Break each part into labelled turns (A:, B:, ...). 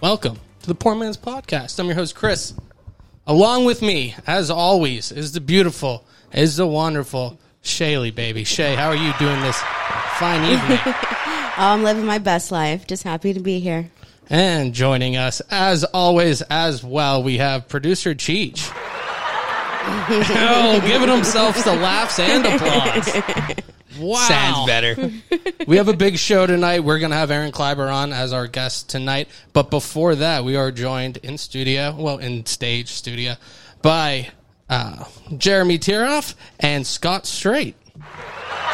A: welcome to the Poor Man's Podcast. I'm your host, Chris. Along with me, as always, is the beautiful, is the wonderful Shaylee, baby. Shay, how are you doing this fine evening?
B: Oh, I'm living my best life. Just happy to be here.
A: and joining us, as always, as well, we have producer Cheech. oh, giving himself the laughs and applause. Wow.
C: Sounds better.
A: we have a big show tonight. We're going to have Aaron Kleiber on as our guest tonight. But before that, we are joined in studio, well, in stage studio, by uh, Jeremy Tiroff and Scott Strait.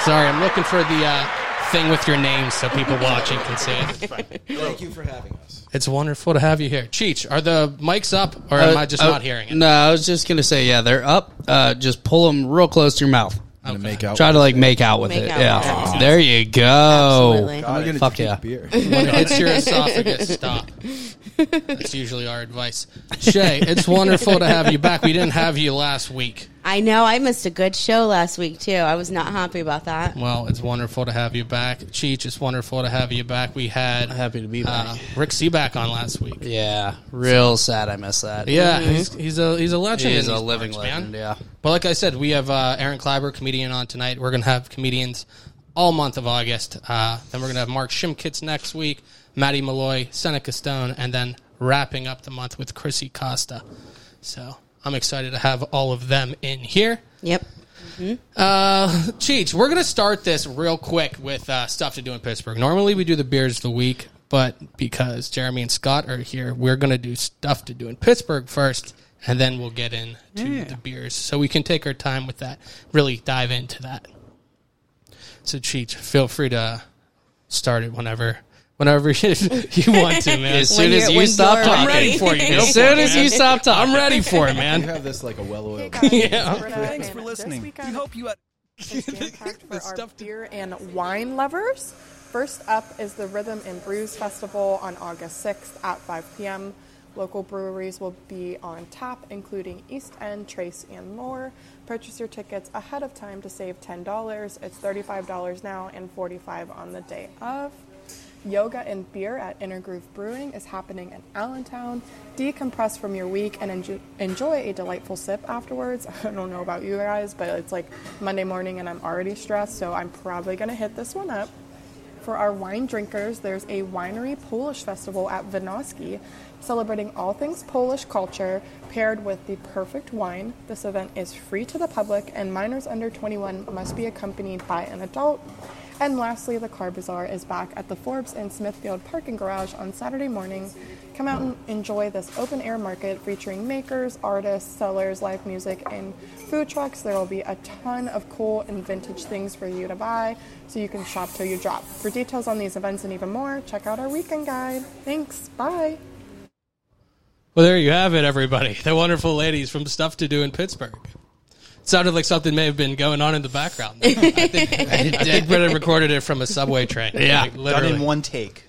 A: Sorry, I'm looking for the uh, thing with your name so people watching can see it.
D: Thank you for having us.
A: It's wonderful to have you here. Cheech, are the mics up or am I just
C: Uh,
A: not hearing it?
C: No, I was just gonna say, yeah, they're up. Uh, just pull them real close to your mouth.
D: I'm gonna make out.
C: Try to like make out with
B: Make
C: it.
B: out
C: yeah,
B: with it.
C: there you go. Oh,
B: Absolutely.
D: I'm gonna
C: Fuck
D: drink
C: yeah.
D: beer.
A: When it hits your esophagus, stop. That's usually our advice. Shay, it's wonderful to have you back. We didn't have you last week.
B: I know I missed a good show last week too. I was not happy about that.
A: Well, it's wonderful to have you back. Cheech, it's wonderful to have you back. We had
C: Happy to be back.
A: uh, Rick Seaback on last week.
C: yeah, real sad. I miss that. Mm-hmm.
A: Yeah, he's, he's a he's a legend.
C: He
A: in
C: is a
A: these
C: living
A: parts,
C: legend, yeah.
A: But like I said, we have uh, Aaron Kleiber, comedian, on tonight. We're gonna have comedians all month of August. Uh, then we're gonna have Mark Shimkitz next week, Maddie Malloy, Seneca Stone, and then wrapping up the month with Chrissy Costa. So I'm excited to have all of them in here.
B: Yep.
A: Uh, Cheech, we're gonna start this real quick with uh, stuff to do in Pittsburgh. Normally we do the beers of the week, but because Jeremy and Scott are here, we're gonna do stuff to do in Pittsburgh first, and then we'll get into the beers, so we can take our time with that. Really dive into that. So Cheech, feel free to start it whenever, whenever you you want to, man.
C: As soon
B: When
C: as
B: you're-
C: you
B: when
C: stop
B: you're
C: talking,
A: I'm ready for you.
C: As soon as you stop talking,
A: I'm ready for it,
D: You
A: man.
D: have this like a well-oiled.
E: Thanks for listening. We hope you had.
F: for our beer and wine lovers. First up is the Rhythm and Brews Festival on August 6th at 5 p.m. Local breweries will be on tap, including East End, Trace, and more. Purchase your tickets ahead of time to save $10. It's $35 now and $45 on the day of. Yoga and beer at Intergroove Brewing is happening in Allentown. Decompress from your week and enjo- enjoy a delightful sip afterwards. I don't know about you guys, but it's like Monday morning and I'm already stressed, so I'm probably going to hit this one up. For our wine drinkers, there's a winery Polish festival at Winoski celebrating all things Polish culture paired with the perfect wine. This event is free to the public, and minors under 21 must be accompanied by an adult. And lastly, the Car Bazaar is back at the Forbes and Smithfield parking garage on Saturday morning. Come out and enjoy this open air market featuring makers, artists, sellers, live music, and food trucks. There will be a ton of cool and vintage things for you to buy so you can shop till you drop. For details on these events and even more, check out our weekend guide. Thanks. Bye.
A: Well, there you have it, everybody. The wonderful ladies from Stuff to Do in Pittsburgh. Sounded like something may have been going on in the background. I think, I think Britta recorded it from a subway train.
C: Yeah.
A: Like, literally.
D: one take.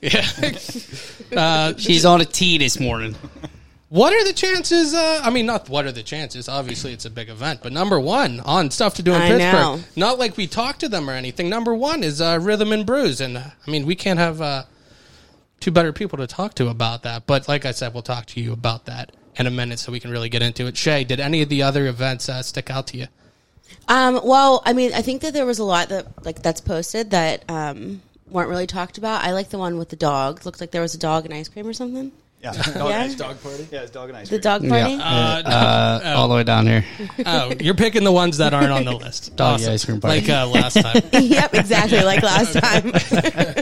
C: Uh, she's on a tee this morning.
A: What are the chances? Uh, I mean, not what are the chances. Obviously, it's a big event, but number one on Stuff to Do in
B: I
A: Pittsburgh.
B: know.
A: Not like we talked to them or anything. Number one is uh, Rhythm and Brews, and uh, I mean, we can't have uh, two better people to talk to about that. But like I said, we'll talk to you about that in a minute, so we can really get into it. Shay, did any of the other events uh, stick out to you?
B: Um, well, I mean, I think that there was a lot that like that's posted that um, weren't really talked about. I like the one with the dog. Looked like there was a dog and ice cream or something.
D: Yeah, dog,
B: Yeah.
D: Ice, dog party. Yeah, it's dog and ice.
B: The dog party.
A: Uh,
C: Uh, all the way down here.
A: oh, you're picking the ones that aren't on the list.
C: Doggy Oh, ice cream party.
A: like uh, last time.
B: yep, exactly like last time.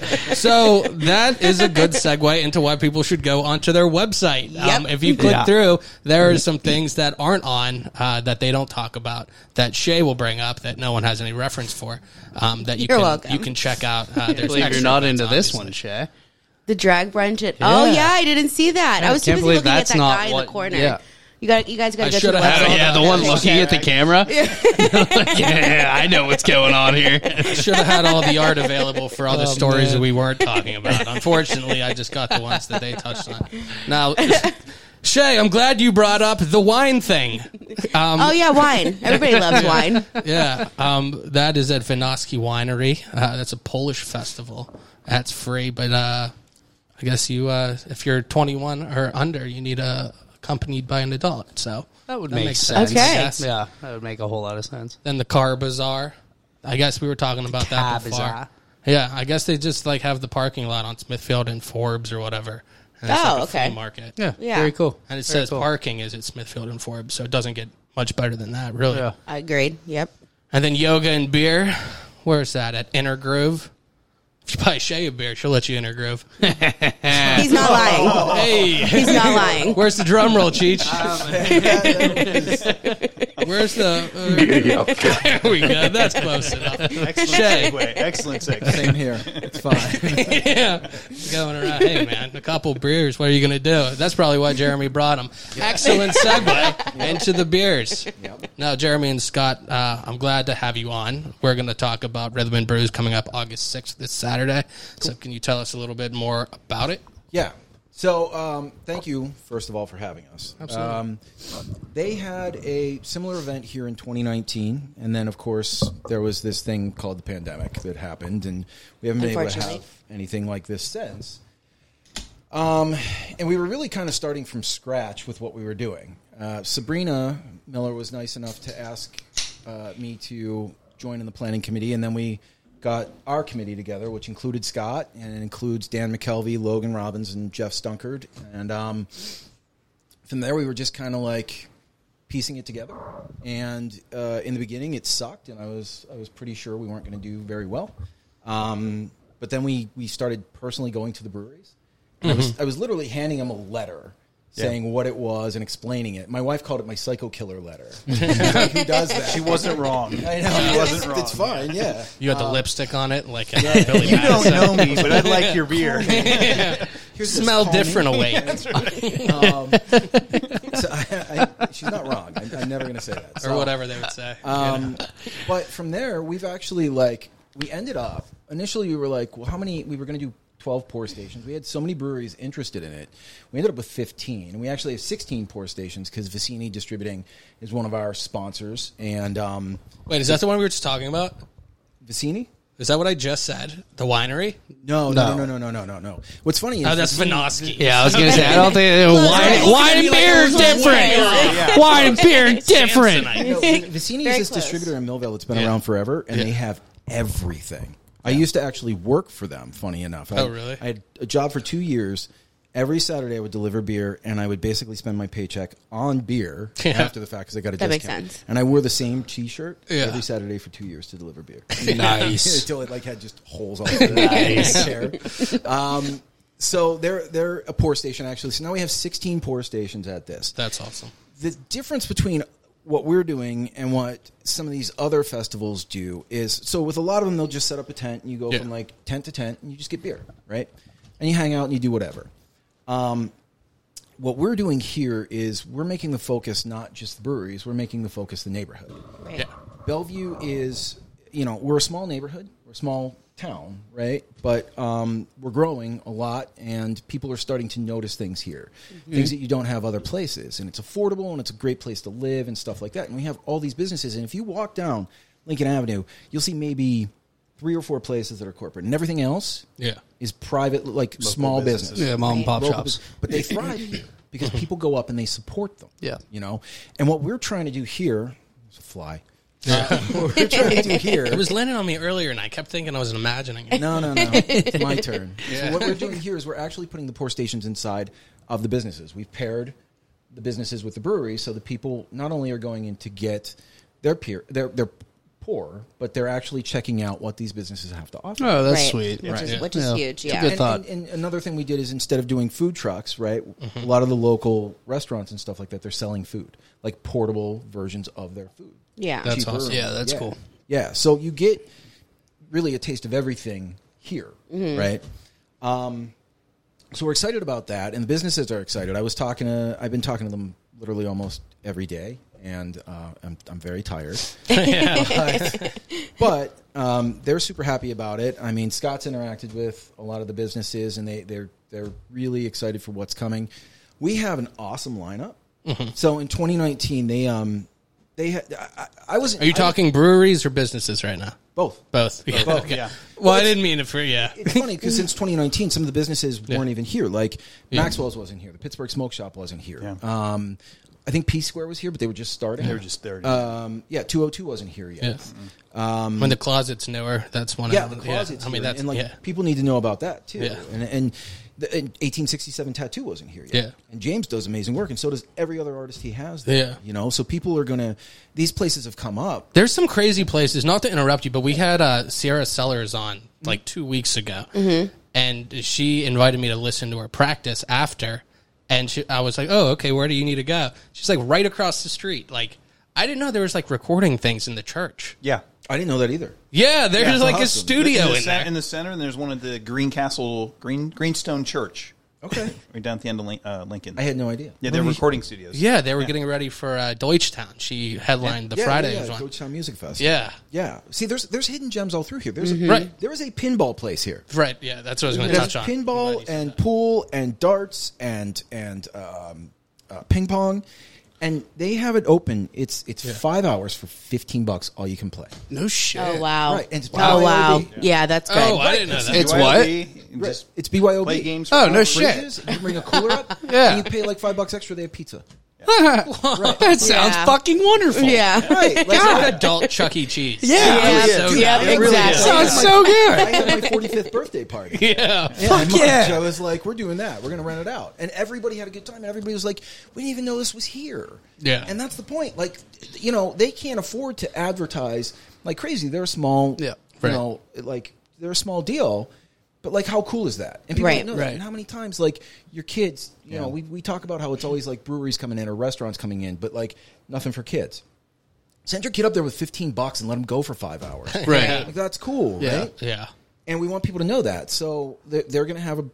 A: So that is a good segue into why people should go onto their website. Um,
B: Yep.
A: if you click
C: Yeah.
A: through, there are some things that aren't on uh, that they don't talk about that Shay will bring up that no one has any referense for um, that you
B: You're
A: can
B: welcome.
A: you can check out. Uh,
C: I
A: there's
C: believe
A: extra
C: you're not
A: ones,
C: into this
A: obviously.
C: one, Shay.
B: The drag brunch at Oh
C: Yeah.
B: yeah, I didn't see that. I was too
C: can't
B: busy
C: believe
B: looking at
C: that's
B: that
C: not
B: guy in the
C: what-
B: corner.
C: yeah.
B: You got you guys got
A: I
B: to go to
A: should've
B: the
A: had
C: Oh,
A: it,
B: website.
C: yeah, the one looking at the camera. yeah, I know what's going on here.
A: Should have had all the art available for all the
C: Oh,
A: stories
C: man.
A: that we weren't talking about. Unfortunately, I just got the ones that they touched on. Now, Shay, I'm glad you brought up the wine thing. Um,
B: Oh yeah, wine. Everybody loves wine.
A: yeah, um, that is at Vinoski Winery. Uh, that's a Polish festival. That's free, but uh, I guess you, uh, if you're 21 or under, you need a accompanied by an adult. So
C: That would
A: That
C: make
A: makes
B: sense.
C: sense.
B: Okay.
C: Yes. Yeah, that would make a whole lot of sense.
A: then the car bazaar. I guess we were talking about
C: car
A: that before.
C: bazaar.
A: Yeah, I guess they just like have the parking lot on Smithfield and Forbes or whatever. And it's
B: Oh,
A: like a flea
B: okay.
A: market.
C: Yeah,
B: Yeah.
C: very cool.
A: and it
C: Very
A: says
C: cool.
A: parking is at Smithfield and Forbes, so it doesn't get much better than that, really.
C: Yeah.
B: I agreed. Yep.
A: And then yoga and beer. Where's that at Inner Groove? If you buy Shay a beer, she'll let you Inner Groove.
B: He's not lying.
A: hey,
B: He's not lying.
A: where's the drum roll, Cheech?
D: Ah,
A: where's the? uh, there we go. That's close enough.
D: Excellent
A: Shay.
D: segue. Excellent segue.
G: Same here. It's fine.
A: yeah, going around. Hey, man, a couple beers. What are you going to do? That's probably why Jeremy brought them. Excellent segue into the beers. Now, Jeremy and Scott, uh, I'm glad to have you on. We're going to talk about Rhythm and Brews coming up August 6th this Saturday. So, can you tell us a little bit more about it?
G: Yeah. So, um, thank you, first of all, for having us. Absolutely. Um, they had a similar event here in 2019. And then, of course, there was this thing called the pandemic that happened. And we haven't been able to
B: Unfortunately.
G: have anything like this since. Um, and we were really kind of starting from scratch with what we were doing. Uh, Sabrina Miller was nice enough to ask uh, me to join in the planning committee, and then we got our committee together, which included Scott and it includes Dan McKelvey, Logan Robbins, and Jeff Stunkard. And um, from there, we were just kind of like piecing it together. And uh, in the beginning, it sucked, and I was I was pretty sure we weren't going to do very well. Um, but then we we started personally going to the breweries. And I,
A: Mm-hmm.
G: was, I was literally handing them a letter. Saying what it was and explaining it. My wife called it my psycho killer letter. Who does that?
D: She wasn't wrong.
G: I know.
D: She wasn't wrong.
G: It's fine. Yeah.
A: You had the lipstick on it, like uh, Billy
D: You don't
A: Madison.
D: know me, but I'd like your beer.
G: Here's this
A: Smell
G: pony.
A: different away.
G: Um, so I, I, she's not wrong. I, I'm never going to say that.
A: Or
G: So,
A: whatever they would say.
G: Um, but from there, we've actually like we ended up initially we were like, well, how many? We were going to do 12 pour stations. We had so many breweries interested in it. We ended up with 15, and we actually have 16 pour stations because Vicini Distributing is one of our sponsors. And um,
A: Wait, is that the one we were just talking about?
G: Vicini?
A: Is that what I just said? The winery?
G: No, no, no, no, no, no, no, no. What's funny is
A: Oh, that's
G: Vicini-
A: Vinosky.
C: Yeah, I was gonna say I don't think wine,
B: Close.
C: wine and beer are
B: Close.
C: different. Wine and beer are different.
G: No, Vicini is
B: Very
G: this
B: close.
G: distributor in Millville that's been
A: Yeah.
G: around forever, and
A: Yeah.
G: they have everything. I used to actually work for them. Funny enough, I,
A: Oh, really?
G: I had a job for two years. Every Saturday, I would deliver beer, and I would basically spend my paycheck on beer after the fact because I got a
B: That makes
G: discount.
B: sense.
G: And I wore the same T-shirt
A: Yeah.
G: every Saturday for two years to deliver beer
C: Nice.
G: until it like had just holes all over it. nice. Um, so they're they're a pour station actually. So now we have sixteen pour stations at this
A: That's awesome.
G: the difference between what we're doing and what some of these other festivals do is so with a lot of them they'll just set up a tent and you go
A: Yeah.
G: from like tent to tent and you just get beer right and you hang out and you do whatever um, what we're doing here is we're making the focus not just the breweries we're making the focus the neighborhood
B: Right.
A: Yeah.
G: Bellevue is, you know, we're a small neighborhood, we're a small town, right? But um, we're growing a lot, and people are starting to notice things here,
C: Mm-hmm.
G: things that you don't have other places, and it's affordable, and it's a great place to live, and stuff like that. And we have all these businesses, and if you walk down Lincoln Avenue, you'll see maybe three or four places that are corporate, and everything else
A: Yeah.
G: is private, like small
D: businesses.
G: business
C: Yeah, mom and pop
G: local
C: shops.
G: bus- but they thrive here because people go up and they support them.
C: Yeah.
G: you know. And what we're trying to do here, it's a fly. Uh, what we're trying to do here.
A: It was landing on me earlier, and I kept thinking I was imagining it.
G: no, no, no. It's my turn. So what we're doing here is we're actually putting the pour stations inside of the businesses. We've paired the businesses with the breweries, so the people not only are going in to get their peer, their their pour, but they're actually checking out what these businesses have to offer.
C: Oh, that's
B: Right.
C: sweet.
B: Which is,
A: Yeah.
B: which is
C: Yeah.
B: huge.
C: It's a
B: Yeah.
C: good
G: and,
C: thought.
G: And, and another thing we did is instead of doing food trucks, right? A lot of the local restaurants and stuff like that, they're selling food, like portable versions of their food.
B: yeah.
A: That's
G: Cheaper.
A: awesome.
C: Yeah, that's cool.
G: Yeah, so you
A: Mm-hmm.
G: get really a taste of everything here, right? Um, so we're excited about that, and the businesses are excited. I was talking to, I've been talking to them literally almost every day, and uh, I'm, I'm very tired. but um, they're super happy about it. I mean, Scott's interacted with a lot of the businesses, and they they're they're really excited for what's coming. We have an awesome lineup.
A: Mm-hmm.
G: So in 2019, they um they had, I, I was
A: Are you talking breweries or businesses right now?
G: both?
A: Both. Yeah,
G: Both,
A: okay.
D: yeah.
A: Well, I didn't mean to. For, yeah.
G: it's funny because since 2019, some of the businesses weren't even here. Like Maxwell's wasn't here. The Pittsburgh Smoke Shop wasn't here.
D: Yeah.
G: Um, I think P Square was here, but they were just starting.
D: They were just there.
G: Um, yeah, 202 wasn't here yet.
A: Yeah. when the closet's newer, that's one.
G: Um, Yeah,
A: of
G: the
A: them.
G: closets.
A: I mean,
G: here,
A: that's
G: and like
A: yeah.
G: people need to know about that too.
A: Yeah.
G: And and the and 1867 tattoo wasn't here yet.
A: Yeah.
G: And James does amazing work, and so does every other artist he has.
A: Yeah.
G: You know, so people are gonna. These places have come up.
A: There's some crazy places. Not to interrupt you, but we had uh, Sierra Sellers on like two weeks ago, and she invited me to listen to her practice after. And she, I was like, "Oh, okay. Where do you need to go?" She's like, "Right across the street." Like, I didn't know there was like recording things in the church.
D: yeah.
G: I didn't know that either.
A: Yeah, there's
G: Yeah,
A: like a
G: awesome.
A: studio
D: in, the
A: in
D: cen-
A: there.
D: in the center, and there's one at the Greencastle Green Greenstone Church,
G: Okay.
D: right down at the end of Lin- uh, Lincoln.
G: I had no idea.
D: yeah, they're recording studios.
A: yeah, they were getting ready for uh, Deutschtown. She headlined the
G: yeah,
A: Friday
G: yeah, yeah,
A: one.
G: Georgetown Music Fest.
A: Yeah, Mm-hmm.
G: Yeah. See, there's there's hidden gems all through here. There's a,
A: Right.
G: There is a pinball place here.
A: right. Yeah, that's what I was going to
G: There's
A: touch on.
G: pinball and pool and darts and and um, uh, ping pong, and they have it open. It's it's five hours for fifteen bucks. All you can play.
A: No shit.
B: Oh wow!
G: Right, and it's
B: oh wow!
G: BYOB.
B: Yeah. that's good.
A: Oh, I didn't know that.
C: It's
D: BYOB, and
G: Right.
D: Just
G: It's BYOB.
D: play games.
C: Oh,
D: for
C: no
D: hours.
C: shit.
G: Bridges, You bring a cooler up.
C: Yeah.
G: and you pay like five bucks extra. They have pizza.
C: that sounds
B: Yeah.
C: fucking wonderful.
B: yeah.
G: Right. Like,
A: It's like adult Chuck E. Cheese.
C: Yeah.
B: Yeah,
A: It was so
B: yeah,
A: good.
B: exactly.
C: Sounds so
G: I
C: good.
G: had my 45th birthday party.
A: Yeah.
G: Yeah, in March,
C: yeah.
G: I was like, we're doing that. We're going to rent it out. And everybody had a good time. And everybody was like, we didn't even know this was here.
A: Yeah.
G: And that's the point. Like, you know, they can't afford to advertise like crazy. They're a small,
A: Yeah.
G: you
A: Right.
G: know, like, they're a small deal. But like, how cool is that? And people
B: Right.
G: don't know that.
A: Right.
G: And how many times, like, your kids, you know, we, we talk about how it's always like breweries coming in or restaurants coming in, but like, nothing for kids. Send your kid up there with 15 bucks and let them go for five hours.
A: Right.
G: Like, that's cool,
A: Yeah.
G: right?
A: Yeah.
G: and we want people to know that. So they're, they're going to have a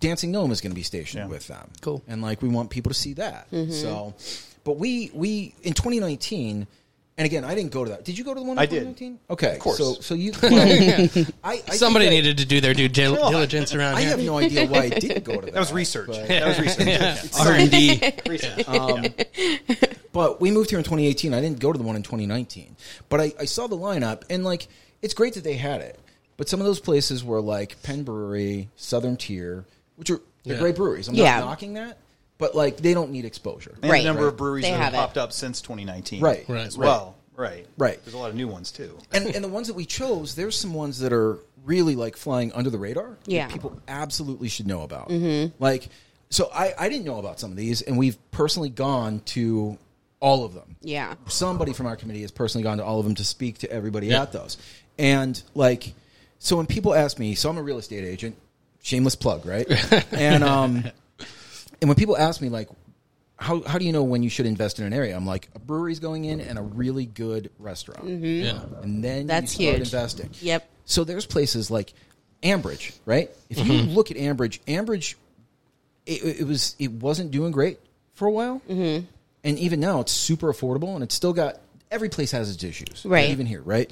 G: dancing gnome is going to be stationed with them.
A: Cool. Mm-hmm.
G: And like we want people to see that. So, but we we in 2019. And again, I didn't go to that. Did you go to the one? in
D: I did.
G: 2019? Okay, of
D: course.
G: So, so you. I, I think
A: Somebody
G: I-
A: needed to do their due dil- diligence around
G: I
A: here.
G: have no idea why I didn't go to that.
D: That was research.
G: but-
D: That was research.
A: R&D. Um,
G: But we moved here in 2018. I didn't go to the one in 2019, but I, I saw the lineup and like it's great that they had it. But some of those places were like Penn Brewery, Southern Tier, which are they're
A: Yeah.
G: great breweries. I'm
B: Yeah.
G: not knocking that, but like they don't need exposure.
D: And
B: Right.
D: the number of breweries
B: They
D: that have
B: have it.
D: popped up since 2019.
G: Right.
A: Right.
D: As well. Right.
G: Right.
D: There's a lot of new ones too.
G: And and the ones that we chose, there's some ones that are really like flying under the radar. that
B: Yeah. Mm-hmm.
G: people absolutely should know about. Like, so I I didn't know about some of these, and we've personally gone to all of them.
B: Yeah.
G: somebody from our committee has personally gone to all of them to speak to everybody at those. And like, so when people ask me, so I'm a real estate agent, shameless plug, right? and um, and when people ask me like, how how do you know when you should invest in an area? I'm like, a brewery's going in and a really good restaurant,
B: Mm-hmm.
A: Yeah.
G: and then
B: That's
G: you start
B: huge.
G: investing.
B: Yep.
G: So there's places like Ambridge, right? If you
B: Mm-hmm.
G: look at Ambridge, Ambridge, it, it was it wasn't doing great for a while, mm-hmm. and even now it's super affordable, and it's still got every place has its issues,
B: Right.
G: Even here, right?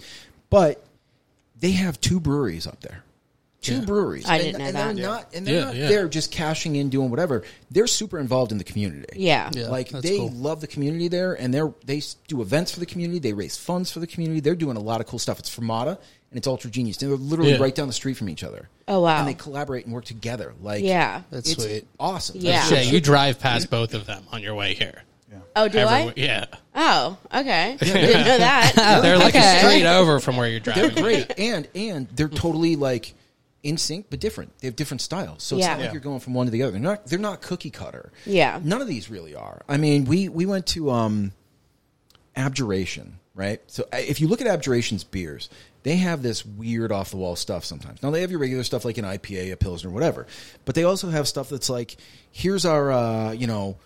G: But they have two breweries up there. Two breweries.
B: I
G: And-
B: didn't know
G: and,
B: that.
G: They're not, and they're
A: Yeah,
G: not
A: yeah.
G: there just cashing in, doing whatever. They're super involved in the community.
B: Yeah. Yeah,
G: like
A: that's
G: they
A: cool.
G: love the community there, and they're they s- do events for the community. They raise funds for the community. They're doing a lot of cool stuff. It's Fermata and it's Ultra Genius. They're literally
A: Yeah.
G: right down the street from each other.
B: Oh, wow.
G: And they collaborate and work together. Like
B: Yeah.
A: That's
G: it's
A: sweet.
G: Awesome.
B: Yeah.
A: Shay, you drive past both of them on your way here.
B: Oh, do
A: Everywhere-
B: I?
A: Yeah.
B: Oh, okay. Didn't know that.
A: They're like
B: Okay.
A: a straight over from where you're
G: They're
A: driving.
G: great, and and they're totally like in sync, but different. They have different styles, so it's
B: Yeah.
G: not like
B: Yeah.
G: you're going from one to the other. They're not they're not cookie cutter.
B: Yeah.
G: none of these really are. I mean, we we went to um, Abjuration, right? So I- if you look at Abjuration's beers, they have this weird off the wall stuff sometimes. Now they have your regular stuff like an IPA, a pilsner, whatever, but they also have stuff that's like, here's our uh, you know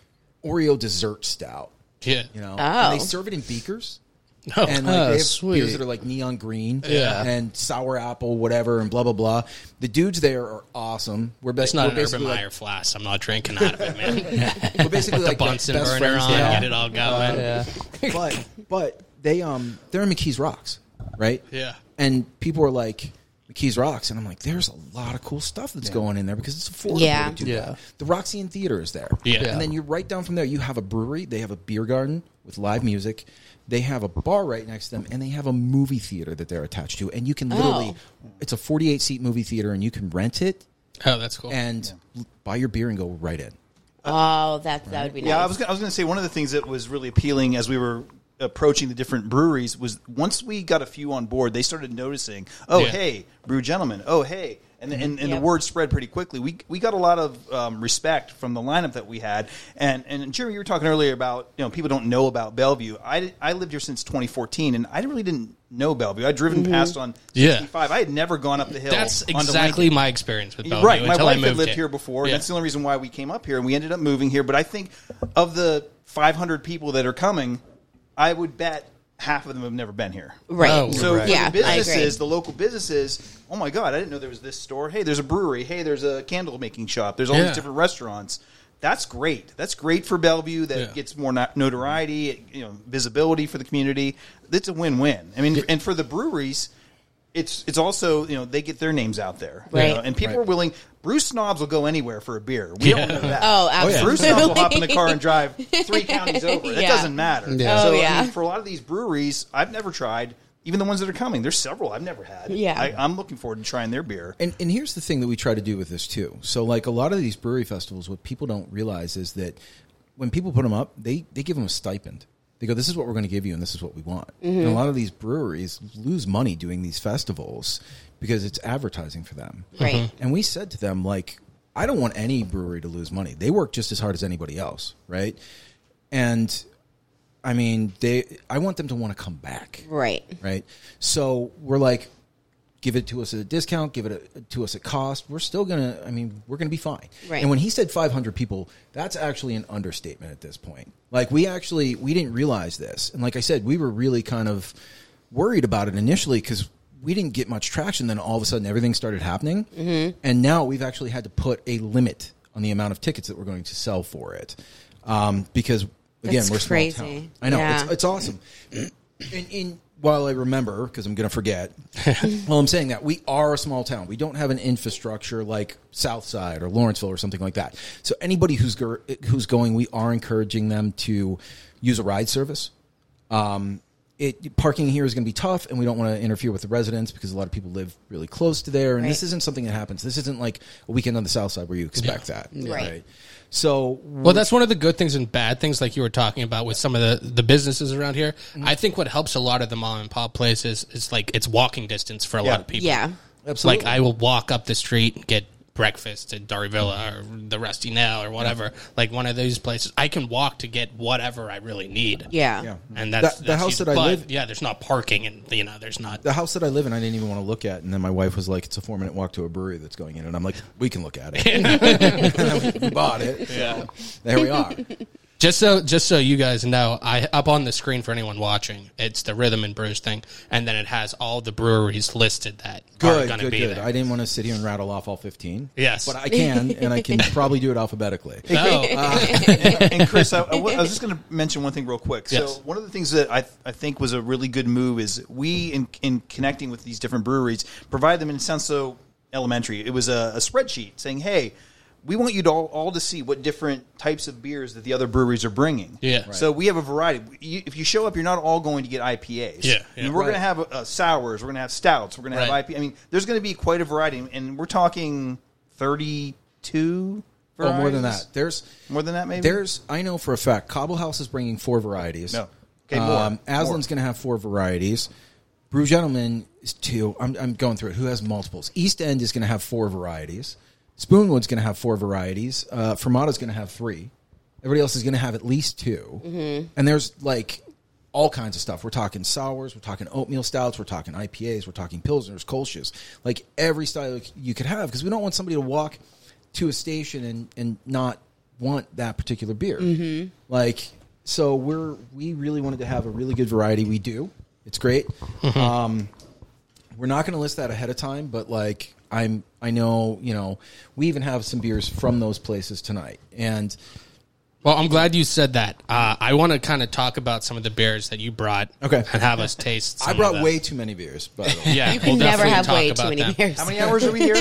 G: Oreo dessert stout,
A: Yeah.
G: you
A: You
G: know,
B: Oh.
G: and they serve it in beakers.
A: Oh,
G: and like they have
C: sweet.
G: beers that are like neon green,
A: Yeah.
G: and sour apple, whatever, and blah blah blah. The dudes there are awesome. We're, bas-
A: It's not
G: we're
A: an Urban
G: basically like,
A: Meyer flask. I'm not drinking out of it, man.
G: we're basically
A: Put the
G: like
A: Bunsen burner
G: best friends Oh,
A: on,
G: now.
A: get it all going. yeah.
G: but but they um they're in McKees Rocks, right?
A: Yeah.
G: And people are like McKees Rocks, and I'm like, there's a lot of cool stuff that's going in there because it's affordable.
B: Yeah.
G: to do
C: Yeah.
G: that. The Roxian Theater is there.
A: Yeah. Yeah.
G: And then you right down from there, you have a brewery. They have a beer garden with live music. They have a bar right next to them, and they have a movie theater that they're attached to. And you can literally, it's a 48 seat movie theater, and you can rent it
A: Oh, that's cool.
G: and l- buy your beer and go right in.
B: Oh, that that would be nice.
D: Yeah, I was gonna, I was going to say one of the things that was really appealing as we were approaching the different breweries was once we got a few on board, they started noticing, oh
A: Yeah.
D: hey, brew gentlemen, oh hey. And, and, and
B: Yep.
D: the word spread pretty quickly. We, we got a lot of um, respect from the lineup that we had. And, and Jeremy, you were talking earlier about you know people don't know about Bellevue. I, I lived here since 2014, and I really didn't know Bellevue. I'd driven past on
A: Mm-hmm. Yeah.
D: 65. I had never gone up the hill.
A: that's
D: onto Lincoln.
A: exactly my experience with Bellevue
D: Right, my
A: until
D: wife
A: I moved
D: had lived
A: in.
D: here before.
A: Yeah.
D: And that's the only reason why we came up here, and we ended up moving here. But I think of the 500 people that are coming, I would bet half of them have never been here.
B: right.
A: Oh,
D: So
A: Right.
D: for
B: Yeah, I
D: the businesses,
B: agree.
D: the local businesses, oh my god, I didn't know there was this store. Hey, there's a brewery. Hey, there's a candle making shop. There's all
A: Yeah.
D: these different restaurants. That's great. That's great for Bellevue. That
A: Yeah.
D: gets more not- notoriety, it- you know, visibility for the community. It's a win-win. I mean, and for the breweries, it's it's also you know they get their names out there, you
B: Right.
D: know, and people are willing. Brew snobs will go anywhere for a beer. We don't know that.
B: Oh, absolutely.
D: Brew snobs will hop in the car and drive three counties over. It
B: Yeah.
D: doesn't matter.
C: Yeah.
D: So
B: Oh,
D: I mean,
B: yeah.
D: for a lot of these breweries, I've never tried. Even the ones that are coming, there's several I've never had.
B: Yeah.
D: I, I'm looking forward to trying their beer.
G: And and here's the thing that we try to do with this too. So like a lot of these brewery festivals, what people don't realize is that when people put them up, they they give them a stipend. They go, "This is what we're going to give you, and this is what we want." And a lot of these breweries lose money doing these festivals because it's advertising for them.
B: Right.
G: And we said to them, like, I don't want any brewery to lose money. They work just as hard as anybody else, right? And I mean, they I want them to want to come back
B: Right.
G: right? So we're like, give it to us at a discount, give it a, to us at cost. We're still gonna, I mean, we're gonna be fine.
B: Right.
G: And when he said 500 people, that's actually an understatement at this point. Like we actually we didn't realize this, and like I said, we were really kind of worried about it initially because we didn't get much traction. Then all of a sudden, everything started happening, and now we've actually had to put a limit on the amount of tickets that we're going to sell for it, um, because again,
B: That's
G: we're
B: crazy.
G: small town. I know
B: Yeah.
G: it's, it's awesome. And in while I remember, because I'm going to forget, while I'm saying that, we are a small town. We don't have an infrastructure like Southside or Lawrenceville or something like that. So anybody who's go- who's going, we are encouraging them to use a ride service. Um, it parking here is going to be tough, and we don't want to interfere with the residents because a lot of people live really close to there. And this
B: Right.
G: isn't something that happens. This isn't like a weekend on the South Side where you expect that,
B: Right.
G: So
A: Well, that's one of the good things and bad things, like you were talking about with some of the, the businesses around here.
B: Mm-hmm.
A: I think what helps a lot of the mom and pop places is like it's walking distance for a lot of people.
B: Yeah.
G: Absolutely.
A: Like I will walk up the street and get breakfast at Dari Villa
B: Mm-hmm.
A: or the Rusty Nail or whatever. Like one of those places, I can walk to get whatever I really need.
B: Yeah.
G: Yeah.
A: and that's
G: The- the
A: that's
G: house
A: easy.
G: that I
A: But,
G: live-
A: Yeah, there's not parking, and you know, there's not.
G: the house that I live in, I didn't even want to look at. And then my wife was like, "It's a four minute walk to a brewery that's going in," and I'm like, "We can look at it." And we bought it. Yeah. there we are.
A: Just so, just so you guys know, I up on the screen for anyone watching. It's the Rhythm and Brews thing, and then it has all the breweries listed that are
G: Good,
A: going to
G: good,
A: be
G: good.
A: there.
G: I didn't want to sit here and rattle off all fifteen.
A: Yes.
G: but I can, and I can probably do it alphabetically.
A: So-
G: Uh-huh.
D: and, and Chris, I, I wa- I was just going to mention one thing real quick.
A: Yes.
D: So one of the things that I, I think was a really good move is we in in connecting with these different breweries provide them. And it sounds so elementary. It was a, a spreadsheet saying, "Hey, we want you to all, all to see what different types of beers that the other breweries are bringing."
A: Yeah. Right.
D: So we have a variety. You, if you show up, you're not all going to get IPAs.
A: Yeah, yeah.
D: I mean, we're going to have uh, sours. We're going to have stouts. We're going to have
A: Right.
D: IP. I mean, there's going to be quite a variety, and we're talking thirty-two.
G: Oh, more than
D: varieties?
G: that. There's
D: More than that, maybe?
G: There's I know for a fact. Cobble House is bringing four varieties.
D: No. Okay, more.
G: Aslan's going
D: More.
G: to have four varieties. Brew Gentleman is two. I'm, I'm going through it. Who has multiples? East End is going to have four varieties. Spoonwood's going to have four varieties. Uh, Fermata's going to have three. Everybody else is going to have at least 2 And there's like all kinds of stuff. We're talking sours. We're talking oatmeal stouts. We're talking IPAs. We're talking pilsners, kolsches. Like every style you could have because we don't want somebody to walk to a station and, and not want that particular beer. Like so we're we really wanted to have a really good variety. We do. It's great.
C: Mm-hmm.
G: um, we're not going to list that ahead of time, but like I'm, I know you know we even have some beers from those places tonight, and
A: Well, I'm glad you said that. Uh, I want to kind of talk about some of the beers that you brought.
G: Okay.
A: And have us taste. Some
G: I brought
A: of them.
G: way too many beers. By the way.
A: Yeah,
B: You can never
A: definitely
B: have
A: talk
B: way too
A: about
B: many
A: them.
B: beers.
D: How many hours are we here?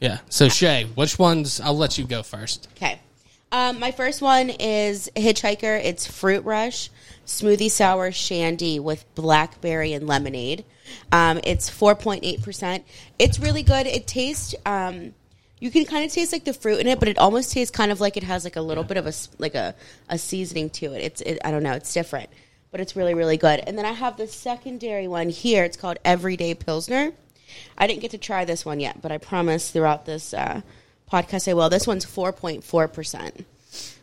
A: Yeah. So Shay, which ones? I'll let you go first.
B: Okay. Um, my first one is Hitchhiker. It's Fruit Rush Smoothie Sour Shandy with blackberry and lemonade. Um, it's 4.8%. It's really good. It tastes, um, you can kind of taste like the fruit in it, but it almost tastes kind of like it has like a little bit of a, s- like a, a seasoning to it. It's, it, I don't know, it's different, but it's really, really good. And then I have the secondary one here. It's called Everyday Pilsner. I didn't get to try this one yet, but I promise throughout this uh, podcast I will. This one's four point four percent,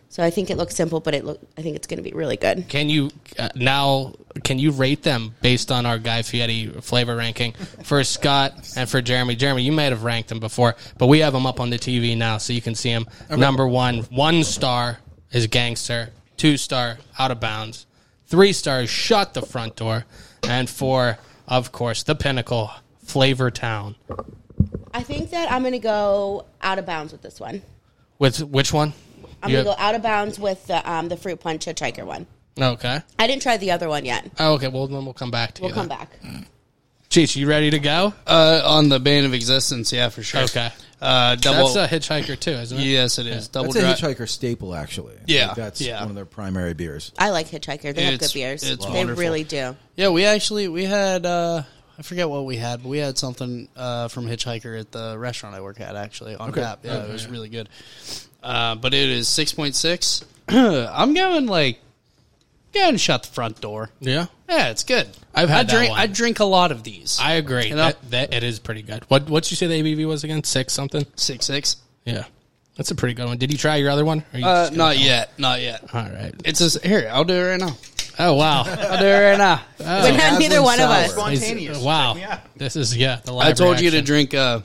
B: so I think it looks simple, but it look I think it's going to be really good.
A: Can you uh, now? Can you rate them based on our Guy Fieri flavor ranking for Scott and for Jeremy? Jeremy, you might have ranked them before, but we have them up on the TV now, so you can see them. Number one, one star is Gangster. Two star, Out of Bounds. Three stars, Shut the Front Door. And four, of course, the pinnacle, Flavor Town.
B: I think that I'm going to go out of bounds with this one.
A: With which one?
B: I'm
A: You
B: going to
A: have-
B: go out of bounds with the um, the fruit punch hitchhiker one.
A: Okay.
B: I didn't try the other one yet.
A: Oh, okay. Well, then we'll come back to
B: We'll
A: you.
B: come
A: then.
B: back.
A: Cheech, you ready to go?
C: Uh, on the bane of existence, yeah, for sure.
A: Okay.
C: Uh, double.
A: That's a hitchhiker too, isn't it?
C: yes, it is. Double
G: That's a
C: dry-
G: hitchhiker staple, actually.
C: Yeah,
G: Like, that's
C: yeah.
G: one of their primary beers.
B: I like hitchhiker. They have
C: It's-
B: good beers.
C: it's
B: they
C: wonderful. Oh,
B: really do.
C: Yeah, we actually we had uh I forget what we had, but we had something uh from Hitchhiker at the restaurant I work at actually on tap. Yeah, it was really good. Uh but it is six point six. I'm going like going shut the front door.
A: Yeah.
C: Yeah, it's good.
A: I've had
C: I
A: that
C: drink
A: one.
C: I drink a lot of these.
A: I agree.
C: And I'll-
A: That, that it is pretty good. What what'd you say the ABV was again? Six something.
C: six six.
A: Yeah, that's a pretty good one. Did you try your other one? Or you
C: Uh
A: just gonna-
C: not yet. Not yet.
A: All right.
C: It's just here, I'll do it right now.
A: Oh wow.
C: I'll do it right now.
B: But not neither
G: Aslan
B: one of
G: sour.
B: us.
D: Spontaneous. Check me
A: wow.
D: out.
A: This is yeah. The live
C: I told you to
A: reaction.
C: drink uh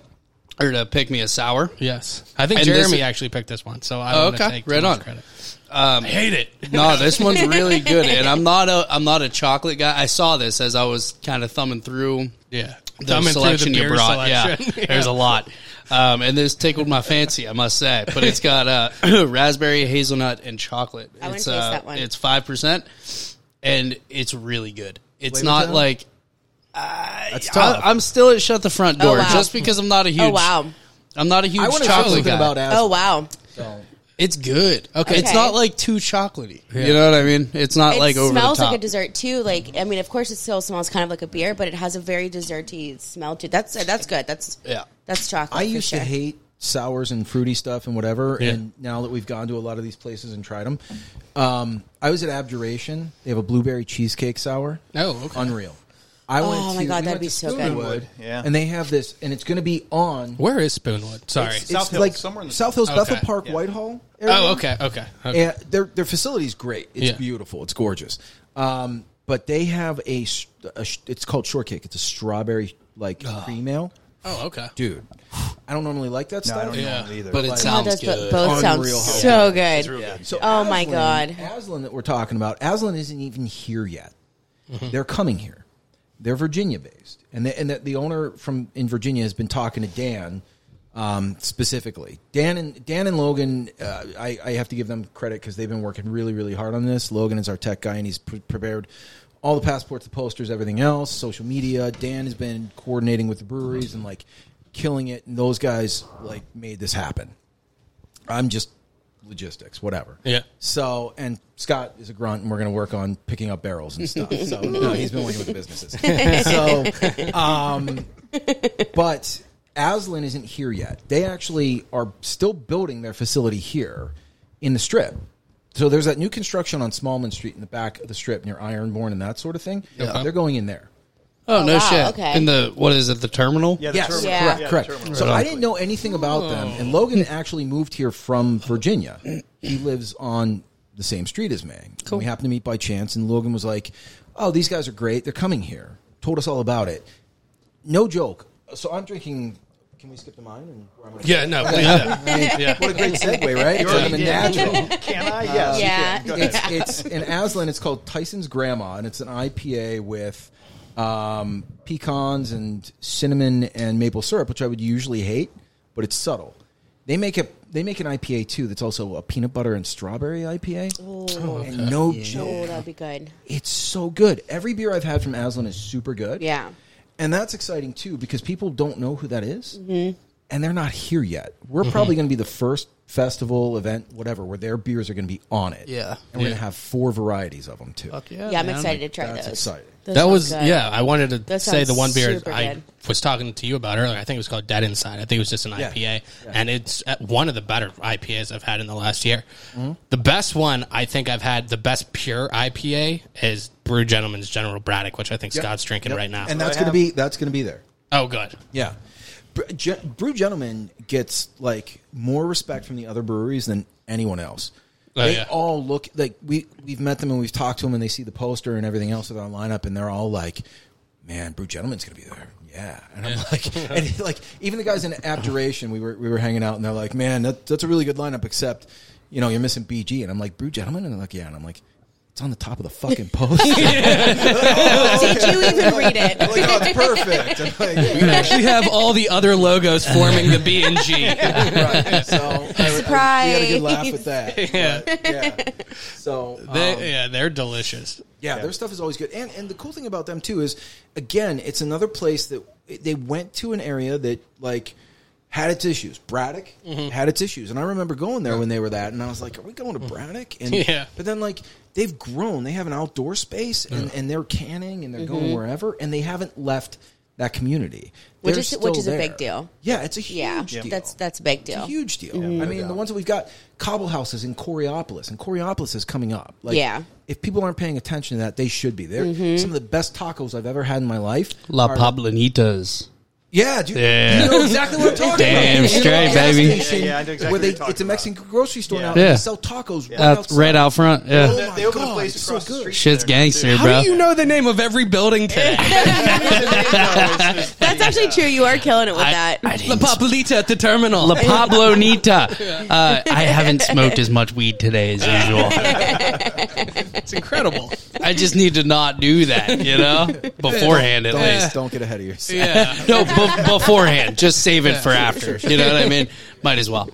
C: or to pick me a sour.
A: Yes, I think
C: And this
A: Jeremy
C: is-
A: actually picked this one, so I
C: Oh,
A: don't
C: okay.
A: okay. take too
C: Right
A: much
C: on.
A: credit.
C: Um, hate it. No, this one's really good, and I'm not a I'm not a chocolate guy. I saw this as I was kind of thumbing through
A: Yeah,
C: the
A: Thumbing through
C: selection you
A: beer
C: brought.
A: selection.
C: Yeah, there's a lot, um, and this tickled my fancy, I must say. But it's got uh, raspberry, hazelnut, and chocolate.
B: I wanna
C: it's,
B: taste
C: uh,
B: that one.
C: It's five percent, and it's really good. It's
G: Flavor
C: not
G: town?
C: like
G: That's tough.
C: I, am still at shut the front door
B: Oh, wow.
C: just because I'm not a huge.
B: Oh wow!
C: I'm not a huge
G: I want to say
C: chocolate
G: something
C: guy.
G: about Aslan.
B: Oh wow!
G: So,
C: It's good. Okay. It's
B: Okay.
C: not like too chocolatey. You know what I mean? It's not
B: It
C: like over
B: smells
C: the top.
B: like a dessert too. Like I mean, of course, it still smells kind of like a beer, but it has a very desserty smell to it. That's that's good. That's
C: Yeah.
B: That's chocolate.
G: I
B: for
G: used
B: sure.
G: to hate sours and fruity stuff and whatever. And now that we've gone to a lot of these places and tried them, um, I was at Abjuration. They have a blueberry cheesecake sour.
A: Oh, okay.
G: unreal. I went
B: Oh
G: to,
B: my God,
G: we
B: that'd
G: went
B: be
G: to
B: so good.
G: Spoonwood,
D: Yeah.
G: and they have this, and it's going to be on.
A: Where is Spoonwood? Sorry.
G: It's,
D: South
G: it's
D: Hills,
G: like
D: somewhere in the
G: South Hills,
A: Okay.
G: Bethel Park,
D: Yeah.
G: Whitehall. Area.
A: oh, okay, okay. okay.
G: And their their facility's great. It's
A: Yeah.
G: beautiful. It's gorgeous. Um, but they have a, s- a sh- it's called shortcake. It's a strawberry like cream ale,
A: Oh, okay.
G: dude. I don't normally like that
D: No,
G: stuff.
D: I don't
A: Yeah.
D: know either.
C: but it
G: Like-
B: Oh,
C: sounds
B: those bo-
C: good.
B: both sound
G: Unreal how
B: so good.
G: So
B: Oh my God.
G: Aslan that we're talking about, Aslan isn't even here yet.
C: Mm-hmm.
G: They're coming here. They're Virginia based, and the, and the, the owner from in Virginia has been talking to Dan um, specifically. Dan and Dan and Logan, uh, I, I have to give them credit because they've been working really really hard on this. Logan is our tech guy, and he's pre- prepared all the passports, the posters, everything else, social media. Dan has been coordinating with the breweries and like killing it, and those guys like made this happen. I'm just logistics, whatever.
A: Yeah.
G: So, and Scott is a grunt, and we're going to work on picking up barrels and stuff. So, no, he's been working with the businesses. so, um, but Aslan isn't here yet. They actually are still building their facility here in the strip. So there's that new construction on Smallman Street in the back of the strip near Ironborn and that sort of thing. They're going in there.
C: Oh, no
B: wow,
C: shit.
B: okay.
C: In the what is it? The terminal?
D: yeah, the
G: yes,
D: terminal.
B: Yeah.
D: Yeah, the
G: Correct.
D: terminal.
G: So I didn't know anything about them. And Logan actually moved here from Virginia. He lives on the same street as me. And we happened to meet by chance, and Logan was like, "Oh, these guys are great. They're coming here." Told us all about it. No joke. So I'm drinking Can we skip to mine? And where I'm gonna-
A: Yeah, no, yeah.
G: What a great segue, right? It's like a natural.
D: Can I? Yes. you
B: Yeah.
D: can. Go ahead.
G: it's it's in Aslan. It's called Tyson's Grandma, and it's an IPA with um, pecans and cinnamon and maple syrup, which I would usually hate, but it's subtle. They make a they make an IPA too that's also a peanut butter and strawberry IPA. and no
B: Oh,
G: joke,
B: that'd be good.
G: it's so good. Every beer I've had from Aslan is super good.
B: Yeah.
G: and that's exciting too because people don't know who that is, and they're not here yet. We're
C: Mm-hmm.
G: probably going to be the first festival event, whatever, where their beers are going to be on it.
C: Yeah.
G: and we're going to have four varieties of them too.
C: Fuck yeah.
B: Yeah, I'm
C: man.
B: excited to try
G: That's
B: those.
G: exciting.
B: Those
A: That
B: sound
A: was
B: good.
A: yeah. I wanted to
B: That
A: say the
B: sounds
A: one beer
B: super
A: I
B: good.
A: was talking to you about earlier. I think it was called Dead Inside. I think it was just an IPA, and it's uh, one of the better IPAs I've had in the last year. The best one I think I've had, the best pure IPA, is Brew Gentleman's General Braddock, which I think Scott's drinking
G: Yep.
A: right now.
G: and
D: That's
G: that's
D: what I
G: going to be that's going to be there.
A: oh, good.
G: Yeah, Bre- Gen- Brew Gentleman gets like more respect from the other breweries than anyone else.
A: Oh,
G: they
A: yeah.
G: all look like we we've met them and we've talked to them and they see the poster and everything else with our lineup and they're all like, "Man, Brew Gentleman's going to be there." Yeah, and I'm like, and like even the guys in Abjuration, we were we were hanging out and they're like, "Man, that, that's a really good lineup," except you know you're missing BG and I'm like, "Brew Gentleman," and they're like, "Yeah," and I'm like, "It's on the top of the fucking poster."
B: Did you even read it?
G: like, oh, it's perfect. I'm like,
A: We actually have all the other logos forming the B and G.
G: right. So I- I- we had a good laugh with that.
A: Yeah,
G: Yeah. So um,
A: they, yeah, they're delicious.
G: yeah, their stuff is always good. And and the cool thing about them too is, again, it's another place that they went to an area that like had its issues. Braddock
A: Mm-hmm.
G: had its issues, and I remember going there when they were that, and I was like, "Are we going to Braddock?" And
A: Yeah.
G: but then like they've grown, they have an outdoor space, and, and they're canning, and they're
A: Mm-hmm.
G: going wherever, and they haven't left that community,
B: Which
G: They're
B: is- which
G: still
B: is a big
G: there.
B: deal.
G: Yeah, it's a huge
B: yeah,
G: deal.
B: that's that's a big deal.
G: It's a huge deal. I mean, the ones that we've got, Cobble House is in Coriopolis, and Coriopolis is coming up. Like,
B: Yeah.
G: If people aren't paying attention to that, they should be. They're some of the best tacos I've ever had in my life.
C: La
G: are-
C: Pablanitas.
G: Yeah, dude.
C: Yeah.
G: You know exactly what I'm talking
C: Damn
G: about. You know,
C: straight,
G: the gas
C: baby.
G: station
D: Yeah, yeah, I know exactly
G: where
D: what
G: they,
D: you're talking
G: it's a
D: about.
G: Mexican grocery store now.
D: Yeah.
G: and
C: Yeah.
G: They sell tacos right,
C: That's
G: outside.
C: right out front.
G: Oh
C: Yeah.
G: my
D: They opened
G: God,
D: a place
G: it's
D: across
G: so
D: the
G: good.
D: street.
C: Shit's
D: there, too.
C: gangster,
A: How
C: bro.
A: do you know the name of every building today?
B: That's actually true. You are killing it with that.
A: La Papalita at the terminal.
C: La Pablo Nita. Uh, I haven't smoked as much weed today as usual.
A: it's incredible.
C: I just need to not do that, you know? Beforehand, at
G: Don't,
C: least.
G: don't get ahead of yourself.
A: Yeah.
C: No, b- beforehand. Just save it for after. You know what I mean? Might as well.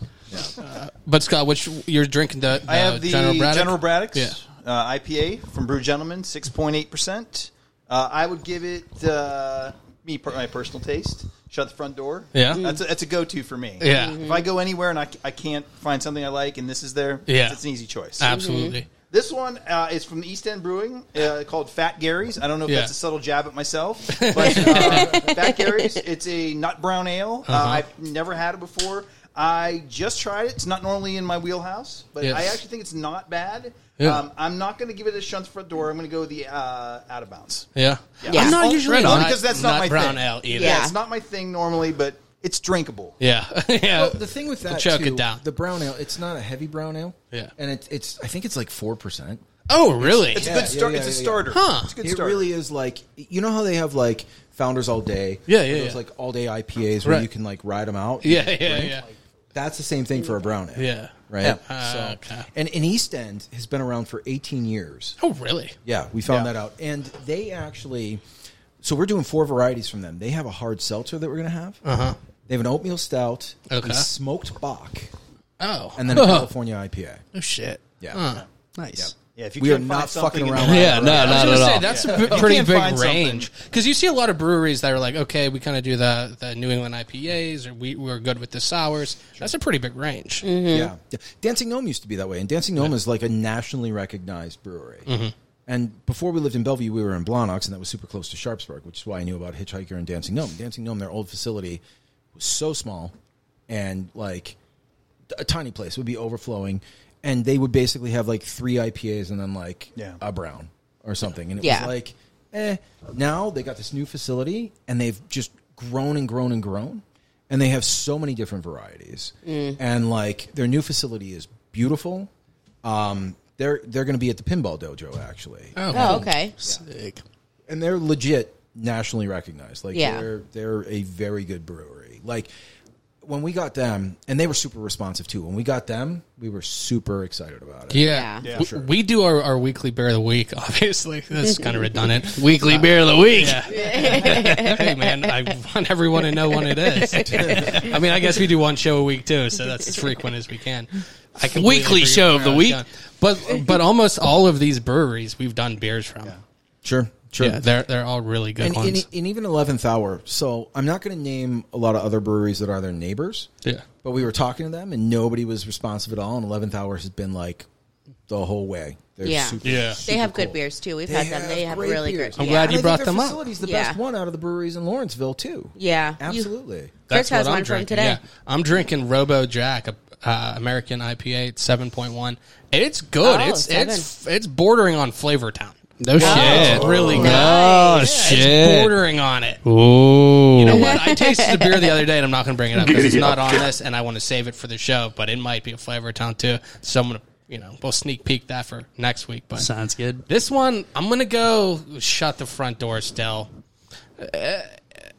A: But Scott, which you're drinking the,
D: I have the
A: Uh, General Braddock.
D: Braddock's
A: Yeah.
D: uh, IPA from Brew Gentleman, six point eight percent. I would give it uh, me per- my personal taste. Shut the front door.
A: Yeah.
D: that's a, that's a go to for me.
A: Yeah. Mhm.
D: if I go anywhere and I, c- I can't find something I like, and this is there,
A: Yeah. Uh,
D: it's an easy choice.
A: Absolutely.
D: This one uh, is from East End Brewing uh, called Fat Gary's. I don't know if
A: Yeah.
D: that's a subtle jab at myself, but uh, Fat Gary's. It's a nut brown ale. uh I've never had it before. I just tried it. It's not normally in my wheelhouse, but
A: Yes.
D: I actually think it's not bad.
A: Yeah.
D: Um, I'm not going to give it a shunt front door. I'm going to go the uh, out of bounds.
A: Yeah.
B: Yeah.
A: I'm not
D: Only-
A: usually
D: only
A: on
D: because that's not,
A: nut
D: my
A: brown
D: thing.
A: ale either.
D: Yeah.
B: Yeah.
D: it's not my thing normally, but it's drinkable.
A: Yeah. yeah.
G: Well, the thing with that
A: choke
G: too,
A: it down.
G: the brown ale, it's not a heavy brown ale.
A: Yeah.
G: and it's it's I think it's like four percent.
A: oh, really?
D: It's
G: Yeah,
D: a good
G: yeah,
D: start.
G: yeah,
D: it's
G: yeah,
D: a
G: yeah.
D: starter.
A: Huh.
D: It's a good
G: it
D: starter.
G: really is like you know how they have like founders all day.
A: Yeah, yeah,
G: Or Those
A: yeah.
G: like all day IPAs where
A: Right.
G: you can like ride them out.
A: yeah, yeah, yeah.
G: that's the same thing for a brown ale.
A: Yeah.
G: right.
A: Uh,
G: so,
A: okay.
G: and in East End has been around for 18 years.
A: Oh, really?
G: Yeah, we found
D: Yeah.
G: that out, and they actually. So we're doing four varieties from them. They have a hard seltzer that we're gonna have. Uh huh. They have an oatmeal stout,
A: Uh-huh. Okay.
G: a smoked bock,
A: Oh.
G: and then a California IPA.
A: oh, shit.
G: Yeah.
A: Nice.
D: Yeah, if you
G: We
D: can't
G: are
D: find
G: not
D: something
G: fucking
D: in
G: around.
D: the-
C: Yeah, no,
A: I
C: not
A: was
C: at
A: gonna
C: all.
A: say that's a b- pretty
D: can't
A: big
D: find something.
A: range because you see a lot of breweries that are like, okay, we kind of do the, the New England IPAs or we we're good with the sours. That's a pretty big range.
G: Yeah. Yeah. Dancing Gnome used to be that way. And Dancing Gnome is like a nationally recognized brewery. And before we lived in Bellevue, we were in Blonox, and that was super close to Sharpsburg, which is why I knew about Hitchhiker and Dancing Gnome. Dancing Gnome, their old facility, was so small and like a tiny place It would be overflowing. And they would basically have like three IPAs and then like
D: Yeah.
G: a brown or something. And it
B: Yeah.
G: was like, eh. Now they got this new facility and they've just grown and grown and grown. And they have so many different varieties.
B: Mm.
G: And like their new facility is beautiful. Um, they're they're going to be at the Pinball Dojo actually.
B: oh, okay.
C: Sick.
G: And they're legit nationally recognized. Like
B: Yeah.
G: they're they're a very good brewery. Like when we got them, and they were super responsive too. When we got them, we were super excited about it.
A: Yeah.
B: Yeah.
D: Yeah,
A: we,
D: sure.
A: we do our, our weekly bear of the week, obviously. That's kind of redundant.
C: Weekly beer of the week.
A: hey, man, I want everyone to know when it is. I mean, I guess we do one show a week, too, so that's as frequent as we can. I completely
C: Weekly
A: forget
C: show
A: where
C: of the
A: I was
C: week.
A: going. But but almost all of these breweries we've done beers from. Yeah,
G: Sure, sure.
A: they're, they're all really good
G: and,
A: ones.
G: and, and even 11th hour so i'm not going to name a lot of other breweries that are their neighbors
A: Yeah.
G: but we were talking to them and nobody was responsive at all and 11th hour has been like the whole way they're
B: Yeah.
G: super
A: Yeah.
B: They have good
G: cool.
B: beers too. We've had them. They have
G: great
B: really
G: beers.
B: good.
A: I'm
B: yeah.
A: glad
G: And
A: you
G: I think
A: brought
G: their
A: them up.
G: facility's the
B: Yeah.
G: best one out of the breweries in lawrenceville too
B: Yeah. You-
G: absolutely
B: Chris has
A: what
B: one
A: I'm
B: from
A: drinking,
B: today.
A: yeah. I'm drinking Robo Jack, a uh, American IPA, it's 7.1. It's good.
B: Oh,
A: it's
B: seven.
A: it's it's bordering on Flavor Town.
C: No shit.
A: Really good.
C: Oh
A: It's
C: shit.
A: bordering on it.
C: Ooh.
A: You know what? I tasted a beer the other day, and I'm not going to bring it up because it's not on this, and I want to save it for the show. But it might be a flavor town too. So I'm gonna, you know, we'll sneak peek that for next week. But
C: Sounds good.
A: this one, I'm gonna go shut the front door. Still, Uh,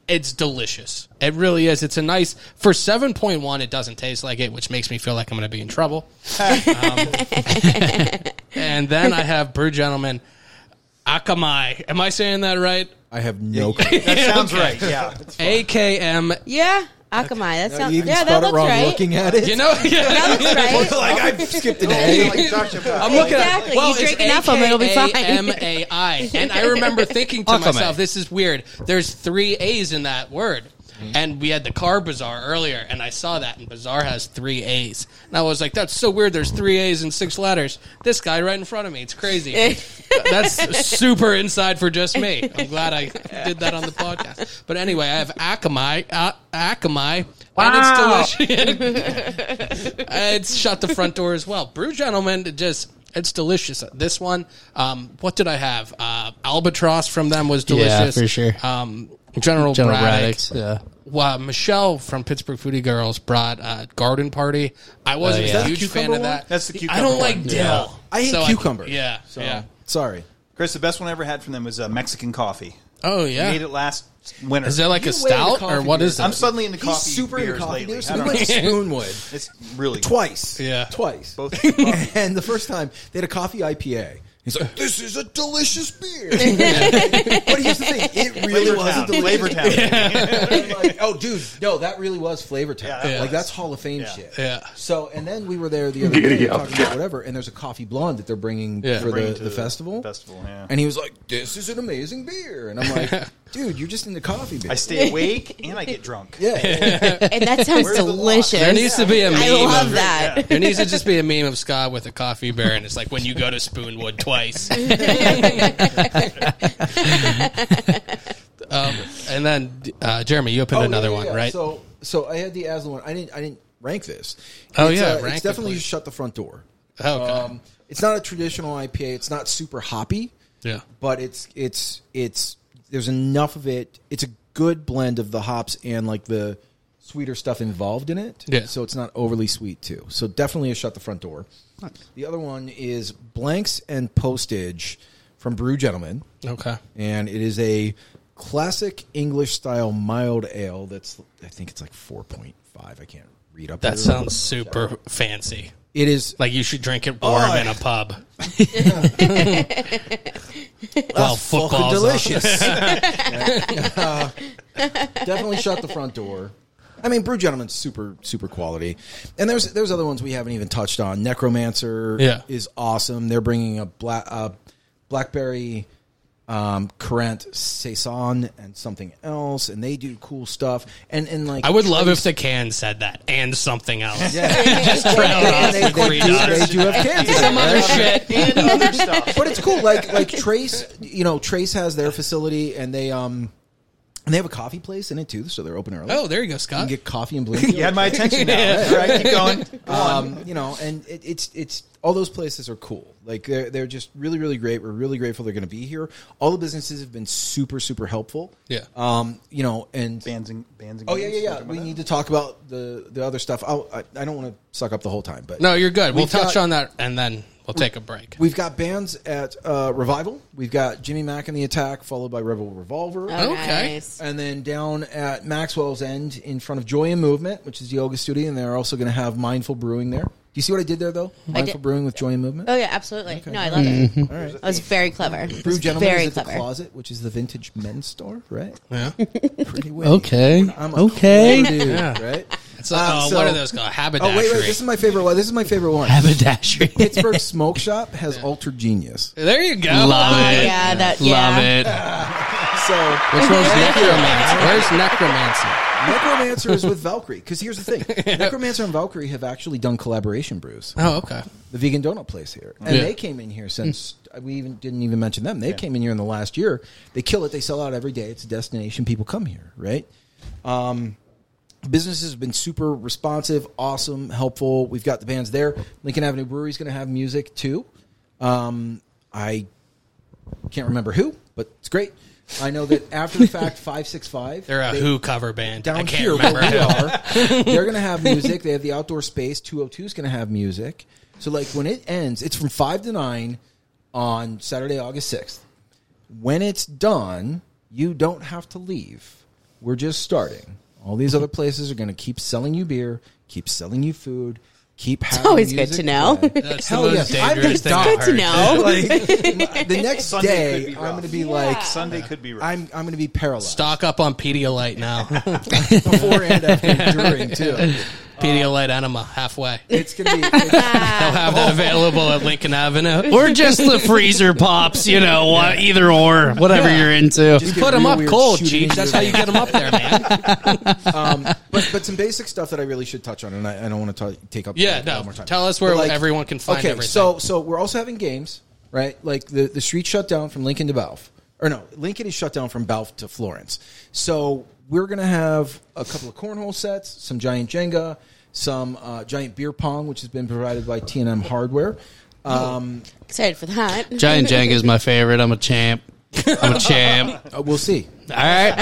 A: it's delicious. It really is. It's a nice for 7.1. It doesn't taste like it, which makes me feel like I'm gonna be in trouble. Um, and then I have Brew Gentleman Akamai. Am I saying that right?
G: i have no clue
D: That sounds right. Yeah.
A: A K M.
B: Yeah, Akamai. That sounds.
G: you even
B: Yeah, that
G: spelled it
B: looks
G: wrong
B: right.
G: looking at it
A: You know, yeah.
B: That looks right.
G: like i've skipped a day
D: I'm
A: I'm looking at
B: Exactly. You drink enough of 'em, it'll be fine.
A: M A I, and I remember thinking to
C: Akame.
A: myself, "This is weird." There's three A's in that word,
B: Mm-hmm.
A: and we had the car bazaar earlier, and I saw that, and bazaar has three A's, and I was like, "That's so weird." There's three A's and six letters. This guy right in front of me, it's crazy. That's super inside for just me. I'm glad I did that on the podcast. But anyway, I have Akamai, uh, Akamai, and it's delicious. Uh, it's shut the front door as well. Brew Gentleman, it just it's delicious. This one, um, what did I have? Uh, Albatross from them was delicious
C: for sure.
A: Um, General,
C: General
A: Braddock.
C: Braddock's, yeah.
A: Well, Michelle from Pittsburgh Foodie Girls brought uh, Garden Party. I wasn't
C: Oh, yeah. Is that
A: a
C: the
A: huge fan
G: cucumber
A: of
G: one?
A: that.
D: That's the
A: I
D: cucumber
A: don't
D: one.
A: like dill.
G: Yeah. I hate
A: So
G: cucumber.
A: yeah,
G: So,
A: yeah.
G: sorry
D: Chris, the best one I ever had from them was uh, Mexican coffee.
A: Oh
D: I
A: yeah.
D: Made it last winter.
A: Is there like a
G: You're way into
A: stout or
G: coffee
A: what is
G: beers.
A: it?
D: I'm suddenly into
G: he's
D: coffee
G: super
D: beers
G: into coffee
D: lately.
G: beers
D: I
G: we
D: don't
G: went to
D: know.
G: spoonwood
D: It's really good.
G: twice.
A: Yeah.
G: twice.
D: Both.
G: and the first time they had a coffee IPA. He's like, "This is a delicious beer." but here's the thing: it really was a
D: Flavortown.
G: delicious
D: Flavortown.
G: beer. Like, oh, dude, no, that really was Flavor Town.
D: Yeah.
G: Like that's Hall of Fame shit.
A: Yeah.
G: So, and then we were there the other day talking about whatever, and there's a coffee blonde that they're bringing
A: Yeah.
G: for
D: Bring
G: the,
D: to
G: the festival.
D: Festival, yeah.
G: And he was like, "This is an amazing beer," and I'm like, "Dude, you're just into coffee beer."
D: I stay awake and I get drunk.
G: yeah,
B: and that sounds
D: Where's the
B: delicious.
D: lock?
A: There needs to be a meme.
B: I love
A: of-
B: that.
A: There needs to just be a meme of Scott with a coffee beer, and it's like when you go to Spoonwood twice. um, and then uh, Jeremy, you opened
G: Oh,
A: another
G: yeah,
A: one,
G: yeah.
A: right?
G: So, so I had the Aslan one. I didn't. I didn't rank this.
A: Oh,
G: it's,
A: yeah,
G: uh,
A: rank
G: it's
A: it,
G: definitely
A: please.
G: just shut the front door.
A: Oh, okay.
G: Um, it's not a traditional IPA. It's not super hoppy.
A: Yeah.
G: but it's it's it's there's enough of it. It's a good blend of the hops and like the sweeter stuff involved in it.
A: Yeah.
G: So it's not overly sweet too. So definitely a shut the front door. The other one is blanks and postage from Brew Gentlemen
A: okay.
G: and it is a classic English style mild ale. That's I think it's like four point five. I can't read up.
A: That
G: there.
A: sounds super fancy.
G: It is
A: Like you should drink it warm in a pub. well,
G: fucking
A: football's delicious.
G: delicious. Uh, definitely shut the front door. I mean, Brew Gentleman's super super quality, and there's there's other ones we haven't even touched on. Necromancer
A: Yeah.
G: is awesome. They're bringing a black uh, blackberry um, currant saison and something else, and they do cool stuff. And and like
A: I would love if the can said that and something else.
G: Yeah.
A: Just trail it off
G: And they,
A: for
G: they
A: three
G: do,
A: dollars.
G: they do have cans. of it,
A: Some other
G: right?
A: shit.
D: And other stuff.
G: but it's cool. Like like Trace, you know, Trace has their facility, and they um, and they have a coffee place in it too, so they're open early.
A: Oh, there you go,
G: you can
A: Scott.
G: get coffee and Bloomfield.
D: You had my attention now. All right, keep going.
G: um, you know, and it, it's it's all those places are cool. Like they're they're just really really great. We're really grateful they're going to be here. All the businesses have been super super helpful.
A: Yeah.
G: Um, you know, and
D: Bands and bands and
G: oh yeah yeah
D: games.
G: yeah, we need to talk about the the other stuff. I'll, I I don't want to suck up the whole time, but
A: No, you're good. We'll
G: We've
A: touch
G: got-
A: on that and then We'll take a break.
G: We've got bands at uh, Revival. We've got Jimmy Mack and the Attack, followed by Rebel Revolver.
B: Oh,
A: Okay.
B: nice.
G: And then down at Maxwell's End in front of Joy and Movement, which is yoga studio, and they're also going to have Mindful Brewing there. Do you see what I did there, though? Mindful
B: did.
G: Brewing with Joy and Movement.
B: Oh yeah, absolutely. No, I love it. That was very clever.
G: Brew Gentleman
B: very
G: is at
B: clever.
G: the Closet, which is the vintage men's store, right?
A: Yeah.
G: Pretty witty.
C: Okay.
G: I'm a
C: okay.
G: cool dude, right?
A: So,
C: Um,
G: Uh,
A: uh,
G: so-
A: what are those called?
G: Oh
A: Haberdashery.
G: wait, wait! This is my favorite one. This is my favorite one.
C: Haberdashery.
G: Pittsburgh Smoke Shop has Altered Genius.
A: there you go.
C: Love it.
B: yeah, that-
C: Love
B: yeah.
C: it.
G: So
A: Which one's necromancy? Where's necromancy?
G: Necromancer is with Valkyrie. Because here's the thing: Necromancer and Valkyrie have actually done collaboration brews.
A: Oh, okay.
G: The vegan donut place here, and
A: Yeah. Hmm.
G: they came in here since we even didn't even mention them. They came in here in the last year. They kill it. They sell out every day. It's a destination. People come here, right? Um, businesses have been super responsive, awesome, helpful. We've got the bands there. Lincoln Avenue Brewery is going to have music too. Um, I can't remember who, but it's great. I know that after the fact, five six five.
A: They're a Who cover band. I
G: down
A: can't
G: here where
A: remember.
G: we
A: who.
G: are. They're going to have music. They have the outdoor space. 202 is going to have music. So, like, when it ends, it's from 5 to 9 on Saturday, August 6th. When it's done, you don't have to leave. We're just starting. All these other places are going to keep selling you beer, keep selling you food, keep having
B: always good
G: music
B: to know.
G: play.
A: That's
G: Hell
A: the most
G: yes. I've been-
A: dangerous thing
G: it's
A: I've
B: Good to
A: heard.
B: know.
G: the next
D: Sunday could
G: day,
D: be
G: I'm
D: rough.
G: going to be like,
D: Sunday could be right.
G: I'm, I'm going to be paralyzed.
A: Stock up on Pedialyte now.
G: Before and after, during, too.
A: Pedialyte enema halfway.
G: It's going to be. it's-
B: Uh,
A: They'll have
C: oh.
A: that available at Lincoln Avenue.
C: Or just the freezer pops, you know, uh, either or, whatever you're into.
G: Just-
A: Put them
G: Real
A: up
G: weird
A: cold,
G: shooting
A: Cheech.
G: into
A: That's
G: the
A: how you get them up there, man.
G: um, but but some basic stuff that I really should touch on, and I, I don't want to ta- take up
A: Yeah,
G: uh,
A: no.
G: more time.
A: Tell us where
G: But, like,
A: everyone can find
G: okay,
A: everything.
G: so so we're also having games, right? Like the the street shut down from Lincoln to Balf, or no, Lincoln is shut down from Balf to Florence. So we're gonna have a couple of cornhole sets, some giant Jenga, some uh, giant beer pong, which has been provided by T and M Hardware. Um,
B: Excited for that.
C: Giant Jenga is my favorite. I'm a champ. I'm a champ.
G: uh, we'll see.
C: All right. All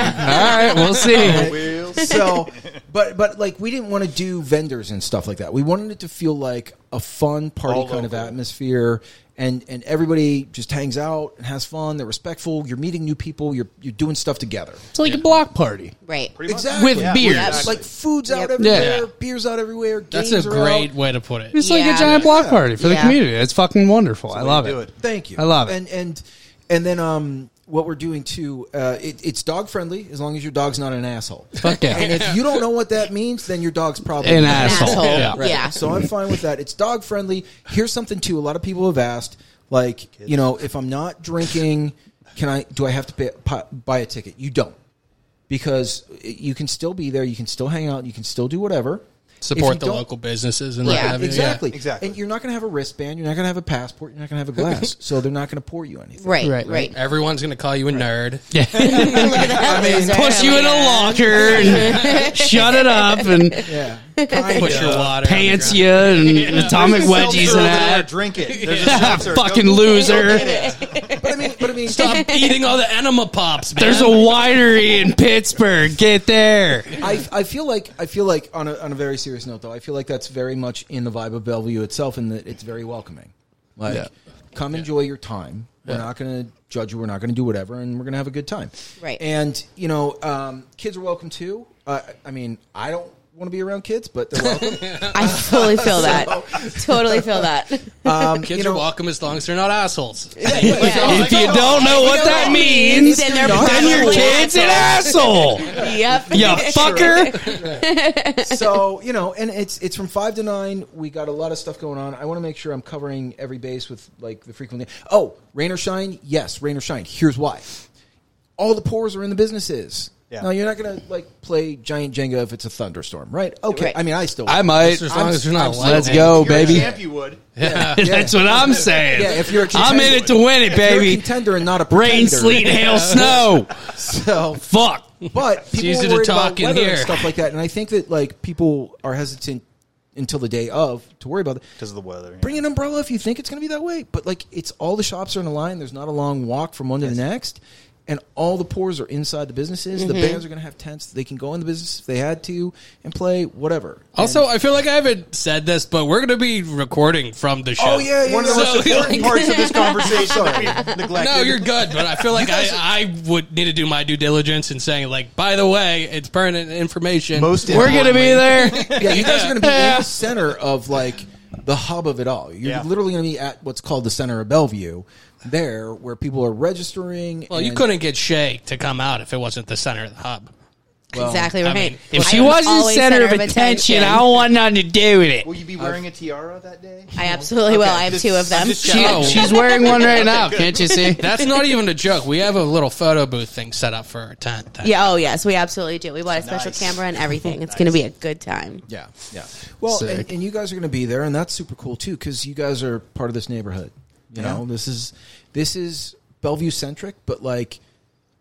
C: right. We'll see.
G: so but but like we didn't want to do vendors and stuff like that we wanted it to feel like a fun party
D: All
G: kind of
D: local.
G: atmosphere and and everybody just hangs out and has fun they're respectful you're meeting new people you're you're doing stuff together
C: It's like a block party
B: Right.
G: exactly
C: with beers.
G: like food's out
B: Yep.
G: everywhere
A: Yeah.
G: beers out everywhere games
A: That's a
G: are
A: great
G: out.
A: way to put it.
C: It's like
B: Yeah.
C: a giant block party for the
B: Yeah.
C: community. It's fucking wonderful. I love
D: do
C: it.
D: it.
G: Thank you.
C: I love it.
G: And and and then um, what we're doing too, uh, it, it's dog friendly as long as your dog's not an asshole.
C: Fuck yeah.
G: And if you don't know what that means, then your dog's probably
C: An
G: not
C: asshole.
B: asshole.
C: Yeah.
B: Yeah. Yeah.
G: So I'm fine with that. It's dog friendly. Here's something too. A lot of people have asked, like, you know, if I'm not drinking, can I? Do I have to pay, pu- buy a ticket? You don't, because you can still be there. You can still hang out. You can still do whatever. If
A: Support
G: you
A: the
G: don't-
A: local businesses and
B: Right.
A: what have you.
G: Exactly.
A: Yeah.
D: Exactly.
G: And you're not going to have a wristband. You're not going to have a passport. You're not going to have a glass. so they're not going to pour you anything.
B: Right.
C: Right.
B: Right. right.
A: Everyone's going to call you a nerd.
B: Look at that loser.
C: Push you in a
B: Yeah.
C: locker and shut it up and
G: Yeah.
A: Push your water.
C: pants you and atomic wedgies and
D: Seltzer over there,
C: that.
D: Drink it. There's a seltzer. Go-
C: fucking
D: go- go
C: loser.
D: get it.
G: But I mean, but I mean,
A: Stop eating all the enema pops, man.
C: There's a winery in Pittsburgh. Get there.
G: I, I feel like I feel like on a, on a very serious note though, I feel like that's very much in the vibe of Bellevue itself, in that it's very welcoming. Like,
C: Yeah.
G: come enjoy your time. We're not going to judge you. We're not going to do whatever, and we're going to have a good time.
B: Right.
G: And you know, um, kids are welcome too. Uh, I mean, I don't want to be around kids, but they're welcome.
B: I totally feel that. totally feel that.
A: Kids
G: you know-
A: are welcome as long as they're not assholes.
C: If you don't know what that means,
B: Then they're
C: then your
B: probably
C: kid's an asshole.
B: yep.
C: You fucker.
G: so you know, and it's it's from five to nine. We got a lot of stuff going on. I want to make sure I'm covering every base with like the frequent. Oh, rain or shine, yes, rain or shine. Here's why: all the pours are in the businesses.
D: Yeah.
G: Now you're not gonna like play giant Jenga if it's a thunderstorm, right? Okay.
B: Right.
G: I mean, I still
C: I might.
A: As long as you're not lightning.
C: Let's go,
D: If you're a
C: baby.
D: champ, you would.
C: That's what I'm saying.
G: Yeah, if you're a
C: I'm in it to win it,
G: You're a
C: baby.
G: contender and not a
C: Rain,
G: pretender.
C: sleet, hail, snow.
G: So,
C: Fuck.
G: but people
A: easy
G: are
A: to
G: worried
A: talk
G: about
A: in
G: weather
A: here.
G: and stuff like that, and I think that like people are hesitant until the day of to worry about it.
D: Because of the weather. yeah.
G: bring an umbrella if you think it's going to be that way. But like, it's all the shops are in a line. There's not a long walk from one to the next. and all the pours are inside the businesses.
A: Mm-hmm.
G: The bands are going to have tents. They can go in the business if they had to and play whatever.
A: Also, I feel like I haven't said this, but we're going to be recording from the show.
G: Oh yeah, yeah,
D: One of the
G: yeah.
A: So,
D: most important
A: like-
D: parts of this conversation that we neglected.
A: No, you're good, but I feel like I, I would need to do my due diligence in saying, like, by the way, it's pertinent information.
D: Most
A: we're going to be there.
G: yeah, you guys are going to be
A: Yeah.
G: in the center of like the hub of it all. You're
D: Yeah.
G: literally going to be at what's called the center of Bellevue, there where people are registering.
A: Well, you
G: and-
A: couldn't get Shay to come out if it wasn't the center of the hub.
B: exactly right.
A: mean, if
B: I
A: she
B: am
H: wasn't
B: always
H: center of attention. I don't want nothing to do with it.
D: Will you be wearing a tiara that day?
B: I absolutely will. I have
D: Just-
B: two of them.
D: just
C: She,
A: Oh.
C: She's wearing one right now. Can't you see?
A: That's not even a joke. We have a little photo booth thing set up for our tent.
B: Yeah. Oh yes, we absolutely do. We bought a special
D: Nice.
B: camera and everything. It's going to be a good time.
G: Yeah, yeah. Well, and, and you guys are going to be there, and that's super cool too, because you guys are part of this neighborhood. You know, this is this is Bellevue centric, but like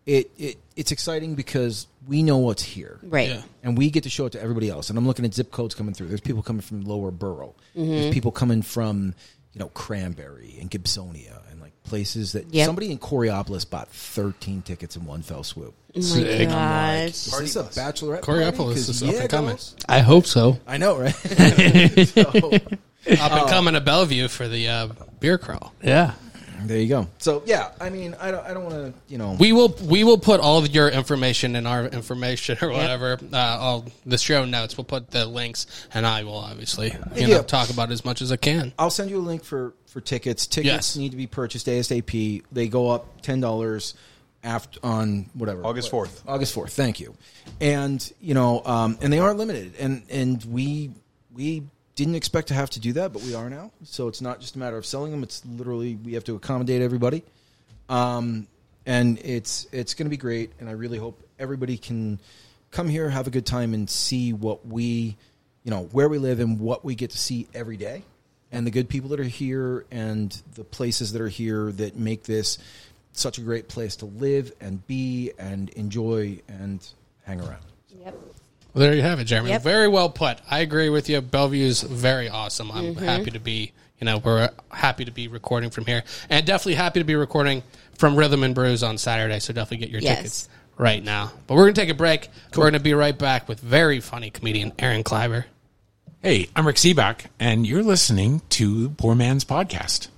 G: it, it it's exciting because we know what's here,
B: Right.
A: Yeah.
G: And we get to show it to everybody else. And I'm looking at zip codes coming through. There's people coming from Lower Borough.
B: Mm-hmm.
G: There's people coming from you know Cranberry and Gibsonia and like places that
B: Yep.
G: somebody in Coriopolis bought 13 tickets in one fell swoop.
B: Oh my gosh.
G: Is this a bachelorette?
A: Coriopolis
G: party? 'Cause
A: is up and
G: yeah,
A: coming.
G: girls.
C: I hope so.
G: I know, right? So-
A: Up
B: Oh.
A: and coming to Bellevue for the uh, beer crawl.
C: Yeah.
G: There you go. So yeah, I mean, I don't, I don't want to, you know,
A: We will we will put all of your information and our information or whatever. Uh, all the show notes. We'll put the links, and I will obviously you know
G: Yeah.
A: talk about it as much as I can.
B: Uh,
G: I'll send you a link for for tickets. Tickets
A: Yes.
G: need to be purchased ASAP. They go up ten dollars after on whatever
D: August 4th.
G: August fourth. Thank you. And you know, um, and they are limited, and and we we didn't expect to have to do that, but we are now. So it's not just a matter of selling them. It's literally we have to accommodate everybody. Um, and it's it's going to be great, and I really hope everybody can come here, have a good time, and see what we, you know, where we live and what we get to see every day, and the good people that are here, and the places that are here that make this such a great place to live and be and enjoy and hang around.
B: Yep.
A: Well, there you have it, Jeremy.
B: Yep.
A: Very well put. I agree with you. Bellevue's very awesome. I'm
B: Mm-hmm.
A: happy to be, you know, we're happy to be recording from here, and definitely happy to be recording from Rhythm and Brews on Saturday. So definitely get your
B: Yes.
A: tickets right now. But we're gonna take a break. We're gonna be right back with very funny comedian Aaron Kleiber.
I: Hey, I'm Rick Seaback, and you're listening to Poor Man's Podcast.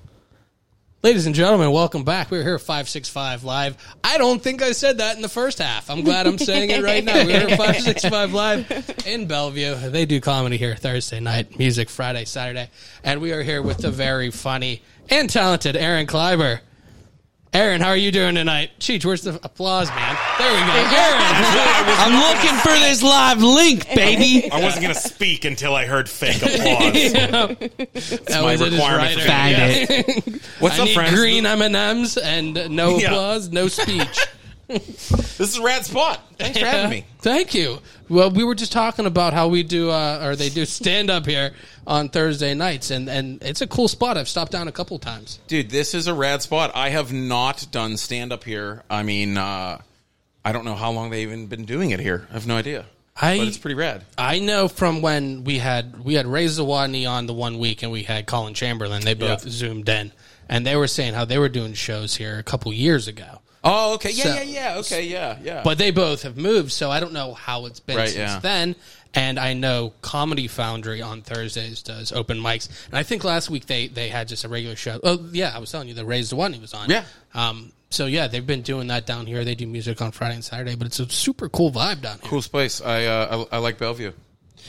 A: Ladies and gentlemen, welcome back. We're here at 565 Live. I don't think I said that in the first half. I'm glad I'm saying it right now. We're at 565 Live in Bellevue. They do comedy here Thursday night, music Friday, Saturday. And we are here with the very funny and talented Aaron Kleiber. Aaron, how are you doing tonight? Cheech, where's the applause, man? There we go. Aaron!
H: I'm looking for this live link, baby.
I: I wasn't going to speak until I heard fake applause.
A: that
I: my
A: was it, just
I: requirement for
A: right
H: Faggot.
A: there. Yeah.
I: What's
A: I
I: up,
A: need
I: friends?
A: green M&Ms and no
I: Yeah.
A: applause, no speech.
I: This is Rad Spot. Thanks for having me.
A: Thank you. Well, we were just talking about how we do, uh, or they do stand up here on Thursday nights, and, and it's a cool spot. I've stopped down a couple times.
J: dude this is a rad spot i have not done stand up here i mean uh i don't know how long they've even been doing it here i have no idea
A: I-
J: but it's pretty rad
A: I know from when we had we had Ray Zawadney on the one week, and we had Colin Chamberlain. They both zoomed in, and they were saying how they were doing shows here a couple years ago,
J: oh okay yeah
A: So-
J: yeah yeah okay yeah yeah
A: but they both have moved. So I don't know how it's been
J: Right,
A: since
J: yeah.
A: then. And I know Comedy Foundry on Thursdays does open mics, and I think last week they they had just a regular show. Oh yeah, I was telling you the Ray Zawadney was on.
J: Yeah.
A: Um, so yeah, they've been doing that down here. They do music on Friday and Saturday, but it's a super cool vibe down here.
J: cool space i uh i, I like bellevue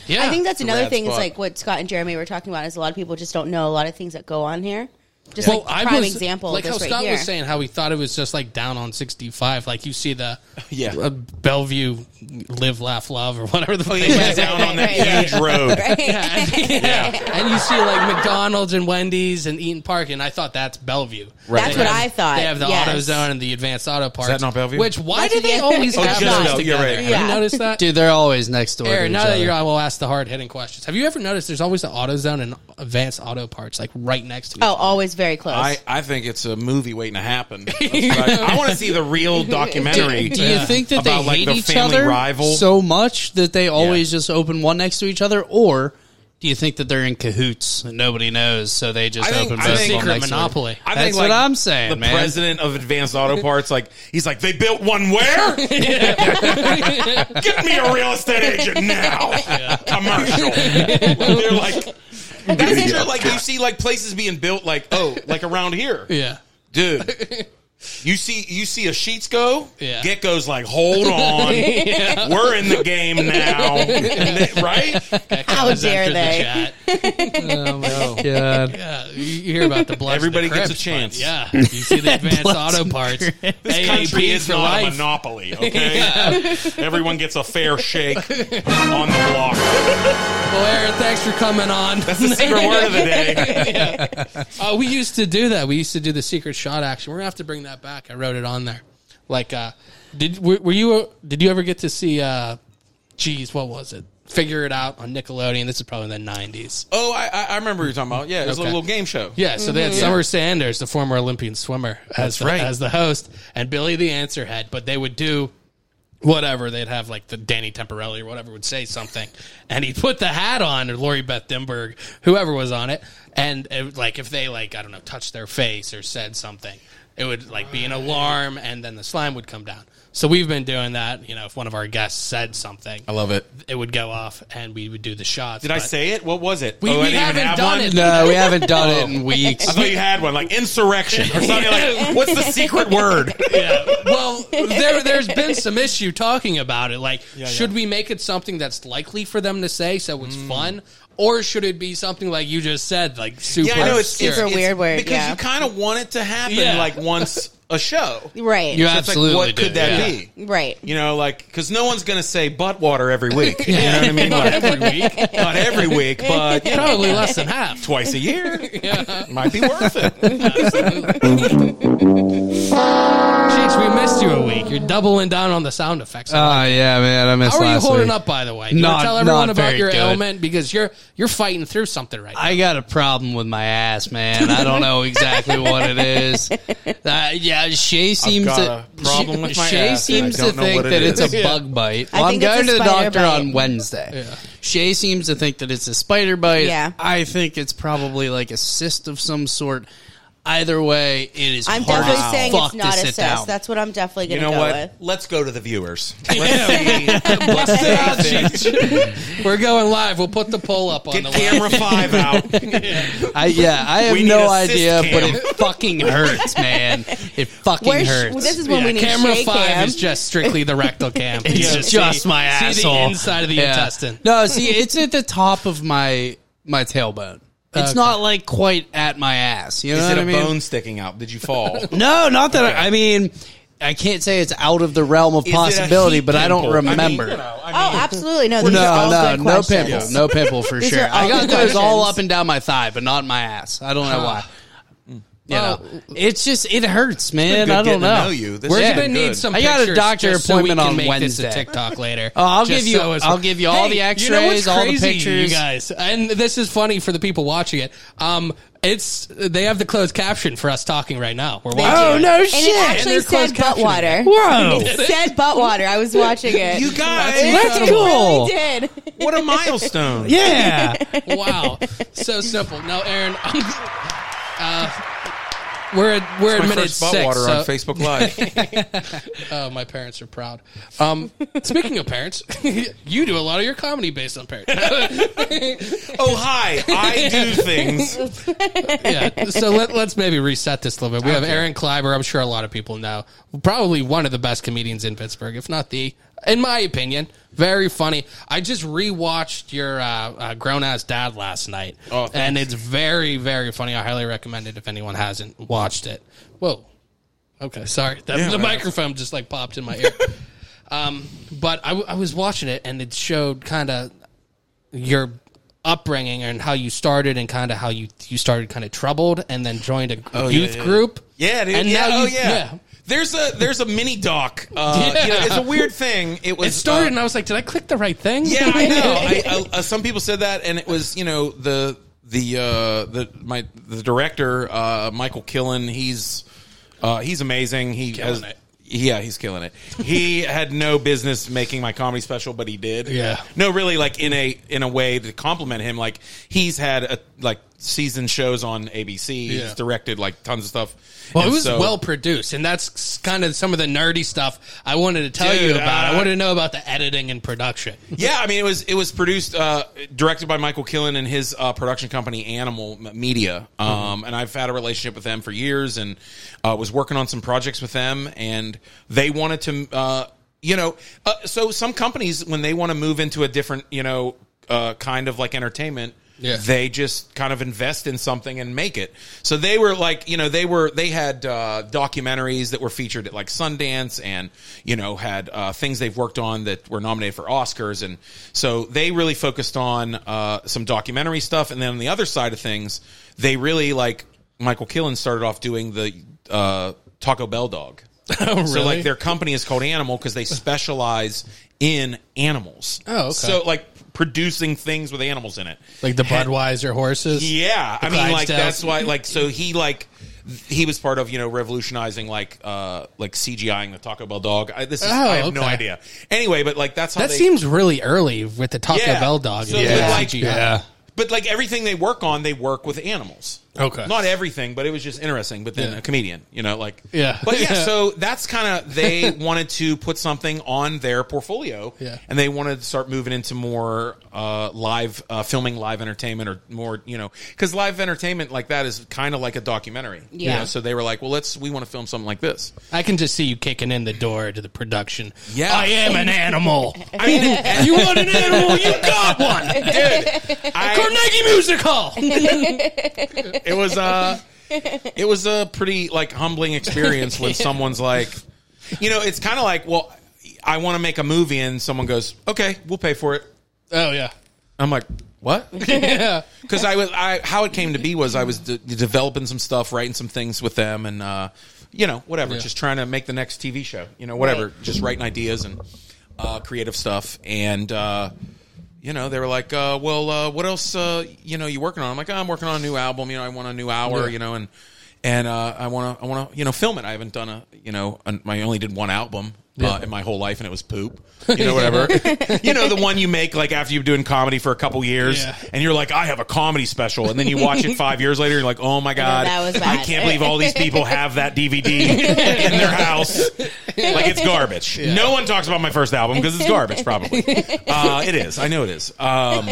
A: Yeah,
B: I think that's
J: It's a
B: another
J: rad
B: thing is
J: spot.
B: like what Scott and Jeremy were talking about is a lot of people just don't know a lot of things that go on here. Just like
A: I
B: prime
A: was-
B: example,
A: Like
B: this
A: how
B: right
A: Scott
B: here.
A: was saying, how he thought it was just like down on sixty five. Like you see the
J: Yeah. Oh,
A: uh, Bellevue live, laugh, love, or whatever the fuck.
J: yeah,
A: is.
J: down on that
B: Right, right,
J: huge road
A: and you see like McDonald's and Wendy's and Eaton Park, and I thought that's Bellevue.
J: Right.
B: That's
A: They
B: what
A: have-
B: I thought,
A: They have the
B: yes.
A: auto zone and the advanced auto park.
J: not Bellevue?
A: Which why
B: That's
A: do they
B: the-
A: always
B: Oh,
A: have
J: just
A: those
J: Bellevue,
A: together?
J: right.
A: Have
B: Yeah.
A: you noticed that?
C: Dude, they're always next door.
A: Aaron,
C: to
A: now
C: each
A: that you're
C: other.
A: on, we'll ask the hard hitting questions. Have you ever noticed there's always the AutoZone and Advanced Auto Parts like right next to each
B: oh, always very close.
J: I, I think it's a movie waiting to happen. That's what I, want to see the real documentary.
C: do you think that
J: uh, about
C: they
J: like
C: hate
J: the
C: each
J: family
C: other
J: rival?
C: so much that they always just open one next to each other, or Do you think that they're in cahoots and nobody knows, so they just
J: I think-
C: open
J: I
C: both of
J: think-
C: them
A: Secret
C: next
A: monopoly.
C: Week? That's what I'm saying,
J: The
C: man.
J: president of Advanced Auto Parts, like he's like, they built one where? Get me a real estate agent now. Commercial. They're like, that's true. Like you see, like places being built, like oh, like around here,
A: Yeah.
J: dude. You see, you see a sheets go.
A: Yeah.
J: Get goes like, hold on, we're in the game now, And they- right?
B: How dare they?
C: Oh. God.
A: Yeah, you you hear about the bloods. and
J: Everybody
A: the
J: gets a
A: Crips,
J: chance.
A: but Yeah, you see the advanced auto parts.
J: This country is not a monopoly, okay? Everyone gets a fair shake on the block.
A: Well, Aaron, thanks for coming on.
J: That's the secret word of the day.
A: Uh, we used to do that. We used to do the secret shot action. We're gonna have to bring that back. I wrote it on there. Like, uh, did were, were you? uh, Did you ever get to see? Uh, geez, what was it? Figure it out on Nickelodeon. This is probably in the nineties.
J: Oh, I, I- I remember what you're talking about. Yeah, it was
A: Okay.
J: a little game show.
A: Yeah, so they had Summer Sanders, the former Olympian swimmer, as the,
J: right.
A: as the host, and Billy the Answer Head. But they would do whatever. They'd have like the Danny Temporelli or whatever would say something, and he'd put the hat on, or Lori Beth Dimberg, whoever was on it, and it, would, like if they like I don't know, touched their face or said something, it would like be an alarm, and then the slime would come down. So we've been doing that. You know, if one of our guests said something,
J: I love it.
A: it would go off, and we would do the shots.
J: Did I
A: but-
J: say it? What was it?
A: We,
J: Oh, I
A: we
J: didn't even
A: haven't
J: have
A: done
J: one?
A: it.
C: No, we haven't done it in weeks.
J: I thought you had one, like insurrection or something. Like, what's the secret word?
A: well, there, there's been some issue talking about it. Like, should we make it something that's likely for them to say so it's fun, or should it be something like you just said, like super?
J: Mm. Yeah, I know it's
A: obscure?
J: it's-
B: Super
J: it's-
B: weird word,
J: because
B: yeah.
J: you kind of want it to happen
A: Yeah.
J: like once a show.
B: Right.
C: You
J: It's
C: absolutely
J: like, what
C: do.
J: could that
C: Yeah.
J: be?
B: right.
J: You know, like because no one's gonna say butt water every week. You know what I mean? Like,
A: every week,
J: not every week, but you know,
A: probably less than half.
J: twice a year. Might be worth it.
A: Jeez, we missed you a week. You're doubling down on the sound effects.
J: Uh,
C: Oh yeah, man, I missed
A: How are you
C: last
A: holding
C: week.
A: up, by the way? Do you wanna
C: Not-
A: tell everyone
C: not
A: about
C: very
A: your
C: good.
A: ailment because you're you're fighting through something right now.
C: I got a problem with my ass, man. I don't know exactly what it is. Uh, yeah, Shay seems
J: got
C: to
J: a problem with my
C: Shay
J: ass, and I
C: seems to
J: don't know
C: think
J: what it
C: that it's
J: is.
C: a
J: Yeah.
C: bug bite.
B: I
C: Well, I'm
B: think it's
C: going
B: a
C: to the
B: spider
C: doctor
B: bite.
C: on Wednesday. Shay seems to think that it's a spider bite.
B: Yeah.
C: I think it's probably like a cyst of some sort. Either way, it is
B: I'm
C: hard
B: definitely
C: as
B: saying
C: fuck
B: it's not a
C: to sit
B: cyst.
C: down.
B: That's what I'm definitely
J: You
B: going to
J: know
B: go
J: what?
B: with.
J: Let's go to the viewers.
A: Bust it out, Cheech. We're going live. We'll put the poll up on
J: Get
A: the
J: camera five out.
C: I, yeah, I have
J: We need
C: no
J: a cyst
C: idea, but
J: cam.
C: it fucking hurts, man. It fucking
B: Where's-
C: hurts.
B: well, this is when we need
A: camera
B: Shay
A: five
B: cam.
A: is just strictly the rectal cam.
C: It's
A: You
C: just
A: see-
C: my
A: see the
C: asshole.
A: inside of the
C: Yeah.
A: intestine.
C: No, see, it's at the top of my my tailbone. It's
A: Okay.
C: not like quite at my ass. You know
J: Is
C: what
J: it
C: I
J: a
C: mean?
J: bone sticking out? Did you fall?
A: oh,
C: No, not that. I, I mean, I can't say it's out of the realm of
J: Is it a
C: possibility,
J: heat
C: but I don't
J: pimple? mean,
C: remember.
J: you know, I mean,
B: Oh, absolutely. No, these are all
C: no,
B: good
C: no, no
B: questions.
C: pimple, no pimple for
B: These
C: sure.
B: are all
C: I got
B: good
C: those all
B: questions.
C: up and down my thigh, but not my ass. I don't know why.
J: Hmm.
C: You
A: Well,
C: know, it's just it hurts, man.
J: good
C: I don't
J: getting to
C: know.
J: know you. This
A: We're
J: has
C: Yeah.
J: been
A: gonna need some.
C: I got a
A: pictures
C: doctor
A: just so we
C: appointment
A: can
C: on
A: make
C: Wednesday.
A: This a TikTok later.
C: Oh, I'll
A: Just
C: give you-
A: as-
C: I'll give you all the
A: you know what's
C: x-rays, all the
A: crazy,
C: pictures.
A: you guys. And this is funny for the people watching it. Um, it's they have the closed caption for us talking right now. We're watching.
C: Oh
A: it.
C: no,
B: And it
C: shit!
B: actually
A: they're closed
B: said butt
A: captioning.
B: water.
C: Whoa.
B: It said butt water. I was watching it.
J: You
C: That's
J: guys,
B: It really
C: cool.
B: did.
J: what a milestone!
C: Yeah,
A: Wow, so simple. Now, Aaron, uh, we're at, we're
J: My
A: at minute
J: first butt
A: six.
J: water
A: so-
J: on Facebook Live.
A: Oh, my parents are proud. Um, speaking of parents, you do a lot of your comedy based on parents.
J: oh hi, I do things.
A: yeah. So let, us maybe reset this a little bit. We have Aaron Kleiber. I'm sure a lot of people know. Probably one of the best comedians in Pittsburgh, if not the, in my opinion, very funny. I just rewatched your uh, uh, grown ass dad last night,
J: Oh, thanks.
A: and it's very, very funny. I highly recommend it if anyone hasn't watched it. Whoa. Okay, sorry. That, the microphone just like popped in my ear. um, but I, w- I was watching it, and it showed kind of your upbringing and how you started and kind of how you you started kind of troubled and then joined a youth group.
J: Oh, Yeah, dude.
A: And
J: yeah,
A: now
J: oh,
A: you-
J: yeah.
A: yeah.
J: There's a there's a mini doc. Uh,
A: Yeah.
J: you know, it's a weird thing. It was
A: It started
J: uh,
A: and I was like, did I click the right thing?
J: Yeah, I know. I, I, uh, some people said that, and it was you know the the uh, the my the director uh, Michael Killen. He's uh, he's amazing. He has,
A: it.
J: Yeah, he's killing it. He had no business making my comedy special, but he did.
A: Yeah.
J: No, really, like in a in a way to compliment him. Like he's had a, like season shows on ABC.
A: Yeah.
J: He's directed like tons of stuff.
A: Well,
J: And
A: it was
J: so-
A: well produced, and that's kind of some of the nerdy stuff I wanted to tell you
J: Dude, uh,
A: about. I
J: I-
A: wanted to know about the editing and production.
J: yeah, I mean, it was it was produced, uh, directed by Michael Killen and his uh, production company Animal M- Media, um, and I've had a relationship with them for years, and uh, was working on some projects with them, and they wanted to, uh, you know, uh, so some companies when they want to move into a different, you know, uh, kind of like entertainment.
A: Yeah.
J: They just kind of invest in something and make it. So they were like, you know, they were they had uh, documentaries that were featured at like Sundance, and you know had uh, things they've worked on that were nominated for Oscars, and so they really focused on uh, some documentary stuff. And then on the other side of things, they really like Michael Killen started off doing the uh, Taco Bell dog. So
A: Oh, really?
J: like their company is called Animal because they specialize in animals.
A: Oh, okay.
J: so like producing things with animals in it.
A: Like the Budweiser horses.
J: Yeah, I mean, like
A: Clydesdales.
J: that's why. Like, so he like he was part of you know revolutionizing like uh like CGIing the Taco Bell dog. I, this is, I have
A: Oh,
J: no
A: okay.
J: idea. Anyway, but like that's how
A: That
J: they,
A: seems really early with the Taco
J: Yeah.
A: Bell dog.
J: So,
A: and
J: but
A: the
J: like-
A: CGI.
J: Yeah. But like everything they work on, they work with animals.
A: Okay.
J: Not everything, but it was just interesting. But then
A: Yeah.
J: a comedian, you know, like
A: Yeah.
J: But yeah,
A: Yeah.
J: so that's kind of they wanted to put something on their portfolio,
A: Yeah.
J: and they wanted to start moving into more uh, live uh, filming, live entertainment, or more, you know, because live entertainment like that is kind of like a documentary. you
B: Yeah.
J: know? So they were like, well, let's we want to film something like this.
A: I can just see you kicking in the door to the production.
J: Yeah.
A: I am an animal.
J: I mean,
A: you want an animal? You got one.
J: dude, I-
A: Carnegie Music Hall.
J: it was uh it was a pretty like humbling experience when someone's like you know it's kind of like well i want to make a movie and someone goes okay we'll pay for it
A: Oh yeah.
J: i'm like what
A: Yeah.
J: because i was i how it came to be was i was de- developing some stuff writing some things with them and uh you know whatever
A: Yeah.
J: just trying to make the next tv show you know whatever just writing ideas and uh creative stuff and uh you know, they were like, uh, well, uh, what else, uh, you know, you working on? I'm like, oh, I'm working on a new album. You know, I want a new hour,
A: Yeah.
J: you know, and, and, uh, I want to, I want to, you know, film it. I haven't done a, you know, an, I only did one album. Uh, in my whole life, and it was poop. You know, whatever. you know, the one you make like after you've been doing comedy for a couple years,
A: Yeah.
J: and you're like, I have a comedy special, and then you watch it five years later, you're like, Oh my god,
B: that was
J: I
B: bad.
J: can't believe all these people have that DVD in their house. Like it's garbage. No one talks about my first album because it's garbage. Probably uh, it is. I know it is. Um,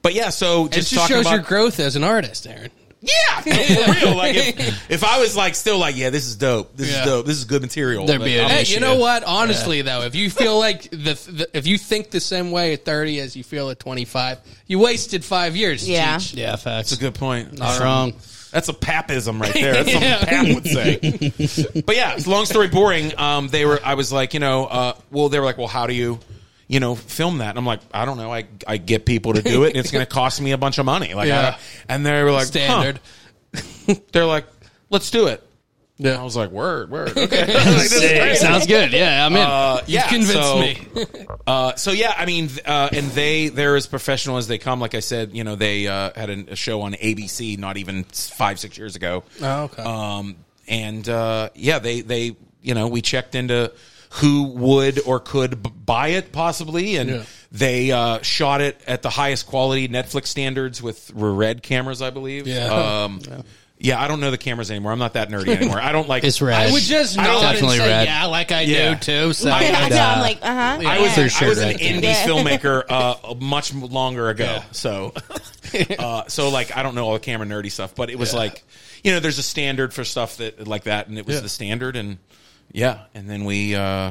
J: but yeah, so
A: It
J: just,
A: just
J: talking
A: shows
J: about
A: your growth as an artist, Aaron.
J: yeah, for real. Like if, if I was like still like yeah, this is dope. This
A: Yeah.
J: is dope. This is good material.
C: There'd be
J: Like,
C: an
J: I'm-
A: Hey,
C: issue.
A: you know what? Honestly, though, if you feel like the, the if you think the same way at thirty as you feel at twenty five, you wasted five years.
B: Yeah.
A: Cheech.
C: Yeah, facts.
J: That's a good point.
C: Not wrong.
J: That's a papism right there. That's something Pap would say. but yeah, it's long story boring. Um, they were. I was like, you know, uh, well, they were like, well, how do you, you know, film that? And I'm like, I don't know. I I get people to do it, and it's going to cost me a bunch of money. Like, I
A: Yeah.
J: don't- and they were like, huh.
A: Standard.
J: They're like, let's do it.
A: Yeah.
J: And I was like, word, word, okay. Like, this is
C: Sick.
J: great.
C: Sounds good. Yeah, I'm in.
J: Uh, yeah,
A: Convince
J: so-
A: me.
J: Uh, so yeah, I mean, th- uh, and they they're as professional as they come. Like I said, you know, they uh, had an, a show on ABC not even s- five six years ago.
A: Oh, okay.
J: Um, and uh, yeah, they they you know we checked into who would or could b- buy it possibly, and
A: Yeah.
J: they uh, shot it at the highest quality Netflix standards with red cameras, I believe.
A: Yeah.
J: Um, yeah. I don't know the cameras anymore. I'm not that nerdy anymore. I don't like
C: It's red.
A: I would just
J: I don't
A: nod
C: definitely
A: and say
C: red.
A: yeah, like I
J: Yeah.
A: do too. So
J: I-
B: I
J: And,
B: know. I'm
C: uh,
B: like, uh huh.
J: I was,
C: Their shirt
J: I was an
C: right there.
J: indie
B: Yeah.
J: filmmaker uh, much m- longer ago. So, uh, so like I don't know all the camera nerdy stuff, but it was like you know, there's a standard for stuff that like that, and it was the standard, and yeah, and then we uh,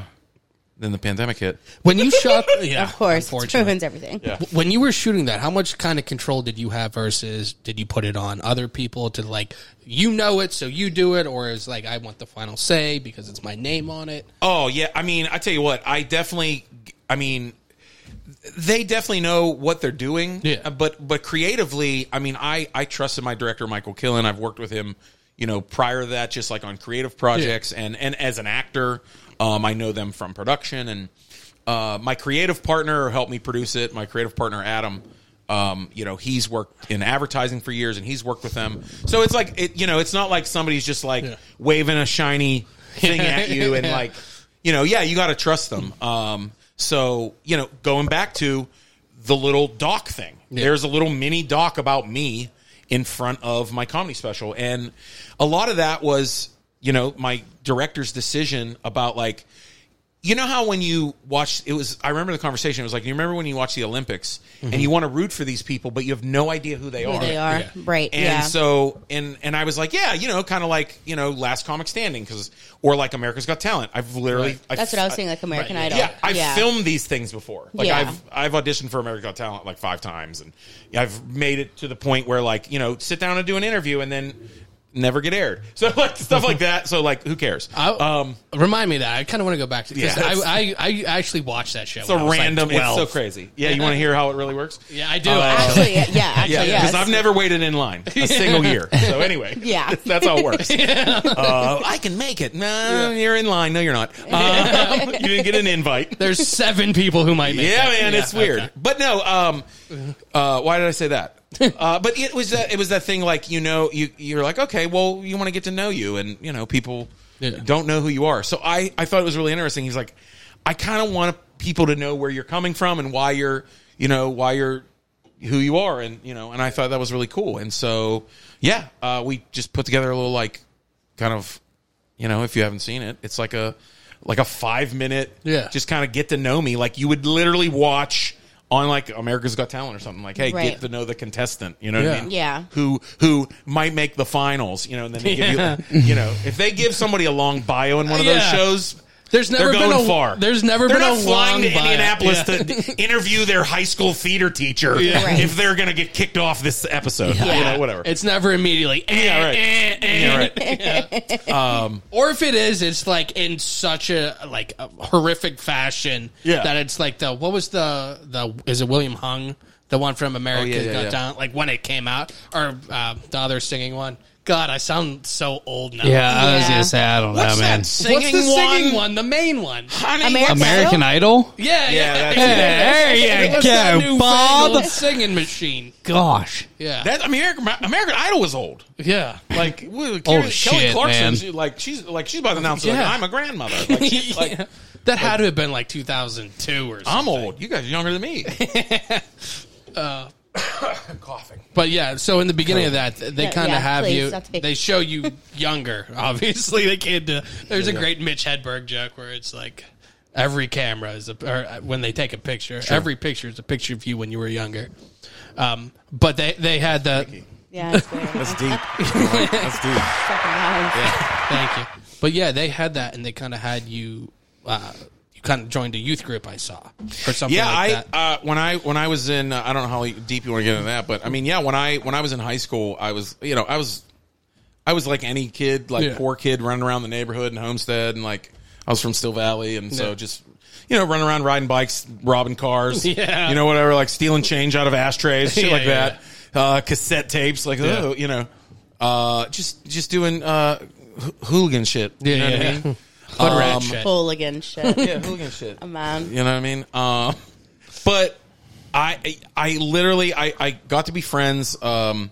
J: then the pandemic hit.
A: when you shot, yeah,
B: Of course, it
A: unfortunately.
B: ruins everything.
A: W- When you were shooting that, how much kind of control did you have versus did you put it on other people to like you know it, so you do it, or is like I want the final say because it's my name on it?
J: Oh yeah, I mean, I tell you what, I definitely, I mean, they definitely know what they're doing.
A: Yeah.
J: uh, but but creatively, I mean, I I trusted my director Michael Killen. I've worked with him, you know, prior to that, just like on creative projects and and as an actor, um, I know them from production and uh, my creative partner helped me produce it. My creative partner Adam. Um, you know, he's worked in advertising for years and he's worked with them. So it's like, it, you know, it's not like somebody's just like waving a shiny thing at you and like you know yeah you got to trust them um so you know going back to the little doc thing there's a little mini doc about me in front of my comedy special and a lot of that was you know my director's decision about like you know how when you watch it was I remember the conversation it was like you remember when you watch the Olympics and you want to root for these people but you have no idea who they
B: Mm-hmm. Who
J: are
B: they are. Right.
J: and
B: yeah.
J: so and and I was like, yeah, you know, kind of like you know, Last Comic Standing, because or like America's Got Talent. I've literally I've,
B: That's what I was saying, like American Idol.
J: Yeah, I've
B: Yeah.
J: filmed these things before. Like
B: Yeah.
J: I've I've auditioned for America's Got Talent like five times, and I've made it to the point where like you know, sit down and do an interview, and then never get aired. So like stuff like that. So like, who cares?
A: I,
J: um,
A: remind me of that I kind of want to go back to because
J: Yeah.
A: I, I I actually watched that show.
J: it's a random. it's so crazy. Yeah, you want to hear how it really works?
A: Yeah, I do.
J: Uh,
A: actually.
B: actually, yeah, actually,
J: Yeah,
B: yes.
J: because I've never waited in line a single year. So anyway,
B: Yeah.
J: that's how it works. Uh, I can make it. No, you're in line. No, you're not. Um, you didn't get an invite.
A: There's seven people who might. Make
J: Yeah,
A: it.
J: man, it's
A: okay.
J: weird. But no, um, uh, why did I say that? Uh, but it was that it was that thing like you know you you're like okay well you want to get to know you and you know people
A: Yeah.
J: don't know who you are so I I thought it was really interesting he's like I kind of want people to know where you're coming from and why you're you know why you're who you are and you know and I thought that was really cool and so yeah uh, we just put together a little like kind of you know if you haven't seen it it's like a like a five minute
A: Yeah.
J: just kind of get to know me like you would literally watch on like America's Got Talent or something like hey
B: Right.
J: get to know the contestant you know what I
A: Yeah.
J: mean
B: Yeah.
J: who who might make the finals you know and then they give you you know if they give somebody a long bio in one of
A: Yeah.
J: those shows
A: There's never
J: they're
A: been
J: going
A: a
J: far
A: There's never
J: they're
A: been
J: not
A: a long
J: flying to
A: buyout.
J: Indianapolis
A: Yeah.
J: to interview their high school theater teacher
B: Right.
J: if they're gonna get kicked off this episode you know whatever
A: It's never immediately. eh,
J: yeah right
A: eh, eh.
J: yeah right
A: Or if it is, it's like in such a like a horrific fashion
J: Yeah.
A: that it's like the what was the the is it William Hung the one from America
J: Oh, yeah, yeah,
A: Got
J: yeah.
A: Talent like when it came out or uh, the other singing one. God, I sound so old now.
H: Yeah, I was
B: Yeah.
H: gonna say I don't
J: What's
H: know, man.
J: that singing
A: What's the singing
J: one?
A: one? The main one.
J: Honey,
B: American
H: American Idol.
A: Yeah,
J: Yeah,
A: yeah.
J: that's
A: yeah.
J: it.
H: There you
A: What's that
H: go,
A: newfangled
H: Bob.
A: Singing machine.
H: Gosh,
A: Yeah,
J: That American American Idol was old.
A: yeah.
J: Like Kelly, Kelly
H: shit,
J: Clarkson,
H: man.
J: She, like she's like she's by the announcer. Like,
A: Yeah.
J: I'm a grandmother. Like, she's like
A: Yeah. That had to have been like 2002 or something.
J: I'm old. You guys are younger than me. Uh, coughing.
A: But yeah, so in the beginning of that, th- they
B: Oh. Yeah,
A: kind of
B: yeah,
A: have
B: please,
A: you.
B: not to be-
A: They show you younger. Obviously, they can't. Do, there's a great Mitch Hedberg joke where it's like every camera is a, or uh, when they take a picture, every picture is a picture of you when you were younger. Um, but they they had the
B: yeah, it's weird.
I: That's deep. That's deep.
B: Fucking nice.
A: thank you. But yeah, they had that, and they kind of had you. Uh, you kind of joined a youth group I saw or something.
J: Yeah,
A: like
J: I
A: that.
J: uh, when I when I was in uh, I don't know how deep you want to get into that, but I mean, yeah, when I when I was in high school, I was you know I was I was like any kid, like
A: Yeah.
J: poor kid running around the neighborhood in Homestead, and like I was from Still Valley, and so
A: Yeah.
J: just you know running around riding bikes, robbing cars,
A: Yeah.
J: you know whatever, like stealing change out of ashtrays, shit
A: Yeah,
J: like
A: yeah,
J: that, Uh, cassette tapes, like
A: Yeah.
J: oh, you know, uh, just just doing uh, h- hooligan shit. you know
A: yeah,
J: what I
A: yeah.
J: mean?
A: Hood rat
J: Um,
A: shit.
B: Hooligan shit.
J: Yeah, hooligan shit.
B: Man.
J: You know what I mean? Uh, but I, I literally, I, I got to be friends um,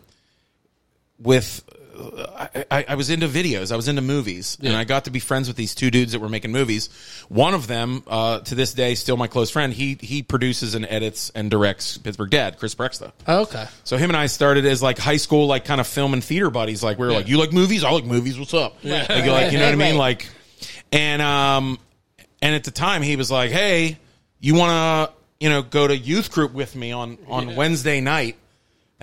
J: with. I, I- I was into videos. I was into movies, and I got to be friends with these two dudes that were making movies. One of them, uh, to this day, still my close friend. He he produces and edits and directs Pittsburgh Dad, Chris Brexta.
A: oh, okay.
J: So him and I started as like high school, like kind of film and theater buddies. Like we were like, you like movies? I like movies. What's up? Like, like, you know what I mean?
B: Right.
J: Like, and um, and at the time he was like, hey, you want to you know go to youth group with me on on Wednesday night?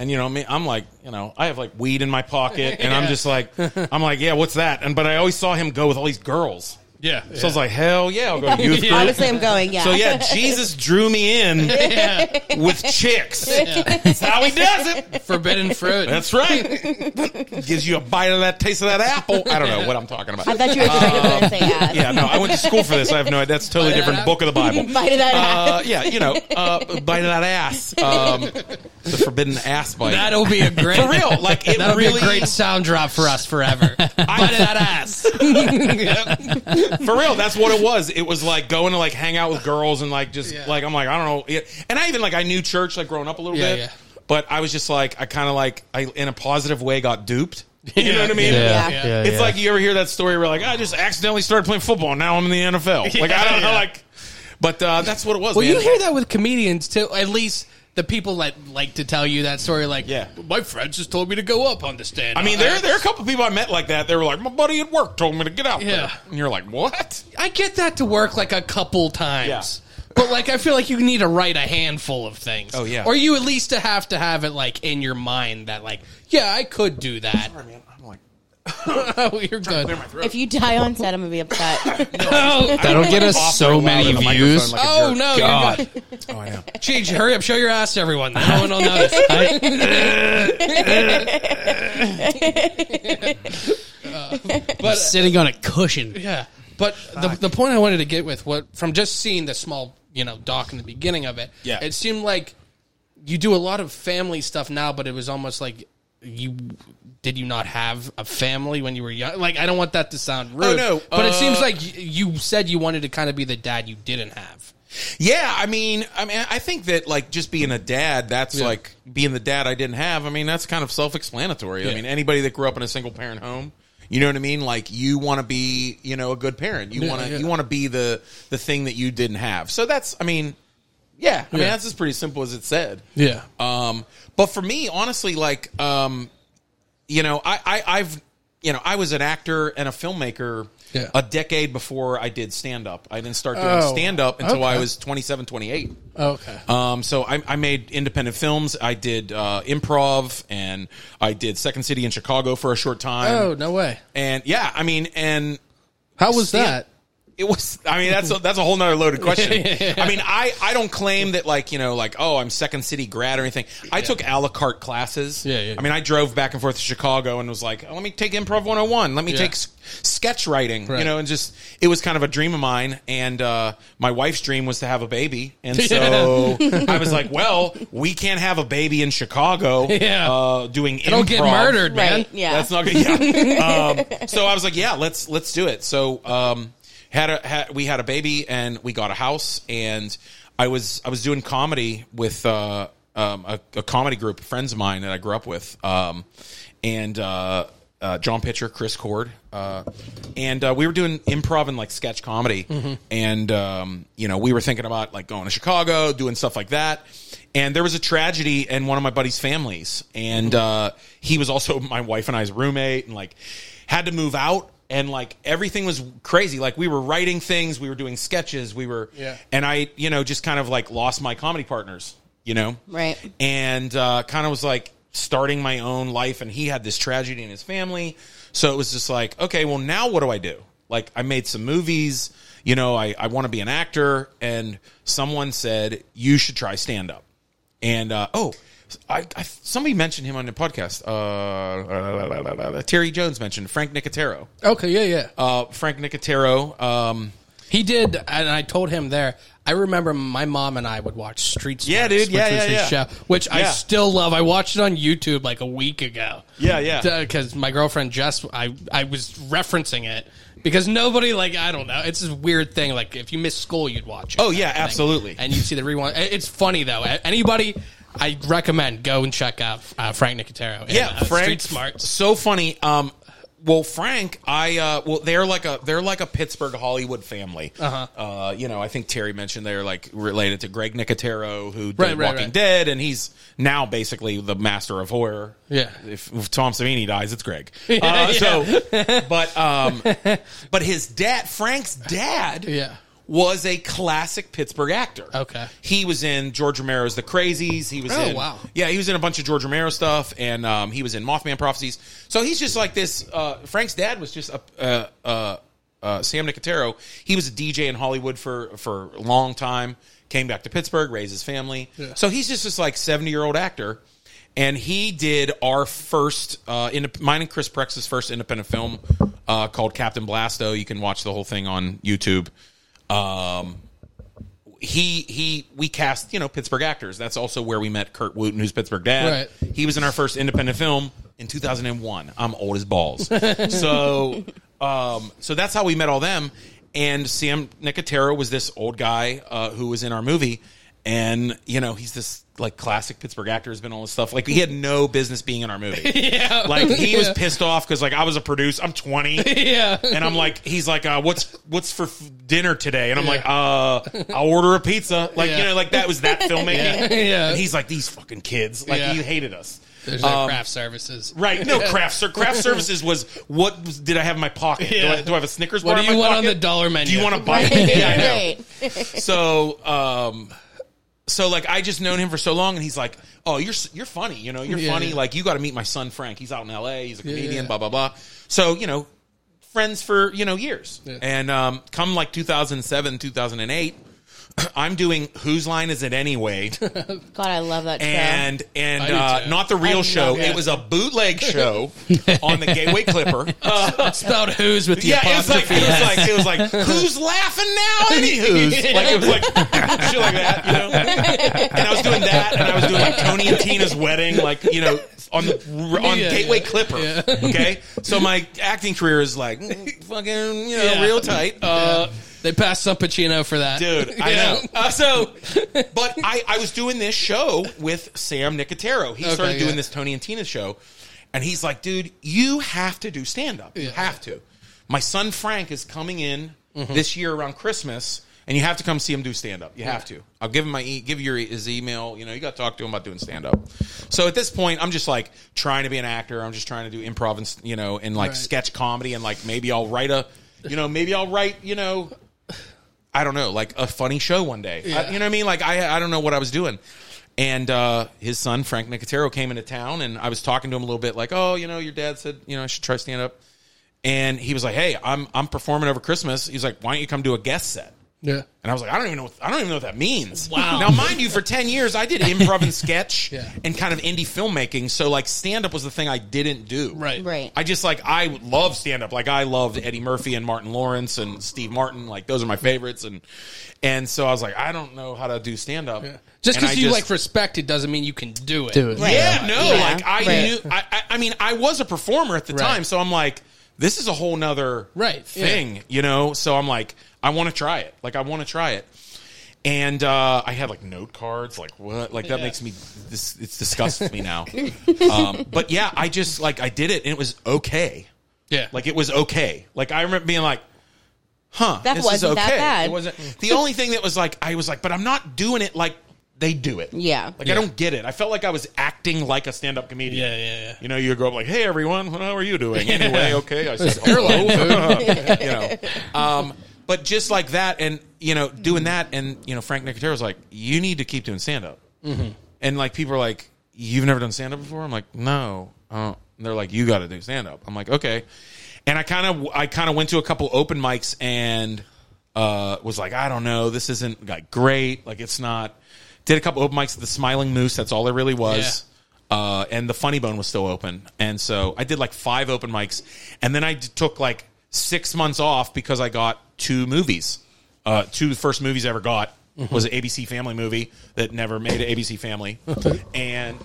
J: And you know me, I'm like, you know, I have like weed in my pocket, and I'm just like, I'm like, yeah, what's that? And but I always saw him go with all these girls,
A: Yeah.
J: so I was like, hell yeah, I'll go to youth group.
B: Honestly, I'm going. Yeah.
J: So yeah, Jesus drew me in
A: yeah.
J: with chicks. That's how he does it.
A: Forbidden fruit.
J: That's right. Gives you a bite of that taste of that apple. I don't know what I'm talking
B: I
J: about.
B: bet you were trying to say ass.
J: Yeah, no, I went to school for this. I have no. That's totally different book of the Bible.
B: Bite of that ass.
J: Uh, yeah, you know, uh, bite of that ass. Um, the forbidden ass bite.
A: That'll be a great
J: for real, like it
A: That'll
J: really.
A: be a great sound drop for us forever. Bite of that ass.
J: for real, that's what it was. It was like going to like hang out with girls and like just
A: Yeah.
J: like I'm like I don't know. It, and I even like I knew church like growing up a little
A: Yeah,
J: bit,
A: yeah.
J: but I was just like I kind of like I in a positive way got duped. You know what I mean?
B: Yeah.
J: It's like you ever hear that story where like I just accidentally started playing football. Now I'm in the NFL. Like I don't know. Like, but uh, that's what it was.
A: Well,
J: man.
A: you hear that with comedians too. At least the people that like to tell you that story, like,
J: Yeah.
A: my friends just told me to go up on the stand.
J: I mean, there there are a couple people I met like that. They were like, my buddy at work told me to get out.
A: Yeah.
J: there." and you're like, what?
A: I get that to work like a couple times. But like I feel like you need to write a handful of things.
J: Oh, yeah.
A: Or you at least to have to have it like in your mind that like, yeah, I could do that.
J: Sorry, man. I'm like,
A: Oh, you're good.
B: If you die on set, I'm gonna be upset.
A: Oh,
C: That'll get us
J: Offer
C: so
J: loud
C: many
J: in the
C: views.
J: microphone
A: oh no, you're
C: God.
A: good. Cheech, hurry up, show your ass to everyone. No one will notice.
C: But sitting on a cushion.
A: Yeah, but the, the point I wanted to get with what from just seeing the small you know doc in the beginning of it,
J: Yeah.
A: it seemed like you do a lot of family stuff now, but it was almost like you did you not have a family when you were young? Like I don't want that to sound rude,
J: Oh, no.
A: but it
J: Uh,
A: seems like y- you said you wanted to kind of be the dad you didn't have.
J: Yeah, I mean, I mean, I think that like just being a dad, that's like being the dad I didn't have. I mean, that's kind of self-explanatory. I mean, anybody that grew up in a single-parent home, you know what I mean? Like you want to be, you know, a good parent. You want to you want to be the the thing that you didn't have. So that's, I mean, yeah, I mean, that's as pretty simple as it said.
A: Yeah,
J: Um, but for me, honestly, like, um, you know, I, I, I've, you know, I was an actor and a filmmaker
A: Yeah.
J: a decade before I did stand up. I didn't start doing
A: Oh,
J: stand up until I
A: okay. Oh.
J: was 27, 28.
A: okay.
J: Um, so I, I made independent films. I did uh, improv and I did Second City in Chicago for a short time.
A: oh no way!
J: And yeah, I mean, and
A: How was
J: Stand-
A: that?
J: it was i mean that's a, that's a whole nother loaded question i mean i i don't claim that like you know like oh i'm second city grad or anything i took a la carte classes
A: Yeah, yeah.
J: i mean i drove back and forth to chicago and was like oh, let me take improv 101 let me
A: Yeah.
J: take s- sketch writing you
A: Right.
J: know and just it was kind of a dream of mine and uh my wife's dream was to have a baby and so i was like well we can't have a baby in chicago
A: Yeah.
J: uh doing
A: I don't get
J: improv.
A: murdered, man.
B: right? Yeah.
J: That's not good. Yeah. um, so I was like, yeah, let's let's do it. So um, had a had, we had a baby and we got a house and I was I was doing comedy with uh, um, a, a comedy group of friends of mine that I grew up with um, and uh, uh, John Pitcher, Chris Cord, uh, and uh, we were doing improv and like sketch comedy and um, you know we were thinking about like going to Chicago, doing stuff like that and there was a tragedy in one of my buddy's families and uh, he was also my wife and i's roommate and like had to move out and like everything was crazy like we were writing things we were doing sketches we were
A: Yeah.
J: and i you know just kind of like lost my comedy partners you know
B: Right.
J: and uh, kind of was like starting my own life and he had this tragedy in his family so it was just like okay well now what do i do like i made some movies you know i, I want to be an actor and someone said you should try stand up and uh, oh I, I somebody mentioned him on the podcast uh, terry jones mentioned frank nicotero
A: Okay, yeah, yeah.
J: uh, frank nicotero um,
A: He did, and I told him there. I remember my mom and I would watch Street Smarts,
J: Yeah, dude. Yeah,
A: which was
J: yeah,
A: his
J: yeah.
A: show, which I
J: Yeah.
A: still love. I watched it on YouTube like a week ago.
J: Yeah, yeah.
A: Because my girlfriend Jess, I I was referencing it because nobody like I don't know. It's this weird thing. Like if you miss school, you'd watch it.
J: Oh,
A: Kind
J: yeah,
A: of thing.
J: absolutely.
A: And you see the rewind. It- It's funny though. A- Anybody. I recommend go and check out uh, Frank Nicotero. and,
J: yeah,
A: uh,
J: Frank
A: Street Smarts.
J: So funny. Um, well, Frank, I uh, well, they're like a they're like a Pittsburgh Hollywood family. Uh-huh. Uh, you know, I think Terry mentioned they're like related to Greg Nicotero, who did
A: Right, right,
J: Walking
A: right.
J: Dead, and he's now basically the master of horror.
A: Yeah.
J: If, if Tom Savini dies, it's Greg. Uh, So, but um, but his dad, Frank's dad,
A: Yeah.
J: was a classic Pittsburgh actor.
A: Okay.
J: He was in George Romero's The Crazies. He was
A: Oh,
J: in
A: wow.
J: yeah, he was in a bunch of George Romero stuff, and um, he was in Mothman Prophecies. So he's just like this. Uh, Frank's dad was just a. Uh, uh, uh, Sam Nicotero, he was a DJ in Hollywood for for a long time. Came back to Pittsburgh, raised his family. So he's just this like seventy year old actor, and he did our first, uh, in, mine and Chris Prex's first independent film uh, called Captain Blasto. You can watch the whole thing on YouTube. Um, he he we cast you know Pittsburgh actors. That's also where we met Kurt Wooten, who's Pittsburgh dad.
A: Right.
J: He was in our first independent film in 2001. I'm old as balls. so um so that's how we met all them. And Sam Nicotero was this old guy uh, who was in our movie. And you know he's this like classic Pittsburgh actor has been all this stuff. Like he had no business being in our movie.
A: Yeah.
J: Like he was
A: Yeah.
J: pissed off because like I was a producer. I'm 20.
A: Yeah.
J: And I'm like, he's like, uh, what's what's for f- dinner today? And I'm like, uh, I'll order a pizza. Like you
A: Yeah.
J: know, like that was that filmmaking.
A: Yeah.
J: And he's like, these fucking kids. Like
A: Yeah.
J: he hated us.
A: There's no
J: Um,
A: craft services.
J: Right. No, craft sir. Craft services was what was, did I have in my pocket?
A: Yeah.
J: Do, I, do I have a Snickers
A: What
J: bar
A: do
J: in
A: you
J: my
A: want on
J: pocket?
A: the dollar menu?
J: Do you want to buy
B: Right.
J: it? Yeah, I know
B: Right.
J: so um so like I just known him for so long, and he's like, "Oh, you're s- you're funny, you know, you're
A: Yeah,
J: funny.
A: yeah.
J: Like you got to meet my son Frank. He's out in L.A. He's a comedian,
A: yeah.
J: blah blah blah." So you know, friends for you know years,
A: Yeah.
J: and um, come like 2007, 2008, I'm doing whose line is it anyway,
B: God, I love that show.
J: and and
A: do
J: uh,
A: too.
J: not the
B: I
J: real
B: love
J: show.
B: it.
J: It was a bootleg show on the Gateway Clipper. Uh,
A: Spelled who's with the
J: yeah, it was like
A: apostrophe.
J: it was like it was like who's laughing now? Anywho's like it was like shit like that, you know. And I was doing that, and I was doing like Tony and Tina's wedding, like you know, on the on
A: Yeah,
J: Gateway
A: yeah.
J: Clipper. Okay, so my acting career is like mm, fucking you know
A: Yeah.
J: real tight. Uh,
A: they passed some Pacino for that,
J: dude. I
A: Yeah.
J: know. Uh, so, but I, I was doing this show with Sam Nicotero. He
A: Okay,
J: started
A: yeah.
J: doing this Tony and Tina show, and he's like, dude, you have to do stand up. You
A: Yeah.
J: have to. My son Frank is coming in
A: Mm-hmm.
J: this year around Christmas. And you have to come see him do stand up. You have to. I'll give him my e- give you your, his email. You know, you got to talk to him about doing stand up. So at this point, I'm just like trying to be an actor. I'm just trying to do improv and s- you know and like
A: Right.
J: sketch comedy and like maybe I'll write a you know maybe I'll write you know I don't know, like a funny show one day. I- you know what I mean? Like I I don't know what I was doing. And uh, his son Frank Nicotero came into town, and I was talking to him a little bit, like, "Oh, you know, your dad said you know I should try stand up," and he was like, "Hey, I'm I'm performing over Christmas." He's like, "Why don't you come do a guest set?"
A: Yeah.
J: And I was like, I don't even know. What, I don't even know what that means. Wow. Now, mind you, for ten years, I did improv and sketch
A: Yeah.
J: and kind of indie filmmaking. So, like, stand up was the thing I didn't do.
A: Right.
B: right.
J: I just like I love stand up. Like I loved Eddie Murphy and Martin Lawrence and Steve Martin. Like those are my favorites. And and so I was like, I don't know how to do stand up.
A: Just because you like respect it doesn't mean you can do it.
C: Do it.
B: Right.
J: yeah, no,
B: Yeah.
J: like I
B: Right.
J: knew. I, I, I mean, I was a performer at the
A: Right.
J: time, so I'm like, this is a whole nother
A: Right, yeah.
J: thing, you know. So I'm like, I want to try it. Like I want to try it. And uh, I had like note cards, like what, like that makes me this. It disgusts me now. um, but yeah, I just like I did it, and it was okay.
A: Yeah.
J: Like it was okay. Like I remember being like, "Huh,
B: That
J: this is
B: wasn't
J: okay."
B: that bad.
J: It wasn't. The only thing that was like, I was like, "But I'm not doing it like they do it."
B: Yeah.
J: Like I don't get it. I felt like I was acting like a stand-up comedian.
A: Yeah, yeah, yeah.
J: You know, you go up like, "Hey, everyone, how are you doing?" Anyway, okay, I said hello. you know, um, but just like that, and you know, doing that, and you know, Frank Nicotero was like, "You need to keep doing stand-up." And like people are like, "You've never done stand up before?" I'm like, "No." Uh, and they're like, "You got to do stand up." I'm like, "Okay." And I kind of I kind of went to a couple open mics and uh, was like, "I don't know, this isn't like great. Like it's not." Did a couple open mics at the Smiling Moose. That's all there really was. Uh, and the Funny Bone was still open, and so I did like five open mics, and then I d- took like six months off because I got two movies uh, two of the first movies I ever got
A: Mm-hmm.
J: was an ABC Family movie that never made an ABC Family, and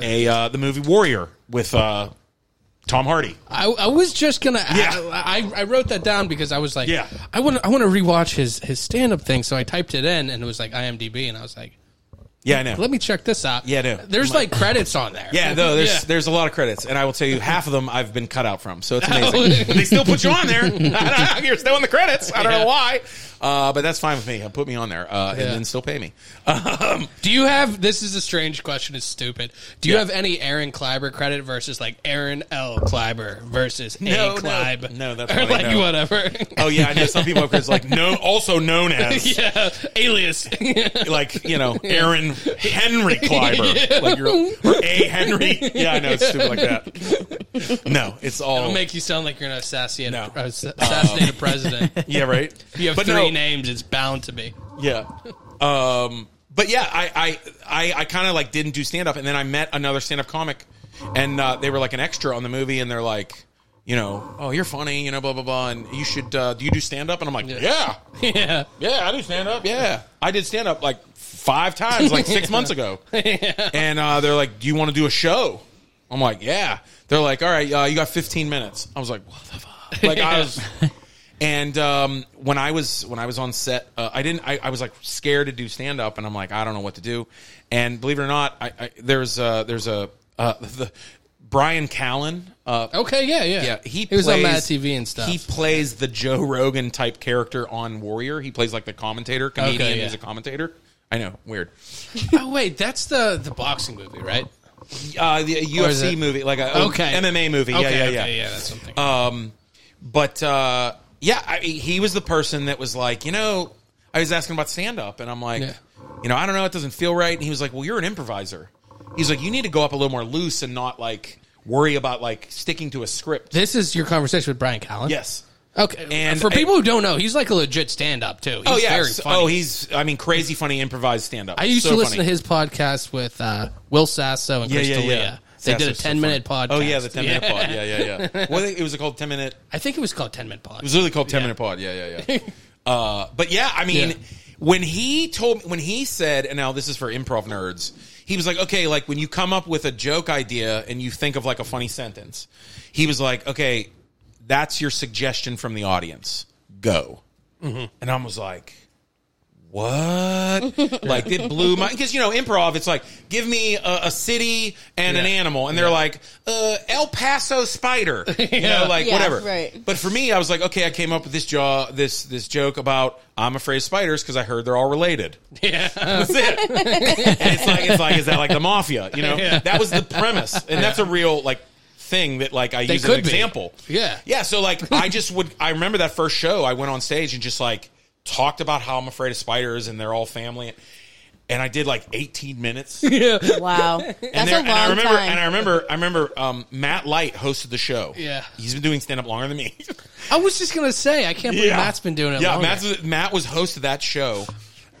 J: a uh, the movie Warrior with uh, Tom Hardy.
A: I, I was just gonna.
J: Yeah.
A: I, I, I wrote that down because I was like,
J: Yeah.
A: I want I want to rewatch his his stand up thing. So I typed it in and it was like IMDb, and I was like,
J: Yeah, I know.
A: let me check this out.
J: Yeah, I do.
A: There's like credits on there.
J: yeah, no, there's
A: Yeah.
J: there's a lot of credits, and I will tell you half of them I've been cut out from, so it's
A: Oh,
J: amazing. But they still put you on there. I don't know, you're still in the credits. I don't
A: Yeah.
J: know why, uh, but that's fine with me. Put me on there, uh, and
A: Yeah.
J: then still pay me.
A: Do you have? This is a strange question. It's stupid. Do you
J: Yeah.
A: have any Aaron Kleiber credit versus like Aaron L. Kleiber versus
J: No,
A: A.
J: no.
A: Kleib?
J: No, that's
A: or
J: funny,
A: like
J: no.
A: whatever.
J: Oh yeah, I know some people are like no, also known as.
A: yeah, alias.
J: like you know Aaron Henry Kleiber, like you're, or A Henry. Yeah, I know it's stupid like that. No, it's all
A: It'll make you sound like you're gonna assassinate,
J: No.
A: uh, assassinate a president.
J: yeah, right.
A: If you have
J: But
A: three
J: no,
A: names, it's bound to be.
J: Yeah. Um, but yeah, I I I, I kind of like didn't do stand up, and then I met another stand up comic, and uh, they were like an extra on the movie, and they're like. You know, oh, you're funny, you know, blah blah blah, and you should. Uh, do you do stand up? And I'm like, yeah,
A: Yeah.
J: Yeah, I do stand up. Yeah, I did stand up like five times, like six months ago. And uh, they're like, "Do you want to do a show?" I'm like, "Yeah." They're like, "All right, uh, you got 15 minutes." I was like, "What the fuck?" Like I was, And um, when I was when I was on set, uh, I didn't. I, I was like scared to do stand up, and I'm like, I don't know what to do. And believe it or not, I, I, there's uh, there's a uh, the Brian Callen. Uh,
A: Okay, yeah, yeah.
J: yeah, he,
A: was on
J: plays-
A: Mad TV and stuff.
J: He plays the Joe Rogan type character on Warrior. He plays like the commentator, comedian
A: Okay, yeah.
J: who's a commentator. I know, weird.
A: oh wait, that's the the boxing movie, right?
J: Uh, the
A: is
J: UFC
A: it-
J: movie, like a
A: Okay.
J: MMA movie.
A: Okay,
J: yeah, yeah,
A: okay,
J: yeah,
A: yeah, that's something.
J: Um, but uh, yeah, I, he was the person that was like, you know, I was asking about stand up, and I'm like,
A: Yeah.
J: you know, I don't know, it doesn't feel right. And he was like, well, you're an improviser. He's like, you need to go up a little more loose and not like worry about like sticking to a script.
A: This is your conversation with Brian Callen.
J: Yes.
A: Okay.
J: And
A: And for
J: I-
A: people who don't know, he's like a legit stand up too. He's
J: oh yeah.
A: very
J: So-
A: funny.
J: Oh, he's I mean, crazy funny improvised stand up.
A: I used to listen to his podcast with uh, Will Sasso and
J: Yeah,
A: Chris
J: yeah,
A: D'Elia.
J: yeah.
A: They did a
J: Sasso's so
A: ten minute
J: funny.
A: podcast.
J: Oh yeah, the ten minute pod. Yeah, yeah, yeah. Well, it was called ten minute.
A: I think it was called ten minute pod.
J: It was literally called 10 Minute Pod. Yeah, yeah, yeah. uh, but yeah, I mean,
A: Yeah.
J: when he told, when he said, and now this is for improv nerds, he was like, okay, like when you come up with a joke idea and you think of like a funny sentence, he was like, okay, that's your suggestion from the audience. Go. And I was like, what? like it blew my because you know improv. It's like give me a, a city and an animal, and they're like uh, El Paso spider, you know, like
B: Yeah,
J: whatever.
B: right.
J: But for me, I was like, okay, I came up with this jaw, this this joke about I'm afraid of spiders because I heard they're all related.
A: yeah.
J: That's it. and it's like it's like is that like the mafia? You know, that was the premise, and that's a real like thing that like I use as an
A: could be.
J: example.
A: Yeah.
J: yeah. So like I just would I remember that first show I went on stage and just like talked about how I'm afraid of spiders and they're all family, and I did like 18 minutes. And,
B: Wow, that's
J: there-
B: a long
J: and I remember
B: time.
J: and I remember I remember um, Matt Light hosted the show.
A: Yeah.
J: he's been doing stand up longer than me.
A: I was just gonna say, I can't believe Matt's been doing it.
J: Yeah,
A: longer.
J: Matt's was, Matt was host of that show,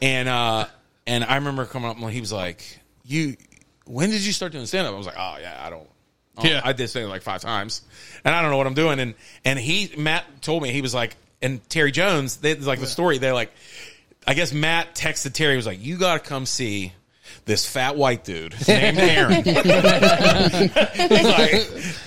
J: and uh, and I remember coming up and he was like, "You, when did you start doing stand up?" I was like, "Oh yeah, I don't." I don't-
A: Yeah.
J: I did stand up like five times, and I don't know what I'm doing. And and he Matt told me he was like, and Terry Jones, they like the story. They're like, I guess Matt texted Terry was like, "You got to come see." This fat white dude named Aaron. He's like,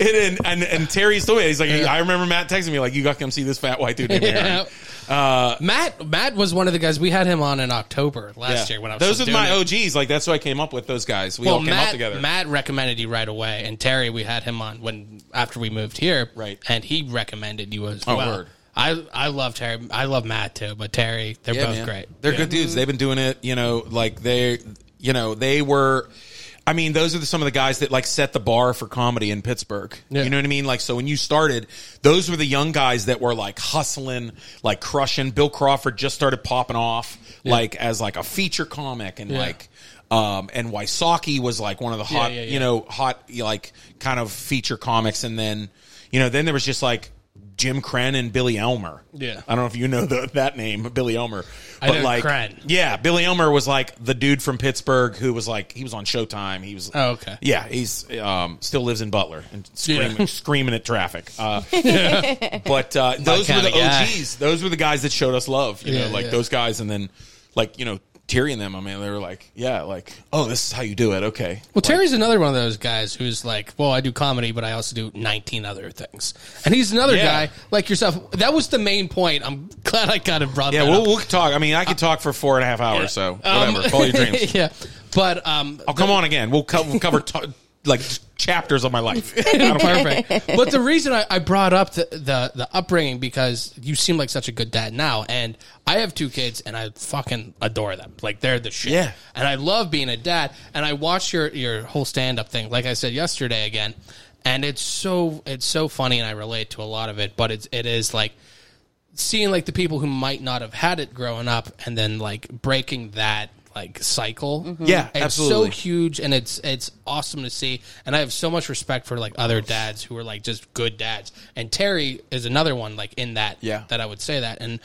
J: and, and, and, and Terry's told me, he's like, I remember Matt texting me, like, you got to come see this fat white dude named Aaron.
A: Yeah. Uh, Matt Matt was one of the guys we had him on in October last year when I was
J: those
A: still
J: are my
A: doing it.
J: OGs. Like that's who I came up with. Those guys. We
A: Well,
J: all came
A: Matt,
J: up together.
A: Matt recommended you right away, and Terry, we had him on when after we moved here,
J: Right.
A: And he recommended you as
J: Oh,
A: well.
J: word.
A: I I love Terry. I love Matt too, but Terry, they're
J: Yeah,
A: both
J: man.
A: great.
J: They're good dudes. They've been doing it. You know, like they, you know, they were. I mean, those are the, some of the guys that like set the bar for comedy in Pittsburgh.
A: Yeah.
J: You know what I mean? Like, so when you started, those were the young guys that were like hustling, like crushing. Bill Crawford just started popping off, like as like a feature comic, and
A: Yeah.
J: like, um, and Wysocki was like one of the hot,
A: yeah, yeah.
J: you know, hot like kind of feature comics, and then, you know, then there was just like Jim Crenn and Billy Elmer.
A: Yeah.
J: I don't know if you know the, that name, Billy Elmer.
A: I know Crenn.
J: Yeah, Billy Elmer was like the dude from Pittsburgh who was like he was on Showtime. He was
A: Oh, okay.
J: Yeah, he's um, still lives in Butler and screaming,
A: Yeah.
J: screaming at traffic. Uh, but uh, those were
A: kinda
J: the
A: guy.
J: OGs. Those were the guys that showed us love. You
A: Yeah,
J: know, like
A: yeah.
J: those guys, and then like you know Terry and them. I mean, they were like, yeah, like oh, this is how you do it. Okay.
A: Well, Terry's another one of those guys who's like, well, I do comedy, but I also do 19 other things. And he's another
J: Yeah.
A: guy like yourself. That was the main point. I'm glad I got it brought
J: yeah,
A: that
J: we'll,
A: up.
J: we'll talk. I mean, I could talk for four and a half hours, so
A: Um,
J: whatever. Follow your dreams.
A: yeah. But um,
J: I'll come on again. We'll, co- we'll cover t- like chapters of my life. I don't care.
A: perfect. But the reason I, I brought up the, the the upbringing because you seem like such a good dad now, and I have two kids, and I fucking adore them. Like they're the shit.
J: Yeah.
A: And I love being a dad. And I watch your your whole stand up thing, like I said yesterday again, and it's so it's so funny, and I relate to a lot of it. But it's it is like seeing like the people who might not have had it growing up, and then like breaking that. Like cycle,
J: Yeah,
A: it's so
J: absolutely.
A: huge and it's it's awesome to see and i have so much respect for like other dads who are like just good dads and terry is another one like in that
J: Yeah.
A: that i would say that and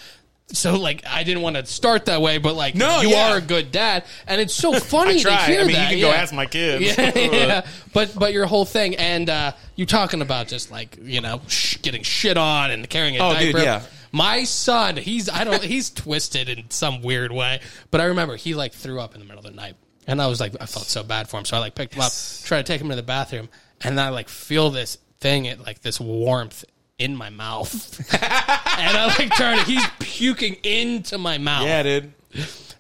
A: so like i didn't want to start that way but like
J: No,
A: you
J: yeah.
A: are a good dad and it's so funny to
J: try.
A: hear
J: I mean, you
A: that
J: can go
A: yeah.
J: ask my kids.
A: yeah, yeah. but but your whole thing and uh you talking about just like you know sh- getting shit on and carrying a
J: Oh,
A: diaper
J: dude, yeah.
A: my son, he's I don't he's twisted in some weird way, but I remember he like threw up in the middle of the night, and I was like I felt so bad for him, so I like picked him up, tried to take him to the bathroom, and then I like feel this thing at like this warmth in my mouth. and I like turn it. He's puking into my mouth.
J: Yeah, dude.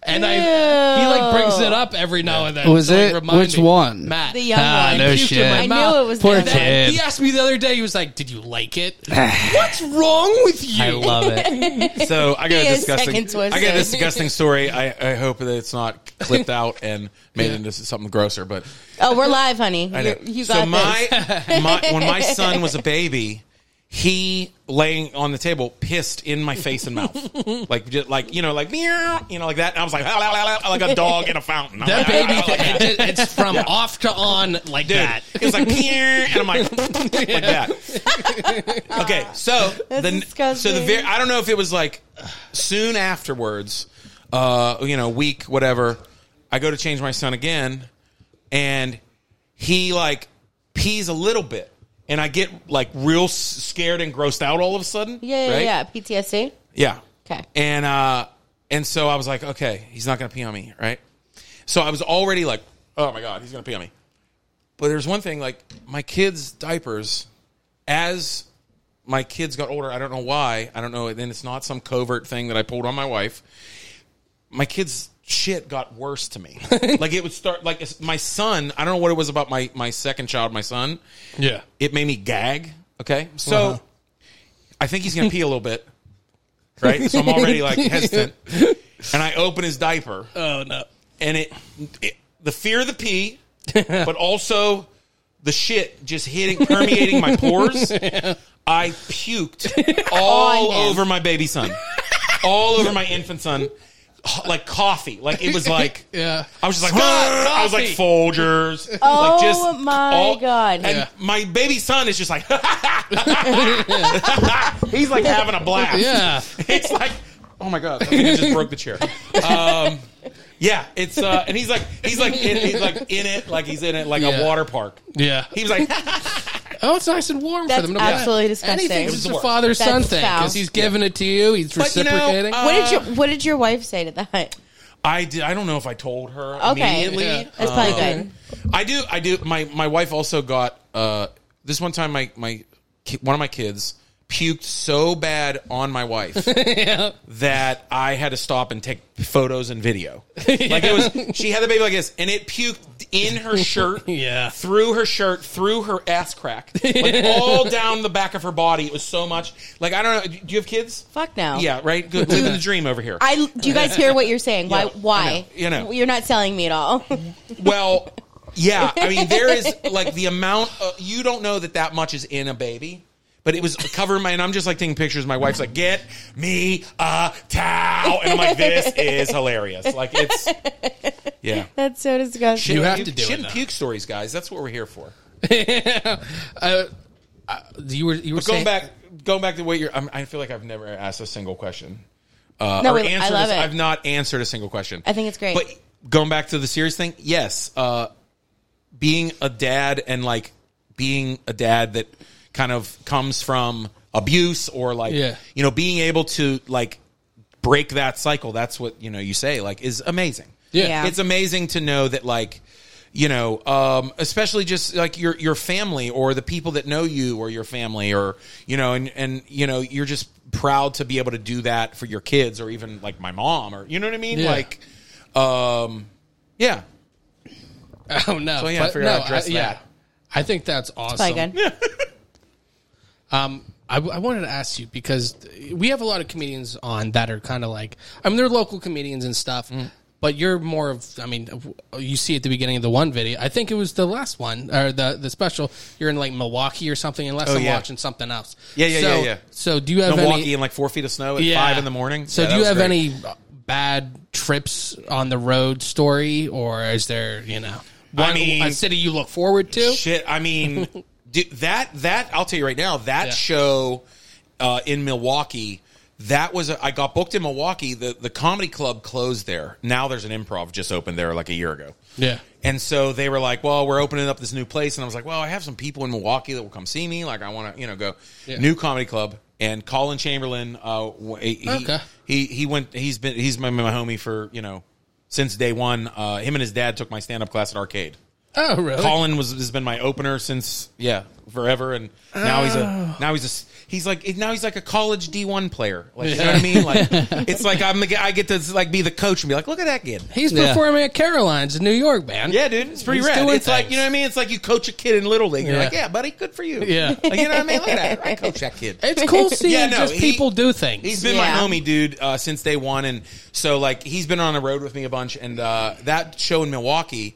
A: And I he like brings it up every now and then.
C: Was
A: to, like,
C: it-
A: remind
C: which
A: me.
C: one?
A: Matt.
B: The young Ah, one.
C: no
A: I puked in
C: shit.
A: my
C: I
B: knew
A: mouth.
B: it was Poor
A: And then
C: kid.
A: He asked me the other day. He was like, "Did you like it? What's wrong with you?"
C: I love it.
J: So I got
B: He
J: a
B: is
J: disgusting.
B: second to
J: I
B: us,
J: got a
B: so.
J: disgusting story. I, I hope that it's not clipped out and made into something grosser. But
B: Oh, we're live, honey.
J: I know.
B: You're- You got
J: so my,
B: this.
J: my when my son was a baby, he laying on the table pissed in my face and mouth, like just, like you know like meow, you know like that. And I was like like a dog in a fountain. I'm
A: That
J: like,
A: baby, thing, it, it's from off to on like
J: dude.
A: that.
J: It was like, "Pierre," and I'm like, like that. okay, so the
B: disgusting.
J: so the very, I don't know if it was like soon afterwards, uh, you know, week whatever. I go to change my son again, and he like pees a little bit, and I get like real s- scared and grossed out all of a sudden.
B: yeah, yeah,
J: right?
B: yeah. PTSD.
J: Yeah.
B: Okay.
J: And uh and so I was like, okay, he's not gonna pee on me, right? So I was already like, oh my god, he's gonna pee on me. But there's one thing, like my kids' diapers, as my kids got older, I don't know why, I don't know, and it's not some covert thing that I pulled on my wife. My kids' shit got worse to me. like it would start like it's- my son, I don't know what it was about my my second child, my son.
A: Yeah.
J: It made me gag. Okay. So I think he's going to pee a little bit. Right. So I'm already like hesitant. And I open his diaper
A: Oh no.
J: and it, it the fear of the pee, but also the shit just hitting, permeating my pores. I puked all
B: On him.
J: over my baby son, all over my infant son. Like coffee, like it was like
A: Yeah.
J: I was just like "Ah!" I was
A: coffee.
J: like Folgers,
B: Oh
J: like just
B: my God.
J: and
A: Yeah.
J: my baby son is just like he's like having a blast.
A: Yeah.
J: It's like, oh my god, I think I just broke the chair. Um, yeah, it's uh, and he's like, he's like, in, he's like in it, like he's in it, like
A: Yeah.
J: a water park.
A: Yeah.
J: He was like,
A: Oh, it's nice and warm
B: That's
A: for them.
B: absolutely disgusting.
A: Anything
B: It was
A: just
J: the
A: a
J: worst.
A: father son
B: That's
A: thing because
B: foul.
A: he's giving it to you. He's
J: But, you know,
A: reciprocating.
J: uh,
B: What did your What did your wife say to that?
J: I did, I don't know if I told her
B: Okay,
J: immediately. Um,
A: Yeah.
B: that's probably good.
J: I do. I do. My my wife also got uh, this one time. My my ki- one of my kids puked so bad on my wife that I had to stop and take photos and video. Like it was, she had the baby like this, and it puked in her shirt,
A: Yeah.
J: through her shirt, through her ass crack, like all down the back of her body. It was so much. Like I don't know. Do you have kids?
B: Fuck no.
J: Yeah, right. Good, living the dream over here.
B: I do. You guys hear what you're saying? Why?
J: Yeah, I
B: why?
J: know, you know.
B: you're not selling me at all.
J: Well, yeah. I mean, there is like the amount of, you don't know that that much is in a baby, but it was covering my. And I'm just like taking pictures. My wife's like, "Get me a towel," and I'm like, "This is hilarious." Like it's, yeah.
B: that's so disgusting.
A: You have to do it,
J: Shit and
A: though.
J: puke stories, guys. That's what we're here for.
A: Uh, you were you were saying
J: Going back, going back to what you're. I'm, I feel like I've never asked a single question. Uh,
B: No,
J: or
B: we- I
J: answered
B: love
J: a-
B: it.
J: I've not answered a single question.
B: I think it's great.
J: But going back to the serious thing, yes, uh, being a dad and like being a dad that kind of comes from abuse or like
A: Yeah.
J: you know being able to like break that cycle. That's what you know you say like is amazing.
A: Yeah.
B: Yeah.
J: it's amazing to know that like you know um, especially just like your your family or the people that know you or your family or you know and and you know you're just proud to be able to do that for your kids or even like my mom or you know what I mean
A: Yeah.
J: like um yeah
A: Oh no!
J: So, yeah, I
A: But
J: figured I'd
A: no,
J: address
A: I- yeah.
J: that.
A: I think that's awesome.
B: Probably good.
A: Um, I, w- I wanted to ask you because we have a lot of comedians on that are kind of like I mean they're local comedians and stuff,
J: Mm.
A: but you're more of I mean w- you see at the beginning of the one video I think it was the last one or the the special you're in like Milwaukee or something unless
J: Oh,
A: I'm
J: yeah.
A: watching something else.
J: Yeah, yeah,
A: so,
J: yeah, yeah.
A: So do you have
J: Milwaukee
A: any
J: in like four feet of snow at
A: Yeah.
J: five in the morning
A: So
J: Yeah,
A: do
J: that
A: you
J: was
A: have
J: great.
A: any bad trips on the road story or is there you know one,
J: mean-
A: a city you look forward to?
J: Shit, I mean, dude, that that I'll tell you right now, that
A: Yeah.
J: show uh, in Milwaukee, that was a, I got booked in Milwaukee. The the comedy club closed there. Now there's an improv just opened there like a year ago.
A: Yeah.
J: And so they were like, "Well, we're opening up this new place," and I was like, "Well, I have some people in Milwaukee that will come see me. Like, I want to, you know, go
A: Yeah.
J: new comedy club." And Colin Chamberlain, uh, wh- he,
A: Okay.
J: he he went. He's been he's my, my homie for you know since day one. Uh, him and his dad took my stand up class at Arcade.
A: Oh, really?
J: Colin was has been my opener since yeah forever, and now he's
A: Ah.
J: a now he's a s- he's like now he's like a college D one player. Like you know what I mean? Like it's like I'm the guy- I get to like be the coach and be like, look at that kid.
A: He's
C: Yeah.
A: performing at Caroline's in New York, man.
J: Yeah, dude, it's pretty
A: He's
J: rad.
A: doing
J: It's like
A: things.
J: you know what I mean. It's like you coach a kid in little league. You're
A: Yeah.
J: like, yeah, buddy, good for you.
A: Yeah.
J: like, you know what I mean. Look at that. I coach that kid.
A: It's cool seeing
J: Yeah, no,
A: just
J: he-
A: people do things.
J: He's been
B: Yeah.
J: my homie, dude, uh, since day one, and so like he's been on the road with me a bunch. And uh, that show in Milwaukee,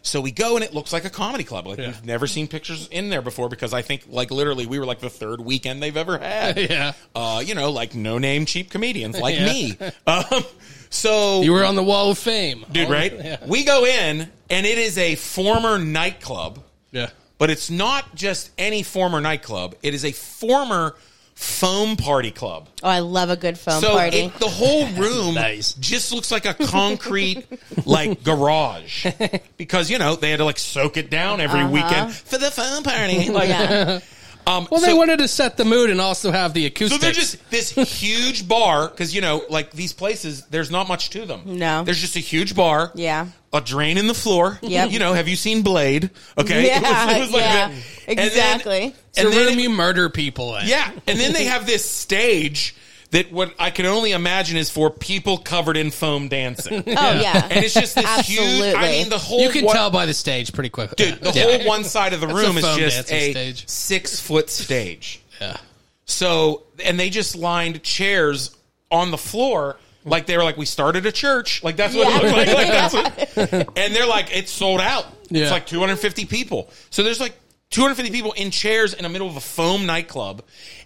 J: so we go and it looks like a comedy club. Like we've never seen pictures in there before because I think like literally we were like the third weekend they've ever had.
A: Yeah.
J: uh, you know, like no name cheap comedians like
A: Yeah.
J: me. Um, so
A: you were on the Wall of Fame,
J: dude,
A: All-
J: right?
A: Yeah.
J: We go in and it is a former nightclub.
A: yeah.
J: But it's not just any former nightclub. It is a former foam party club
B: Oh, I love a good foam
J: so
B: party.
J: It, the whole room
C: Nice.
J: just looks like a concrete like garage because you know they had to like soak it down every
B: Uh-huh.
J: weekend for the fun party. Like,
B: yeah.
J: um,
A: Well, they
J: so-
A: wanted to set the mood and also have the
J: so
A: acoustics.
J: they're just this huge bar because you know, like these places, there's not much to them.
B: No.
J: there's just a huge bar.
B: Yeah.
J: a drain in the floor.
B: Yep.
J: you know, have you seen Blade? Okay,
B: Yeah, yeah.
J: And then-
B: Exactly. It's
A: it's a
J: then
A: room
J: it-
A: you murder people in.
J: yeah, and then they have this stage that what I can only imagine is for people covered in foam dancing.
B: Oh yeah.
J: And it's just this huge. I
B: Absolutely.
J: mean, the whole
A: You can
J: one-
A: tell by the stage pretty quick.
J: dude, the
A: Yeah.
J: whole one side of the
A: That's a
J: room is
A: foam
J: just
A: dancing
J: a
A: stage.
J: six foot stage.
A: Yeah.
J: So, and they just lined chairs on the floor. Like they were like, we started a church. Like that's what it looked like. Like, that's what- and they're like, it's sold out.
A: Yeah.
J: It's like 250 people. So there's like 250 people in chairs in the middle of a foam nightclub.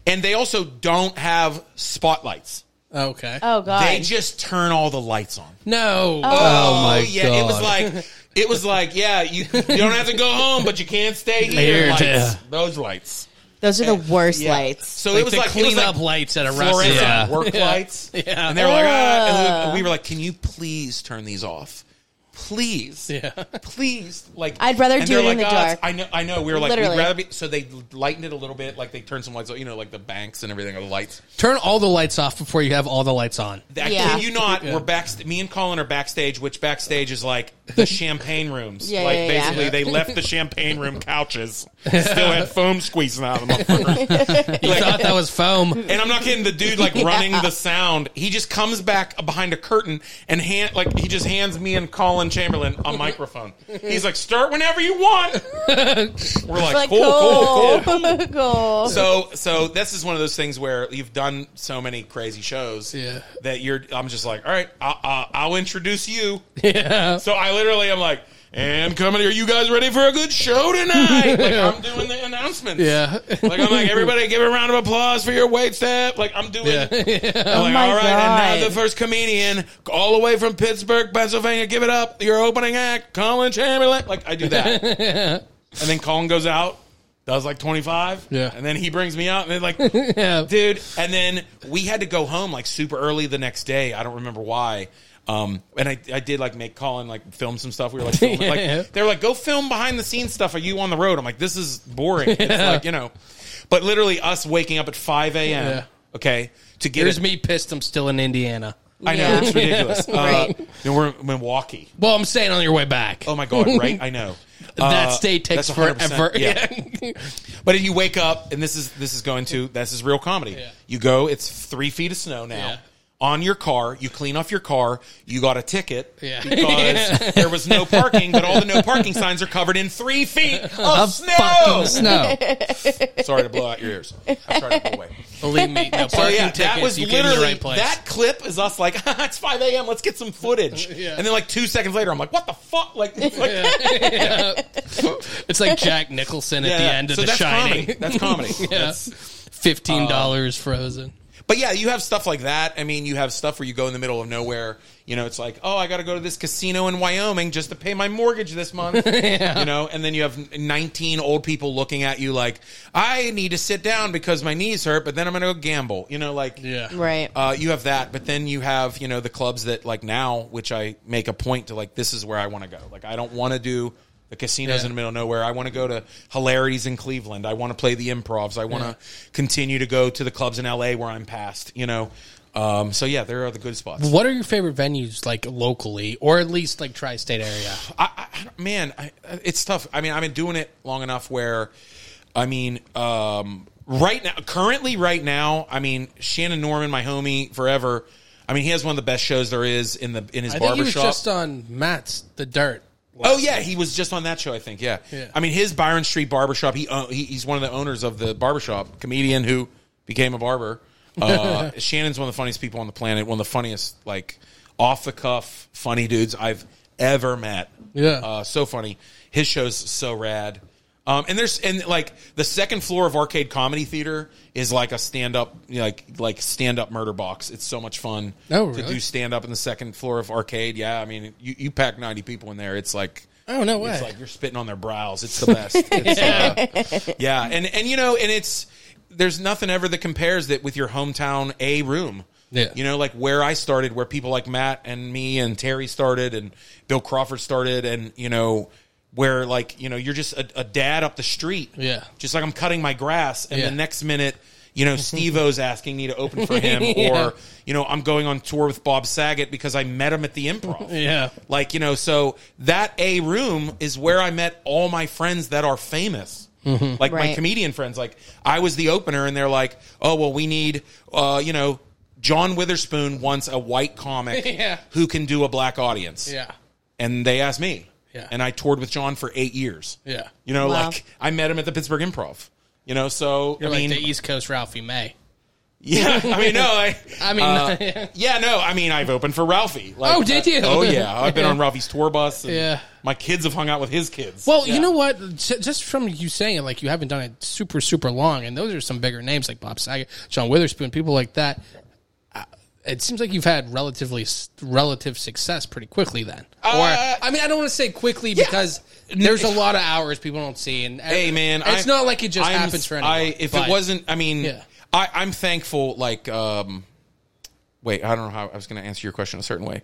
J: And they also don't have spotlights.
A: Okay.
B: oh god.
J: They just turn all the lights on.
A: no.
J: Oh, my yeah, it was like it was like yeah, you you don't have to go home, but you can't stay here.
A: Here,
J: lights.
A: yeah.
J: Those lights.
B: Those are the worst lights.
J: So
A: Like
J: it was
A: the
J: like it was
A: clean
J: like
A: up lights at a
J: fluorescent
A: restaurant.
J: work
A: Yeah.
J: lights.
A: Yeah.
J: and they were like, ah. and we, we were like, can you please turn these off? Please,
A: Yeah.
J: please, like
B: I'd rather
J: and
B: do
J: they're
B: it in the
J: "Ah, it's-
B: dark."
J: I know, I know. We were like,
B: Literally.
J: we'd rather be. So they lightened it a little bit, like they turned some lights, you know, like the banks and everything, or the lights.
A: Turn all the lights off before you have all the lights on.
J: That,
B: Yeah.
J: Can you not? We're back. Me and Colin are backstage, which backstage is like the champagne rooms.
B: Yeah,
J: like
B: yeah, yeah.
J: basically, they left the champagne room couches, still had foam squeezing out of them. motherfuckers.
A: You
J: Like,
A: thought that was foam.
J: and I'm not kidding. The dude like running the sound, he just comes back behind a curtain and hand like he just hands me and Colin Chamberlain a microphone. He's like, "Start whenever you want." We're like,
B: like,
J: cool, cool, cool.
B: cool, cool.
J: So, so this is one of those things where you've done so many crazy shows
A: Yeah.
J: that you're. I'm just like, all right, I'll, I'll, I'll introduce you.
A: Yeah.
J: So I literally am like, and comedy, are you guys ready for a good show tonight? like I'm doing the announcements.
A: Yeah.
J: Like I'm like, everybody, give a round of applause for your wait step. Like I'm doing.
A: Yeah.
J: I'm like,
B: Oh my
J: all right, and now
B: God.
J: the first comedian, all the way from Pittsburgh, Pennsylvania, give it up. Your opening act, Colin Chamberlain. Like I do that, and then Colin goes out, does like 25,
A: Yeah.
J: and then he brings me out, and they're like,
A: Yeah.
J: dude. And then we had to go home like super early the next day. I don't remember why. Um, and I, I did like make Colin like film some stuff. We were like, filming,
A: Yeah.
J: like they were like, go film behind the scenes stuff. Are you on the road? I'm like, this is boring. It's like you know, but literally us waking up at 5 a.m.
A: Yeah.
J: Okay, to get
A: Here's
J: it-
A: me pissed. I'm still in Indiana.
J: I know
B: Yeah.
J: it's ridiculous.
B: Right.
J: uh, then we're in Milwaukee.
A: Well, I'm saying on your way back.
J: Oh my god! Right, I know.
A: that
J: Uh,
A: state takes
J: that's 100%,
A: forever.
J: Yeah. But if you wake up, and this is this is going to this is real comedy.
A: Yeah.
J: You go. It's three feet of snow now.
A: Yeah.
J: On your car, you clean off your car. You got a ticket
A: Yeah.
J: because there was no parking, but all the no parking signs are covered in three feet of, snow.
A: Fucking snow.
J: Sorry to blow out your ears. I'm trying to go away.
A: Believe me, no parking
J: So yeah,
A: tickets.
J: that was
A: you came to
J: literally
A: the right place.
J: that clip is us like "Ah, it's 5 a.m. Let's get some footage,
A: Yeah.
J: and then like two seconds later, I'm like, what the fuck? Like, it's like
A: It's like Jack Nicholson at
J: Yeah,
A: the
J: yeah.
A: end of
J: So
A: The
J: that's
A: Shining. Uh,
J: Comedy. That's comedy. That's-
A: Fifteen dollars frozen.
J: But yeah, you have stuff like that. I mean, you have stuff where you go in the middle of nowhere. You know, it's like, oh, I got to go to this casino in Wyoming just to pay my mortgage this month. You know, and then you have 19 old people looking at you like, I need to sit down because my knees hurt, but then I'm going to go gamble. You know, like,
A: Yeah.
B: Right.
J: uh, you have that, but then you have you know the clubs that like now, which I make a point to like this is where I want to go. Like I don't want to do the casinos
A: Yeah.
J: in the middle of nowhere. I want to go to hilarities in Cleveland. I want to play the Improvs. I want to continue to go to the clubs in L.A. where I'm past. You know, Um, so yeah, there are the good spots.
A: What are your favorite venues, like locally, or at least like tri-state area?
J: I, I- I don't- man, I, I- it's tough. I mean, I've been doing it long enough where, I mean, um, right now, currently, right now, I mean, Shannon Norman, my homie, forever. I mean, he has one of the best shows there is in the in his
A: I think he was
J: barbershop.
A: just on Matt's The Dirt.
J: Oh yeah, he was just on that show, I think. Yeah,
A: Yeah.
J: I mean, his Byron Street Barbershop. He, uh, he he's one of the owners of the barbershop. Comedian who became a barber. Uh, Shannon's one of the funniest people on the planet. One of the funniest, like off the cuff, funny dudes I've ever met.
A: Yeah.
J: uh, so funny. His show's so rad. Um, and there's and like the second floor of Arcade Comedy Theater is like a stand up like like stand up murder box. It's so much fun
A: Oh,
J: to
A: really?
J: do stand up in the second floor of Arcade. Yeah, I mean you, you pack ninety people in there. It's like
A: Oh, no way.
J: it's like you're spitting on their brows. It's the best. It's, uh, yeah, and and you know, and it's there's nothing ever that compares that with your hometown A room.
A: Yeah.
J: You know, like where I started, where people like Matt and me and Terry started, and Bill Crawford started, and you know, where like you know, you're just a, a dad up the street.
A: Yeah.
J: Just like I'm cutting my grass, and
A: Yeah.
J: the next minute. You know, Steve O's asking me to open for him,
A: Yeah.
J: or, you know, I'm going on tour with Bob Saget because I met him at the improv.
A: Yeah.
J: Like, you know, so that A room is where I met all my friends that are famous.
A: Mm-hmm.
J: Like my
B: Right.
J: comedian friends. Like, I was the opener, and they're like, oh, well, we need, uh, you know, John Witherspoon wants a white comic
A: Yeah.
J: who can do a black audience.
A: Yeah.
J: And they asked me.
A: Yeah.
J: And I toured with John for eight years.
A: Yeah.
J: You know,
B: Wow.
J: like, I met him at the Pittsburgh Improv. You know, so
A: You're
J: I mean,
A: like the East Coast Ralphie May.
J: yeah, I mean, no, I,
A: I mean,
J: uh, yeah, no, I mean, I've opened for Ralphie. Like,
A: Oh, did you?
J: I- oh, yeah, I've been on Ralphie's tour bus. And
A: Yeah.
J: my kids have hung out with his kids.
A: Well,
J: Yeah.
A: you know what? J- Just from you saying it, like you haven't done it super, super long, and those are some bigger names like Bob Saget, John Witherspoon, people like that. Uh, It seems like you've had relatively s- relative success pretty quickly then.
J: Uh,
A: or I mean, I don't want to say quickly because there's a lot of hours people don't see, and
J: hey, man,
A: it's
J: I-
A: not like it just
J: I'm-
A: happens for anyone.
J: I, if
A: but-
J: it wasn't, I mean,
A: Yeah.
J: I, I'm thankful. Like, um, wait, I don't know how I was going to answer your question a certain way.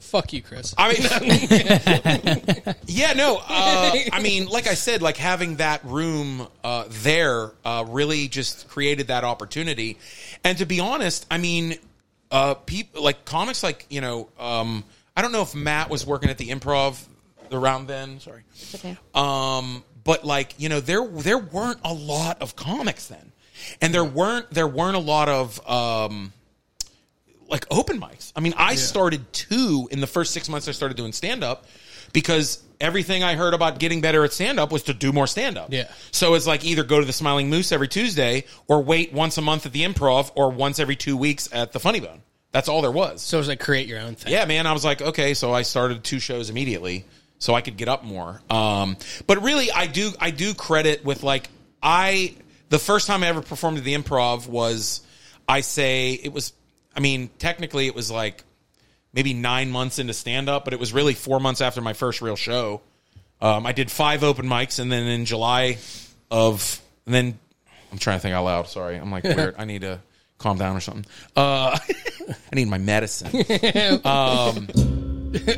A: fuck you, Chris.
J: I mean, yeah, no. Uh, I mean, like I said, like having that room uh, there uh, really just created that opportunity. And to be honest, I mean, uh, people like comics, like you know, um, I don't know if Matt was working at the Improv around then. Sorry.
B: Okay.
J: Um, but like you know, there there weren't a lot of comics then, and there weren't there weren't a lot of um, like open mics. I mean, I started two in the first six months I started doing stand up because everything I heard about getting better at stand up was to do more stand up.
A: Yeah.
J: So it's like either go to the Smiling Moose every Tuesday or wait once a month at the Improv or once every two weeks at the Funny Bone. That's all there was.
A: so it's like create your own thing.
J: Yeah, man. I was like, okay, so I started two shows immediately so I could get up more. Um, but really, I do I do credit with like I the first time I ever performed at the Improv was I say it was I mean technically it was like maybe nine months into stand up, but it was really four months after my first real show. Um, I did five open mics, and then in July of and then I'm trying to think out loud. Sorry, I'm like weird. I need to calm down or something. Uh, I need my medicine.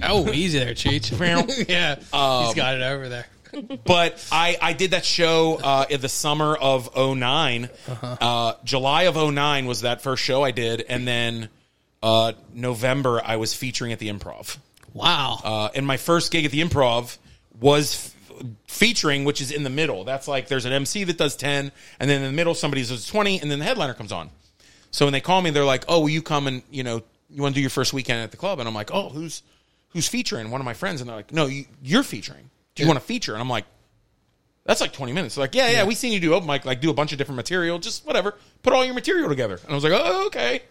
A: oh, easy there, Cheech. yeah,
J: Um,
A: he's got it over there.
J: but I, I did that show uh, in the summer of 9 uh July of 09 was that first show I did. And then uh, November, I was featuring at the improv.
A: Wow.
J: Uh, and my first gig at the improv was f- featuring, which is in the middle. That's like there's an MC that does 10, and then in the middle, somebody does 20, and then the headliner comes on. So when they call me, they're like, "Oh, will you come and you know you want to do your first weekend at the club?" And I'm like, "Oh, who's who's featuring?" One of my friends, and they're like, "No, you, you're featuring. Do you want to feature?" And I'm like, "That's like 20 minutes." They're like, yeah, yeah, we seen you do open mic, like do a bunch of different material, just whatever, put all your material together." And I was like, "Oh, okay."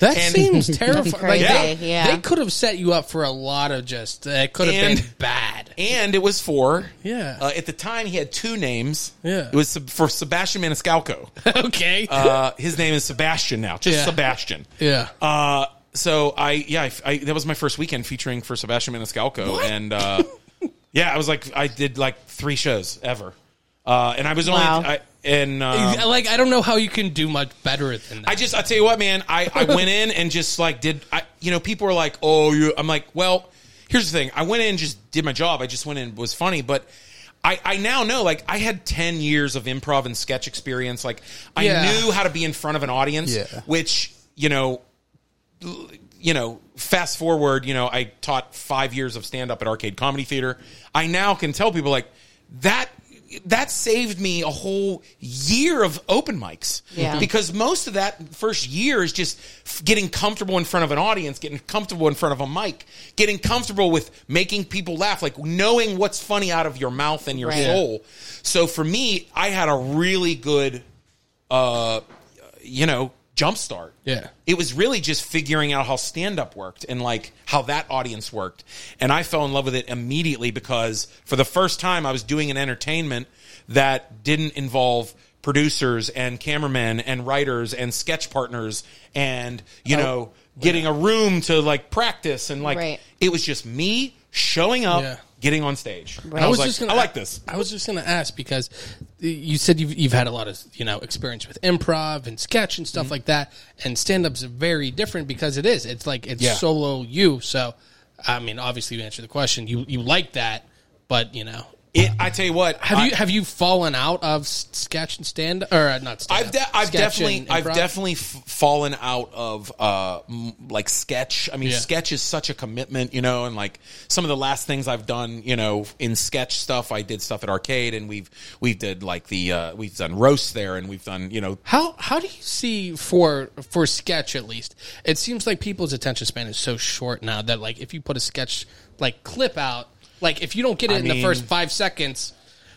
A: That
J: And-
A: seems terrifying. Like,
J: crazy,
A: they,
B: yeah.
A: they could have set you up for a lot of just. uh, It could have been
J: And-
A: bad.
J: and it was for
A: Yeah.
J: Uh, at the time, he had two names.
A: Yeah.
J: it was sub- for Sebastian Maniscalco.
A: okay.
J: Uh, his name is Sebastian now, just
A: Yeah.
J: Sebastian.
A: yeah.
J: Uh, so I yeah, I, I- that was my first weekend featuring for Sebastian Maniscalco, and uh, yeah, I was like, I did like three shows ever, uh, and I was only
B: Wow.
J: I, and um,
A: like I don't know how you can do much better than that.
J: I just, I tell you what, man, I, I went in and just like did, I, you know, people were like, oh, you, I'm like, well, here's the thing. I went in and just did my job. I just went in and was funny, but I, I now know, like, I had 10 years of improv and sketch experience. Like, I
A: Yeah.
J: knew how to be in front of an audience,
C: Yeah.
J: which you know, l- you know, fast forward, you know, I taught five years of stand up at Arcade Comedy Theater. I now can tell people like that. That saved me a whole year of open mics
B: Yeah. Mhm.
J: because most of that first year is just f- getting comfortable in front of an audience, getting comfortable in front of a mic, getting comfortable with making people laugh, like knowing what's funny out of your mouth and your
B: Right.
J: soul. So for me, I had a really good uh, you know, jumpstart.
A: Yeah.
J: It was really just figuring out how stand up worked and like how that audience worked. And I fell in love with it immediately because for the first time I was doing an entertainment that didn't involve producers and cameramen and writers and sketch partners and, you know, getting a room to like practice and like
B: Right.
J: it was just me showing up,
A: Yeah.
J: getting on stage. And
B: Right.
J: I
B: I
J: was,
B: was
J: like, I like this.
A: I was just going to ask because you said you've, you've had a lot of you know experience with improv and sketch and
J: Mm-hmm.
A: stuff like that, and stand up's very different because it is. It's like it's
I: Yeah.
A: solo you. So, I mean, obviously, you answer the question. You you like that, but you know,
J: It, I tell you what,
A: have
J: I-
A: you have you fallen out of s- sketch and stand or uh, not? Stand
J: I've, de- I've definitely I've definitely f- fallen out of uh m- like sketch. I mean,
A: Yeah.
J: sketch is such a commitment, you know, and like some of the last things I've done, you know, in sketch stuff, I did stuff at arcade, and we've we did like the uh, we've done roasts there, and we've done you know
A: How how do you see for for sketch at least? It seems like people's attention span is so short now that like if you put a sketch like clip out, like if you don't get it
J: I
A: in
J: mean-
A: the first five seconds,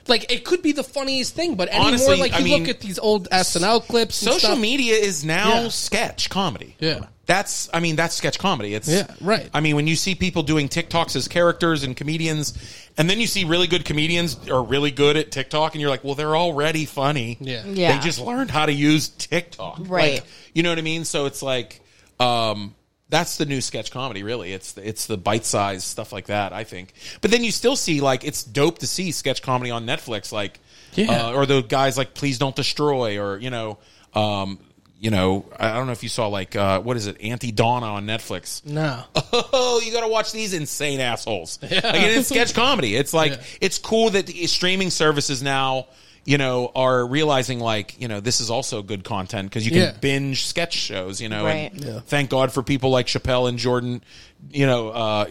A: like it could be the funniest thing. But anymore,
J: Honestly,
A: like you
J: I mean,
A: look at these old SNL clips, and
J: social
A: stuff,
J: media is now
A: Yeah.
J: sketch comedy.
A: Yeah.
J: That's I mean that's sketch comedy. It's
A: Yeah, right.
J: I mean when you see people doing TikToks as characters and comedians and then you see really good comedians are really good at TikTok and you're like, "Well, they're already funny."
A: Yeah.
B: Yeah.
J: They just learned how to use TikTok.
B: Right.
J: Like, you know what I mean? So it's like um that's the new sketch comedy really. It's it's the bite-sized stuff like that, I think. But then you still see like it's dope to see sketch comedy on Netflix like
A: Yeah.
J: uh, or the guys like please don't destroy or you know um you know i I don't know if you saw like uh what is it auntie donna on netflix
A: No,
J: oh you gotta watch these insane assholes like it is sketch comedy it's like it's cool that the streaming services now you know are realizing like you know this is also good content because you can
A: Yeah.
J: binge sketch shows you know
B: Right.
J: and thank god for people like chappelle and jordan you know uh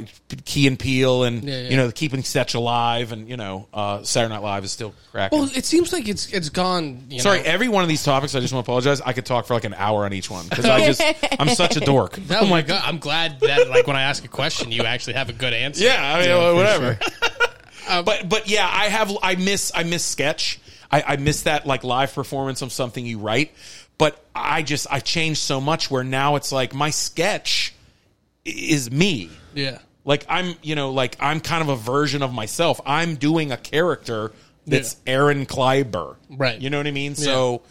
J: key and peel and
A: Yeah, yeah.
J: you know keeping sketch alive and you know uh saturday night live is still cracking
A: well, it seems like it's it's gone. You
J: Sorry,
A: know.
J: every one of these topics, I just want to apologize. I could talk for like an hour on each one because I just, I'm such a dork.
A: oh my god! I'm glad that like when I ask a question, you actually have a good answer.
J: Yeah, I mean, whatever. Uh, but but yeah, I have I miss I miss sketch. I, I miss that like live performance of something you write. But I just I changed so much where now it's like my sketch i- is me.
A: yeah.
J: Like I'm you know like I'm kind of a version of myself. I'm doing a character that's Aaron Kleiber.
A: Right.
J: You know what I mean? So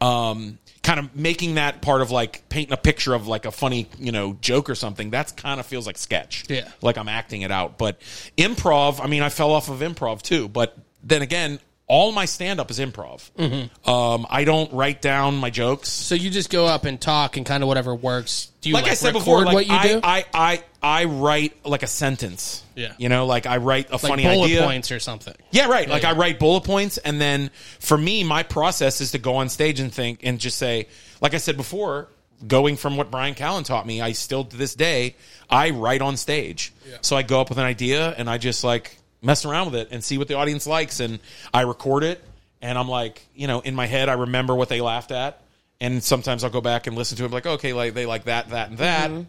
J: um kind of making that part of like painting a picture of like a funny, you know, joke or something. That's kind of feels like sketch
A: Yeah.
J: like I'm acting it out. But improv, I mean, I fell off of improv too. But then again, all my stand up is improv.
A: Mm-hmm.
J: Um, I don't write down my jokes.
A: So you just go up and talk and kind of whatever works. Do you
J: Like,
A: like,
J: I said
A: record
J: before, like
A: what you
J: I,
A: do?
J: I, I, I write like a sentence.
A: Yeah.
J: You know, like I write a
A: like
J: funny
A: bullet
J: idea.
A: points or something.
J: Yeah, right. like
A: yeah.
J: I write bullet points, and then for me, my process is to go on stage and think and just say, like I said before, going from what Brian Callen taught me, I still to this day I write on stage. So I go up with an idea and I just like mess around with it and see what the audience likes, and I record it, and I'm like, you know, in my head I remember what they laughed at, and sometimes I'll go back and listen to it, like okay, like they like that, that, and that, and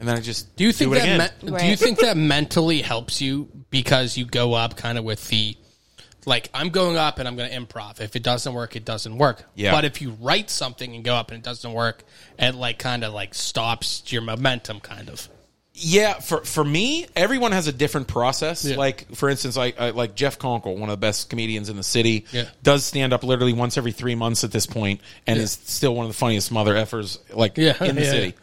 J: then I just
A: Mm-hmm. Do you think
J: it
A: that
J: again.
A: me- do you
B: Right.
A: think that mentally helps you because you go up kind of with the like I'm going up and I'm going to improv. If it doesn't work, it doesn't work.
J: Yeah.
A: But if you write something and go up and it doesn't work, it like kind of like stops your momentum kind of.
J: Yeah, for for me, everyone has a different process.
A: Yeah.
J: Like for instance, I, I like Jeff Conkle, one of the best comedians in the city,
A: Yeah.
J: does stand up literally once every three months at this point, and is still one of the funniest mother effers like
A: Yeah,
J: in the
A: yeah,
J: city.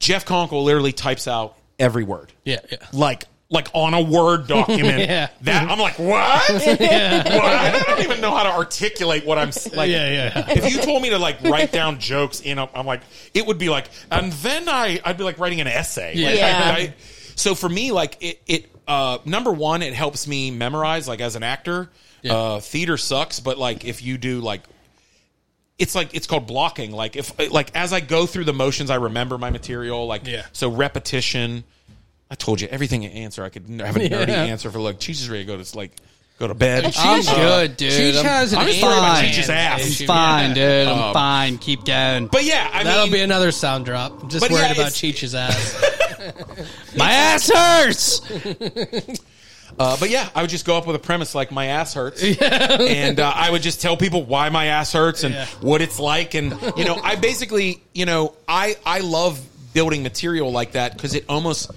J: Jeff Conkle literally types out every word,
A: Yeah, yeah.
J: like like on a word document.
A: Yeah.
J: That I'm like, what? what? I don't even know how to articulate what I'm s- like.
A: Yeah, yeah,
J: If you told me to like write down jokes in, a, I'm like, it would be like, and then I, I'd be like writing an essay. Like, I-
B: Yeah.
J: I- so for me, like it, it uh, number one, it helps me memorize. Like as an actor, uh, theater sucks, but like if you do like it's like it's called blocking. Like if like as I go through the motions, I remember my material. Like
A: Yeah.
J: so repetition. I told you everything. Answer. I could n- have a nerdy
A: Yeah.
J: answer for like she's just ready to go to like go to bed.
A: I'm
C: I'm good, dude.
A: Cheech
C: I'm,
A: has an
C: I'm
A: eight
C: fine.
A: on my
J: Cheech's ass.
C: I'm fine, dude. I'm
J: Um,
C: fine. Keep down.
J: but yeah, I
A: That'll
J: mean,
A: be another sound drop. I'm just
J: But
A: worried
J: yeah,
A: about
J: it's-
A: Cheech's ass.
C: my ass hurts.
J: Uh, but yeah, I would just go up with a premise like my ass hurts, and uh, I would just tell people why my ass hurts and
A: Yeah.
J: what it's like, and you know, I basically, you know, I I love building material like that because it almost,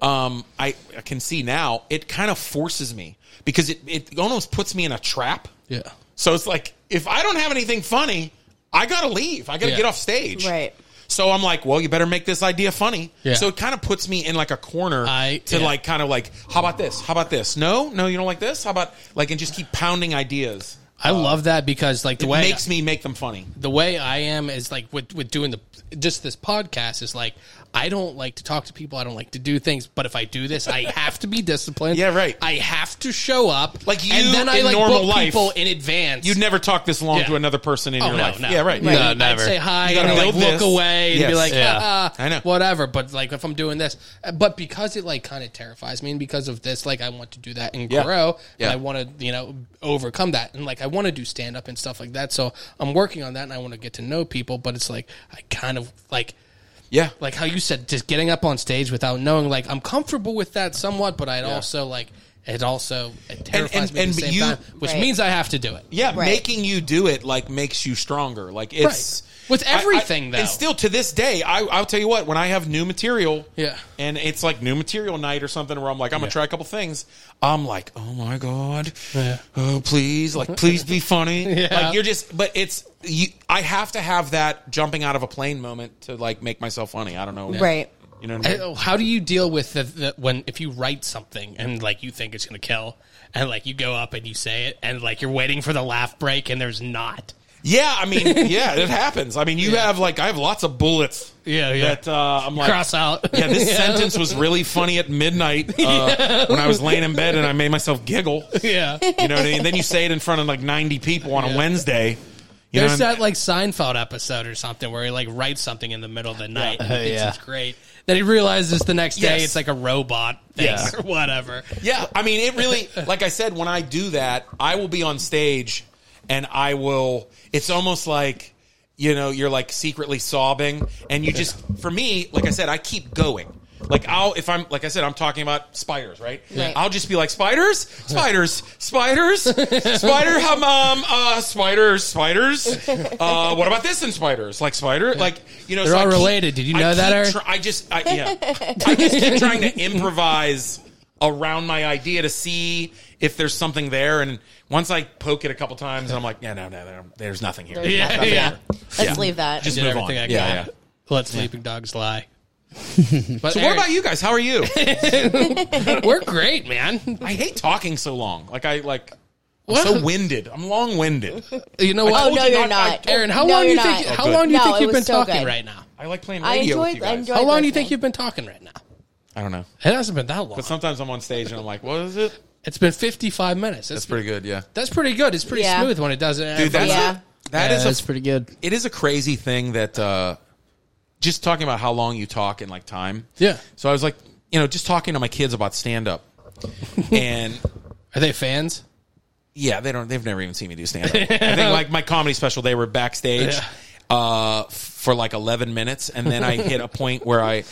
J: um, I, I can see now it kind of forces me because it it almost puts me in a trap.
A: Yeah.
J: So it's like if I don't have anything funny, I gotta leave. I gotta
A: Yeah.
J: get off stage.
B: Right.
J: So I'm like, well, you better make this idea funny.
A: Yeah.
J: So it kind of puts me in like a corner
A: I-
J: to
A: yeah.
J: like kind of like, how about this? How about this? No, no, you don't like this. How about like, and just keep pounding ideas.
A: I love that because like the
J: It
A: way
J: makes me make them funny.
A: the way I am is like with with doing the just this podcast is like I don't like to talk to people. I don't like to do things, but if I do this, I have to be disciplined.
J: Yeah, right.
A: I have to show up.
J: Like you
A: and then I
J: in
A: like
J: normal
A: book
J: life,
A: people in advance.
J: You'd never talk this long
A: Yeah.
J: to another person in
A: Oh,
J: your
A: no,
J: life.
A: no.
J: Yeah, right.
A: Like,
C: No,
A: I'd
C: never.
A: say hi
J: You gotta
A: and like
J: build
A: look
J: this.
A: away and be
J: Yes.
A: like,
C: Yeah.
A: "Ah, ah,
J: I know.
A: whatever. But like if I'm doing this, uh, but because it like kind of terrifies me, and because of this, like I want to do that and
J: Yeah.
A: grow,
J: Yeah.
A: and I want to you know overcome that, and like I want to do stand up and stuff like that. So I'm working on that, and I want to get to know people. But it's like I kind of like
J: Yeah.
A: like how you said, just getting up on stage without knowing. Like I'm comfortable with that somewhat, but I'd also like it also it terrifies
J: and-
A: me
J: and
A: at the same
J: you-
A: time, which
B: Right.
A: means I have to do it.
J: Yeah,
B: Right.
J: making you do it like makes you stronger. Like it's
A: Right. With
J: I- I-
A: everything, though.
J: And still to this day, I, I'll tell you what. When I have new material,
A: Yeah.
J: and it's like new material night or something, where I'm like, I'm gonna try a couple things. I'm like, oh my god, oh please, like please be funny. Like you're just, but it's you. I have to have that jumping out of a plane moment to like make myself funny. I don't know,
B: Right.
J: You know what I mean?
A: Uh, How do you deal with the, the when if you write something and like you think it's gonna kill and like you go up and you say it and like you're waiting for the laugh break and there's not.
J: Yeah, I mean, yeah, it happens. I mean, you have like I have lots of bullets.
A: Yeah, yeah.
J: That uh, I'm like
A: Cross out.
J: Yeah, this sentence was really funny at midnight uh, when I was laying in bed and I made myself giggle.
A: Yeah.
J: You know what I mean? Then you say it in front of like 90 people on a Wednesday. You know
A: There's
J: what I mean?
A: that like Seinfeld episode or something where he like writes something in the middle of the night. and he thinks
C: yeah.
A: it's great. Then he realizes the next day
J: Oh, Yes.
A: it's like a robot thing
C: Yeah.
A: or whatever.
J: Yeah, I mean, it really, like I said, when I do that, I will be on stage and I will, it's almost like, you know, you're like secretly sobbing and you just, for me, like I said, I keep going. Like I'll if I'm like I said I'm talking about spiders right
B: Right.
J: I'll just be like spiders spiders spiders spider hum um uh spiders spiders uh what about this and spiders like spider like you know
A: They're
J: so I
A: all
J: keep-
A: related. Did you know
J: I
A: that,
J: keep
A: Eric?
J: try- I just, I, yeah, I just keep trying to improvise around my idea to see if there's something there. And once I poke it a couple times, I'm like, yeah, no, no, no there's nothing here.
B: There's
A: Yeah,
B: nothing
A: yeah.
B: there. Let's leave that.
J: Just
A: Did
J: move on.
A: everything I
J: Yeah,
A: could.
J: yeah.
A: Let sleeping dogs lie. But
J: So what about you guys? How are you?
A: We're great, man.
J: I hate talking so long. Like I like. I'm
A: What?
J: so winded. I'm long winded.
A: You know
J: I
A: what?
B: oh
J: told
B: no,
J: you
B: you're
J: not- I
B: not.
A: Aaron, how
B: No,
A: long do you
B: you're
A: think
B: not.
A: how long do you
B: No,
A: think
B: it
A: you've
B: was
A: been
B: so
A: talking
B: good.
A: right now?
J: I like playing
B: I
J: radio with
B: enjoyed.
J: you
B: I
J: guys.
B: enjoyed.
A: How long do you
B: listening.
A: think you've been talking right now?
J: I don't know.
A: It hasn't been that long.
J: But sometimes I'm on stage and I'm like, what is it?
A: It's been 55 minutes. That's,
J: pretty good, yeah.
A: that's pretty good. It's pretty
B: Yeah.
A: smooth when it does it.
J: Dude, that's
B: Yeah.
J: that is a
C: that's pretty good.
J: it is a crazy thing that uh, just talking about how long you talk and like time.
A: Yeah.
J: So I was like, you know, just talking to my kids about stand up, and
A: Are they fans?
J: yeah, they don't. They've never even seen me do stand up. I think like my comedy special, they were backstage uh, f- for like eleven minutes, and then I hit a point where I.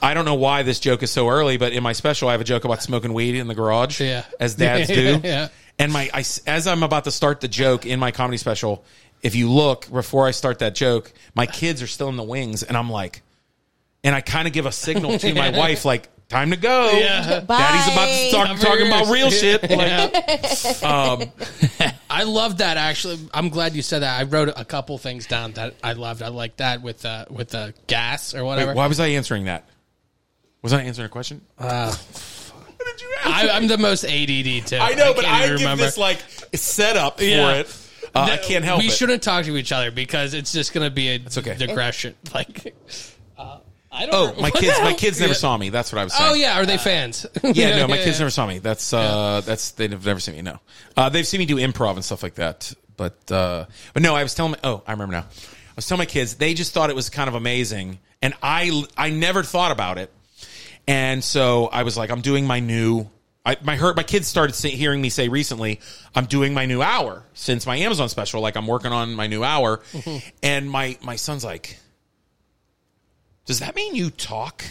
J: I don't know why this joke is so early, but in my special, I have a joke about smoking weed in the garage,
A: Yeah.
J: as dads do.
A: Yeah.
J: And my, I, as I'm about to start the joke in my comedy special, if you look before I start that joke, my kids are still in the wings, and I'm like, and I kind of give a signal to my wife, like, time to go.
A: Yeah.
B: Bye.
J: Daddy's about to start
A: Cover
J: talking about
A: yours.
J: real shit. Like, um,
A: I love that. Actually, I'm glad you said that. I wrote a couple things down that I loved. I like that with uh, with uh, gas or whatever.
J: wait, why was I answering that? Was I answering a question?
A: I, I'm the most ADD too.
J: I know, but
A: can't
J: I
A: even
J: give this like setup for
A: Yeah.
J: it. Uh, I can't help
A: we
J: it.
A: shouldn't talk to each other because it's just going to be a
J: okay.
A: digression. Like, uh, I
J: Oh,
A: don't.
J: my kids! My kids never saw me. That's what I was saying.
A: Oh yeah, are they fans?
J: yeah, no, my kids never saw me. That's uh, that's they've never seen me. No, uh, they've seen me do improv and stuff like that. But uh, but no, I was telling. My, oh, I remember now. I was telling my kids they just thought it was kind of amazing, and I I never thought about it, and so I was like, I'm doing my new. I, my hurt my kids started se- hearing me say recently i'm doing my new hour since my amazon special like i'm working on my new hour and my my son's like does that mean you talk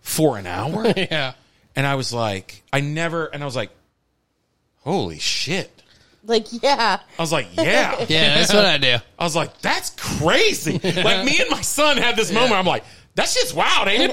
J: for an hour
A: yeah.
J: and I was like, I never, and I was like, holy shit.
B: Like, yeah.
J: I was like, yeah.
C: Yeah, that's what I do.
J: I was like, that's crazy. Like, me and my son had this moment. I'm like, that shit's wild, ain't it,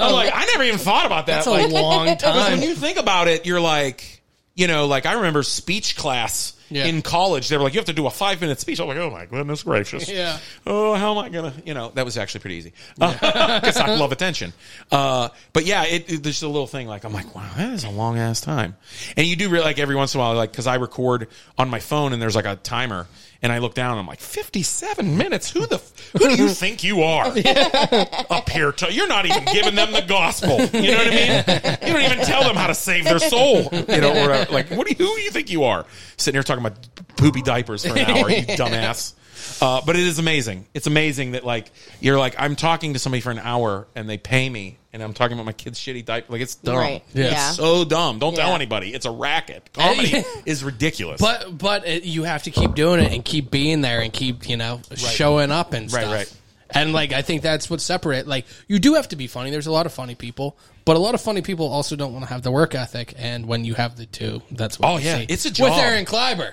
J: I'm like, I never even thought about that.
A: That's
J: like,
A: a long
J: because when
A: time.
J: you think about it, you're like, you know, like I remember speech class
A: Yeah.
J: in college. They were like, you have to do a five minute speech. I'm like, oh my goodness gracious.
A: Yeah.
J: Oh, how am I gonna? You know, that was actually pretty easy because I love attention. Uh, but yeah, it, it- there's a little thing like I'm like, wow, that is a long ass time. And you do real like every once in a while, like because I record on my phone and there's like a timer. And I look down and I'm like, 57 minutes? Who the, f- who do you think you are? up here. To, you're not even giving them the gospel. You know what I mean? You don't even tell them how to save their soul. You know, or uh, like, what do you, who do you think you are? Sitting here talking about poopy diapers for an hour, you dumbass. Uh, but it is amazing. It's amazing that like you're like I'm talking to somebody for an hour and they pay me and I'm talking about my kid's shitty diaper. Like it's dumb.
B: Right. Yeah.
J: It's so dumb. Don't tell
B: Yeah.
J: anybody. It's a racket. Comedy is ridiculous.
A: But but it, you have to keep doing it and keep being there and keep you know showing up and
J: Right,
A: stuff.
J: right.
A: And like I think that's what separate. Like you do have to be funny. There's a lot of funny people, but a lot of funny people also don't want to have the work ethic. And when you have the two, that's what
J: Oh,
A: you
J: yeah.
A: see.
J: It's a
A: with
J: job.
A: Aaron Kleiber.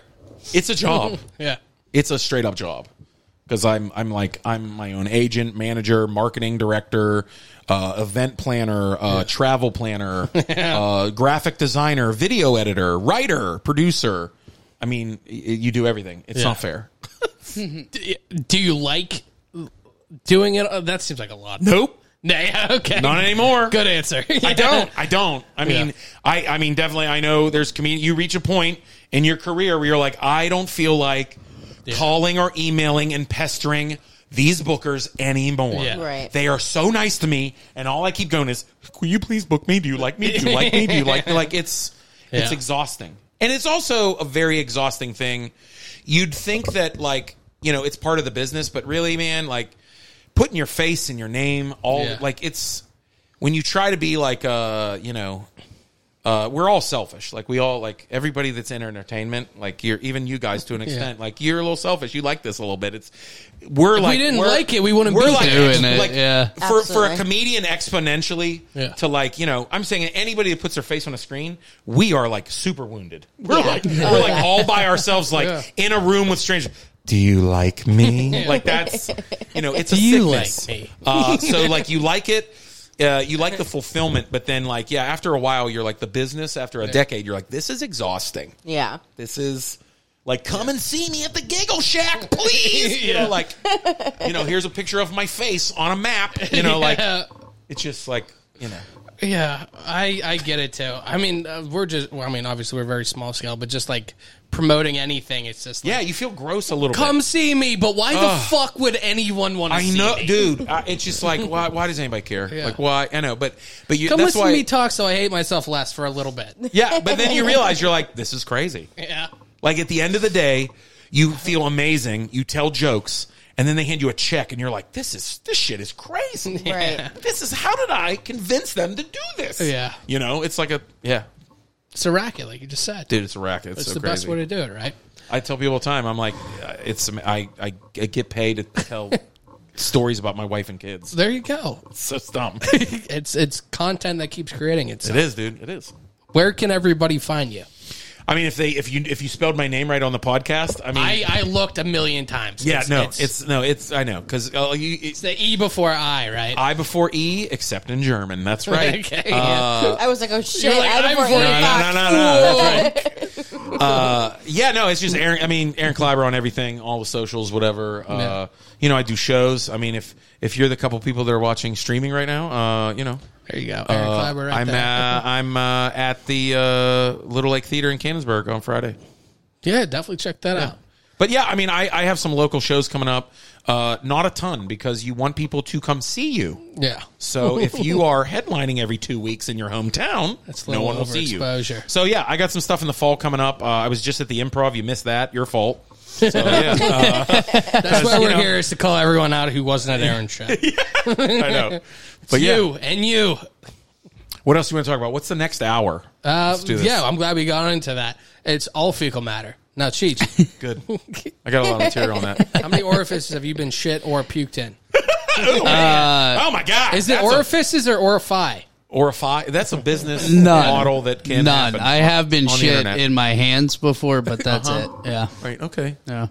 J: it's a job.
A: Yeah,
J: it's a straight up job because I'm I'm like I'm my own agent, manager, marketing director, uh, event planner, uh, travel planner, uh, graphic designer, video editor, writer, producer. I mean, y- you do everything. It's not fair.
A: D- do you like doing it? Uh, that seems like a lot.
J: Nope,
A: Nah, yeah, okay,
J: not anymore.
A: Good answer.
J: I don't. I don't. I mean,
A: Yeah.
J: I. I mean, definitely. I know there's community. You reach a point in your career where you're like, I don't feel like calling or emailing and pestering these bookers anymore.
A: Yeah.
B: Right.
J: They are so nice to me, and all I keep going is, "Will you please book me? Do you like me? Do you like me? Do you like me?" Like it's it's
A: Yeah.
J: exhausting, and it's also a very exhausting thing. You'd think that like you know it's part of the business, but really, man, like putting your face and your name all
A: Yeah.
J: like it's when you try to be like uh you know uh we're all selfish like we all like everybody that's in entertainment like you're even you guys to an extent like you're a little selfish you like this a little bit it's we're like
A: didn't
J: we're-
A: like it, we wouldn't
J: we're
A: be
J: like,
A: doing
J: ex-
A: it,
J: like,
A: yeah.
J: for for a
B: Absolutely.
J: comedian exponentially
A: Yeah.
J: to like you know i'm saying anybody that puts their face on a screen we are like super wounded we're like we're like all by ourselves like
A: Yeah.
J: in a room with strangers do you like me like that's you know it's a
A: Do you
J: sickness.
A: like me?
J: Uh, so like you like it, uh, you like the fulfillment, but then like yeah, after a while you're like the business. After a decade, you're like this is exhausting.
B: Yeah.
J: This is like come and see me at the Giggle Shack, please. You know, like you know, here's a picture of my face on a map. You know, like
A: Yeah.
J: it's just like you know.
A: Yeah, I I get it too. I mean, uh, we're just. Well, I mean, obviously we're very small scale, but just like promoting anything, it's just like,
J: Yeah, you feel gross a little.
A: come
J: bit.
A: see me. But why
J: Ugh.
A: the fuck would anyone want to?
J: I
A: see
J: know,
A: me?
J: dude. I, it's just like why? Why does anybody care?
A: Yeah.
J: Like why? I know, but but you.
A: Come
J: that's
A: listen
J: why.
A: to me talk, so I hate myself less for a little bit.
J: yeah, but then you realize you're like this is crazy.
A: Yeah,
J: Like at the end of the day, you feel amazing. You tell jokes, and then they hand you a check, and you're like, "This is this shit is crazy.
B: Right.
J: This is how did I convince them to do this?
A: Yeah.
J: you know, it's like a yeah,
A: it's a racket, like you just said.
J: dude, it's a racket. It's,
A: it's
J: so
A: the
J: crazy.
A: best way to do it, right?
J: I tell people all the time, I'm like, uh, it's I I, I get paid to tell stories about my wife and kids.
A: There you go.
J: It's so dumb. it
A: It's it's content that keeps creating itself.
J: is, dude. It is.
A: Where can everybody find you?
J: I mean, if they if you if you spelled my name right on the podcast, I mean,
A: I I looked a million times.
J: yeah, no, it's, no, it's I know because uh, you. it-
A: it's the E before I, right?
J: I before E, except in German. That's right. Uh,
A: Okay,
B: I was like, oh shit.
A: You're like,
B: I
A: I'm
B: before
A: for-
B: E, you
A: No, no,
B: thought-
J: No, no, no, that's right. uh, yeah, no, it's just Aaron. I mean, Aaron Kleiber on everything, all the socials, whatever. Uh,
A: Yeah.
J: You know, I do shows. I mean, if if you're the couple people that are watching streaming right now, uh, you know,
A: there you go. Aaron
J: uh,
A: Kleiber right
J: I'm
A: there.
J: uh, I'm uh, at the uh, Little Lake Theater in Cannonsburg on Friday.
A: yeah, definitely check that out.
J: But yeah, I mean, I, I have some local shows coming up. Uh, not a ton because you want people to come see you.
A: Yeah.
J: So if you are headlining every two weeks in your hometown,
A: That's a
J: no
A: little
J: one will see you.
A: overexposure.
J: So yeah, I got some stuff in the fall coming up. Uh, I was just at the improv. You missed that. Your fault. So, yeah, uh,
A: That's why
J: you
A: we're
J: know-
A: here is to call everyone out who wasn't at Aaron's show.
J: I know. But yeah,
A: You and you.
J: what else do you want to talk about? What's the next hour?
A: Uh,
J: Let's do this.
A: yeah, I'm glad we got into that. It's all fecal matter. Now, Cheech,
J: Good. I got a lot of material on that.
A: how many orifices have you been shit or puked in?
J: oh my god!
A: Is it
J: That's a-
A: orifices or orifi?
J: Orify? That's a business
C: None.
J: model that can
C: None.
J: happen
C: I have been
J: on the
C: shit
J: internet.
C: in my hands before, but that's
J: Uh-huh.
C: it. Yeah.
J: Right. Okay.
C: Yeah.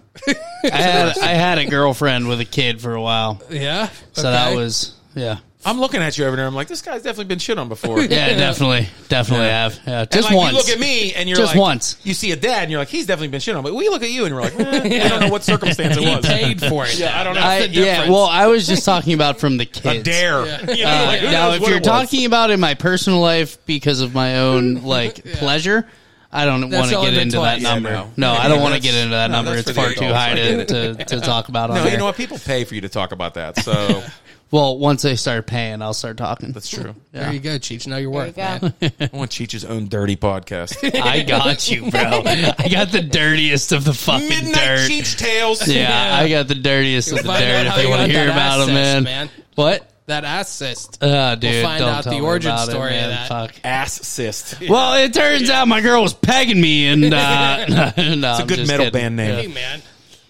C: I had I had a girlfriend with a kid for a while.
A: Yeah.
C: So that was yeah.
J: I'm looking at you over there. I'm like, this guy's definitely been shit on before.
C: Yeah, definitely. Definitely
J: Yeah.
C: have. Yeah.
J: And,
C: Just
J: like,
C: once.
J: You look at me and you're
C: Just
J: like,
C: once.
J: You see a dad and you're like, he's definitely been shit on. But we look at you and we're like, eh, I don't know what circumstance it
A: He
J: was.
A: paid for it.
J: Yeah, I don't know.
C: I,
J: That's the
C: yeah,
J: difference.
C: well, I was just talking about from the kids.
J: a dare. You know,
C: Uh,
J: like, who
C: now,
J: knows
C: if
J: what
C: you're
J: it was?
C: talking about in my personal life because of my own like pleasure, I don't want to
A: only
C: get
A: been
C: into
A: twice.
C: that number.
J: Yeah,
C: no.
J: no. Yeah,
C: I don't want to
J: that's-
C: get into that
J: no,
C: number.
J: that's
C: It's
J: for
C: far
J: the
C: too
J: adults.
C: high
J: I
C: to,
J: get
C: to, to talk about. on
J: no,
C: there.
J: you know what? People pay for you to talk about that. So
C: Well, once I start paying, I'll start talking.
J: that's true.
A: There you go, Cheech. Now you're worth.
B: There you
A: man.
B: go.
J: I want Cheech's own dirty podcast.
C: I got you, bro. I got the dirtiest of the fucking
J: Midnight
C: dirt.
J: Cheech Tales.
C: Yeah, I got the dirtiest of the
A: Find out
C: dirt. If
A: how
C: they
A: you
C: want to
A: got
C: hear
A: that
C: about them,
A: assist,
C: man. What?
A: That assist.
C: Uh, dude,
A: find
C: don't
A: out
C: tell
A: the
C: me
A: origin
C: about it,
A: story of
C: man.
A: that.
C: Fuck.
J: Ass cyst.
C: Well, it turns out my girl was pegging me, and uh, it's
J: a good metal band name.
A: Hey, man.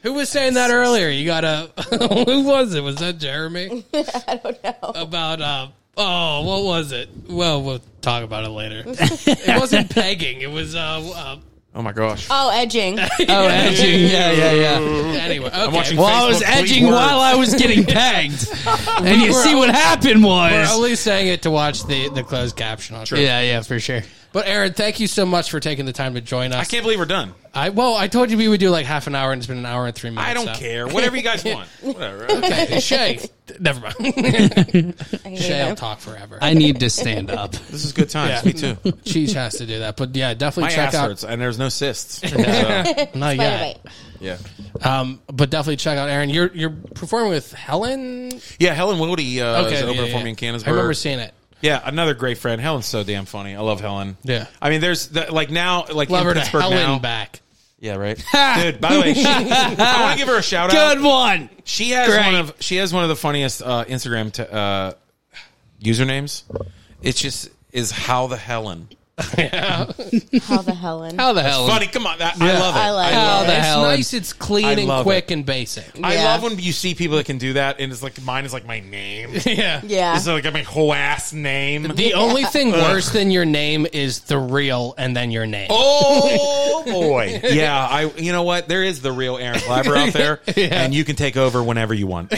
A: Who was saying that earlier? You got to. who was it? Was that Jeremy? I don't know. About. Uh, oh, what was it? Well, we'll talk about it later. it wasn't pegging. It was. Uh,
J: Oh my gosh.
B: Oh, edging.
C: Oh, edging. Yeah, yeah, yeah.
A: uh, anyway. Okay.
J: I'm watching
C: Well, I was
J: Facebook
C: edging
J: tweet words.
C: while I was getting pegged, and you
A: were
C: see what
A: only-
C: happened
A: We're
C: was.
A: only saying it to watch the, the closed caption on it.
C: Yeah, yeah, for sure.
A: But Aaron, thank you so much for taking the time to join
J: I
A: us.
J: can't believe we're done.
A: I, well, I told you we would do like half an hour, and it's been an hour and three minutes.
J: I don't
A: so.
J: care. Whatever you guys want. Whatever.
A: Okay, Shay, never mind.
B: I hate
A: Shay, will
B: him.
A: talk forever.
C: I need to stand up.
J: This is good times. Me too.
A: Cheese has to do that, but yeah, definitely
J: My
A: check
J: ass
A: out.
J: hurts, and there's no cysts. So,
A: Not
B: Spider
A: yet,
B: bite.
J: yeah.
A: um, but definitely check out Aaron. You're you're performing with Helen.
J: Yeah, Helen Wildy uh, is
A: yeah,
J: over
A: yeah.
J: for me in Cannesburg.
A: I remember seeing it.
J: Yeah, another great friend. Helen's so damn funny. I love Helen.
A: Yeah.
J: I mean, there's the, like now, like
A: Love
J: in
A: her to
J: Pittsburgh
A: Helen
J: now.
A: back.
J: Yeah, right. Dude, by the way, she, I want to give her a shout out.
C: Good one.
J: She has
C: Great.
J: one of she has one of the funniest uh, Instagram t- uh, usernames. It's just is how the Helen.
B: How the Helen?
C: How the hell?
J: Funny, come on, that, I love it.
B: I like
C: How
B: it.
C: the
A: it's
C: hell?
A: nice. It's
J: I
A: clean and
J: love
A: quick and basic.
J: I
B: Yeah.
J: love when you see people that can do that, and it's like mine is like my name.
A: yeah.
B: Yeah. Oh
J: It's like my whole ass name.
A: The only thing worse than your name is the real, and then your name.
J: Oh boy! Yeah, I. You know what? There is the real Aaron Clapper out there, and you can take over whenever you want.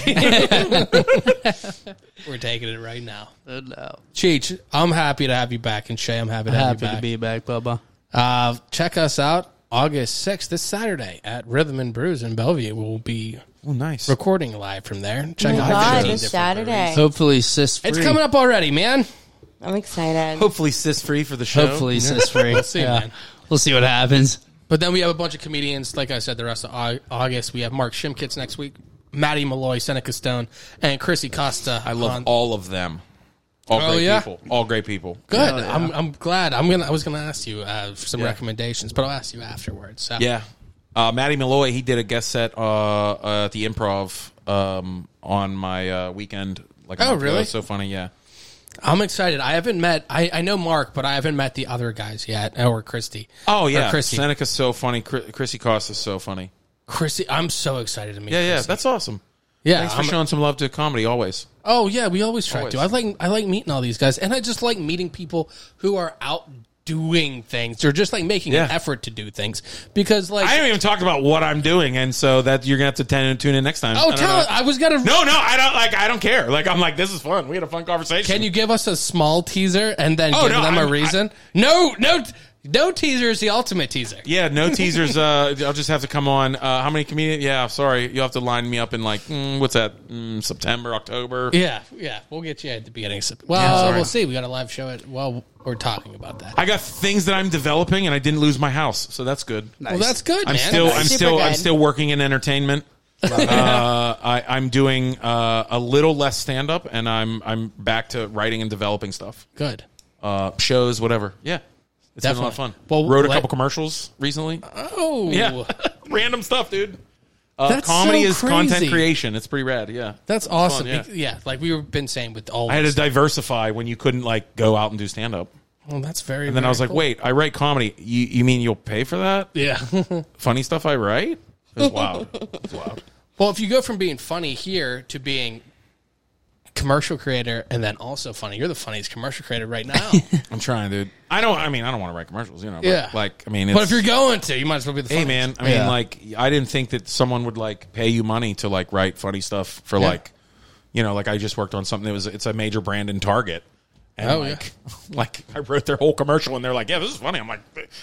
A: We're taking it right now.
C: Good now.
A: Cheech, I'm happy to have you back, and Shay, I'm happy to have
C: Happy
A: you back.
C: to be back, Bubba.
A: Uh, check us out August 6th, this Saturday at Rhythm and Brews in Bellevue. We'll be
J: Oh, nice.
A: recording live from there. Check out
B: Oh God,
A: 15
B: it's
A: different
B: Saturday.
C: Hopefully, sis free.
A: breweries. It's coming up already, man.
B: I'm excited.
J: Hopefully, cis free for the show.
C: Hopefully, sis free.
A: We'll see, man.
C: We'll see what happens.
A: But then we have a bunch of comedians. Like I said, the rest of Au- August, we have Mark Shimkits next week, Maddie Malloy, Seneca Stone, and Chrissy Costa.
J: I love
A: on-
J: all of them. All
A: Oh,
J: great
A: yeah?
J: people. All great people.
A: Good. I'm, I'm glad. I'm gonna. I was gonna ask you uh, for some recommendations, but I'll ask you afterwards. So.
J: Yeah. Uh, Matty Malloy, he did a guest set uh, uh, at the Improv um, on my uh, weekend. Like, a
A: Oh,
J: month ago.
A: really?
J: It's so funny. Yeah.
A: I'm excited. I haven't met. I, I know Mark, but I haven't met the other guys yet, or Christy.
J: Oh
A: Or
J: yeah.
A: Christy.
J: Seneca's so funny. Chris- Chrissy Costa's so funny.
A: Christy, I'm so excited to meet.
J: Yeah, yeah.
A: Christy.
J: That's awesome.
A: yeah.
J: Thanks for
A: I'm-
J: showing some love to comedy always.
A: Oh yeah, we always try to. I
J: Always.
A: like I like meeting all these guys, and I just like meeting people who are out doing things or just like making an
J: Yeah.
A: effort to do things because like
J: I haven't even talked about what I'm doing, and so that you're gonna have to ten, tune in next time.
A: oh
J: I don't
A: tell
J: know.
A: I was gonna
J: No, no, I don't like. I don't care. Like I'm like, this is fun. We had a fun conversation.
A: can you give us a small teaser and then
J: Oh,
A: give
J: no,
A: them a
J: I'm- I-
A: reason no no no teaser is the ultimate teaser
J: Yeah, no teasers. Uh, I'll just have to come on. Uh, how many comedians? Yeah, sorry, you'll have to line me up in like mm, what's that? Mm, September, October.
A: yeah yeah we'll get you at the beginning of September. well we'll see we got a live show at well we're talking about that
J: I got things that I'm developing, and I didn't lose my house, so that's good.
A: well that's good
J: I'm
A: man
J: still, I'm
B: Super
J: still, I'm
B: good.
J: still working in entertainment. uh, I, I'm doing uh, a little less stand up, and I'm I'm back to writing and developing stuff,
A: good
J: uh, shows, whatever. Yeah, it's been a lot of fun.
A: Definitely. Well,
J: wrote a
A: let-
J: couple commercials recently.
A: oh
J: Yeah. Random stuff, dude. Uh,
A: That's
J: comedy
A: so
J: is content
A: crazy.
J: creation. It's pretty rad. Yeah,
A: That's
J: It's fun,
A: awesome.
J: yeah.
A: Bec- yeah. like we've been saying with all.
J: I had to
A: this-
J: diversify when you couldn't like go out and do stand up.
A: well, that's very.
J: And then I
A: very
J: was like,
A: cool.
J: wait, I write comedy. You, you mean you'll pay for that?
A: Yeah.
J: Funny stuff I write? It was wild. It was wild.
A: Well, if you go from being funny here to being commercial creator and then also funny, you're the funniest commercial creator right now.
J: I'm trying, dude. I don't. I mean, I don't want to write commercials. You know. but,
A: Yeah.
J: Like, I mean,
A: but if you're going to, you might as well be the
J: hey
A: funniest.
J: man, I mean,
A: Yeah.
J: like, I didn't think that someone would like pay you money to like write funny stuff for
A: Yeah.
J: like, you know, like I just worked on something that was it's a major brand in Target. And
A: Oh,
J: like, like I wrote their whole commercial, and they're like, "Yeah, this is funny." I'm like,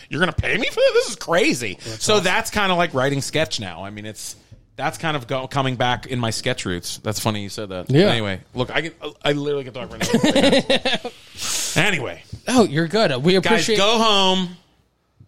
J: "You're gonna pay me for this? This is crazy." so that's kind of like writing sketch now. I mean, it's that's kind of go, coming back in my sketch roots. That's funny you said that.
A: Yeah.
J: Anyway, look, I can I literally can talk right now. anyway,
A: Oh, you're good. We
J: guys,
A: appreciate.
J: go home,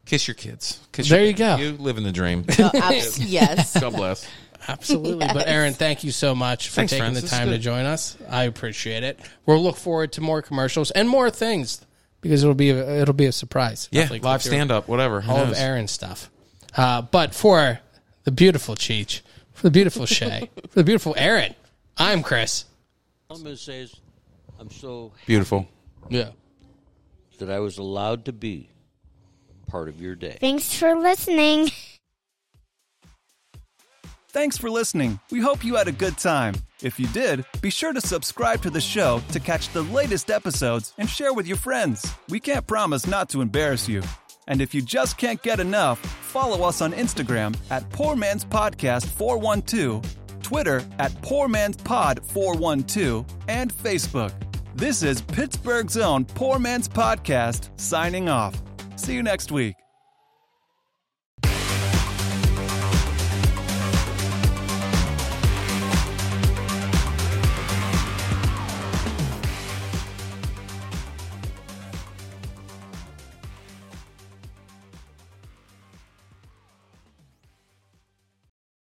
J: kiss your kids. Kiss
A: There
J: your
A: you go.
J: You live in the dream.
B: Abs- yes.
J: God bless.
A: Absolutely. But Aaron, thank you so much for
J: Thanks,
A: taking
J: friends.
A: the
J: This
A: time
J: is
A: to
J: good.
A: join us. I appreciate it. We'll look forward to more commercials and more things because it'll be a, it'll be a surprise.
J: Yeah,
A: Hopefully,
J: live
A: if you're-
J: stand up, whatever. Who
A: all of
J: knows?
A: Aaron's stuff. Uh, but for the beautiful Cheech, for the beautiful Shay, for the beautiful Aaron, I'm Chris.
K: All I'm going to say is, I'm so
J: Beautiful.
A: Yeah.
K: that I was allowed to be part of your day.
L: Thanks for listening.
E: Thanks for listening. We hope you had a good time. If you did, be sure to subscribe to the show to catch the latest episodes and share with your friends. We can't promise not to embarrass you. And if you just can't get enough, follow us on Instagram at Poor Man's Podcast 412, Twitter at Poor Man's Pod 412, and Facebook. This is Pittsburgh's own Poor Man's Podcast signing off. See you next week.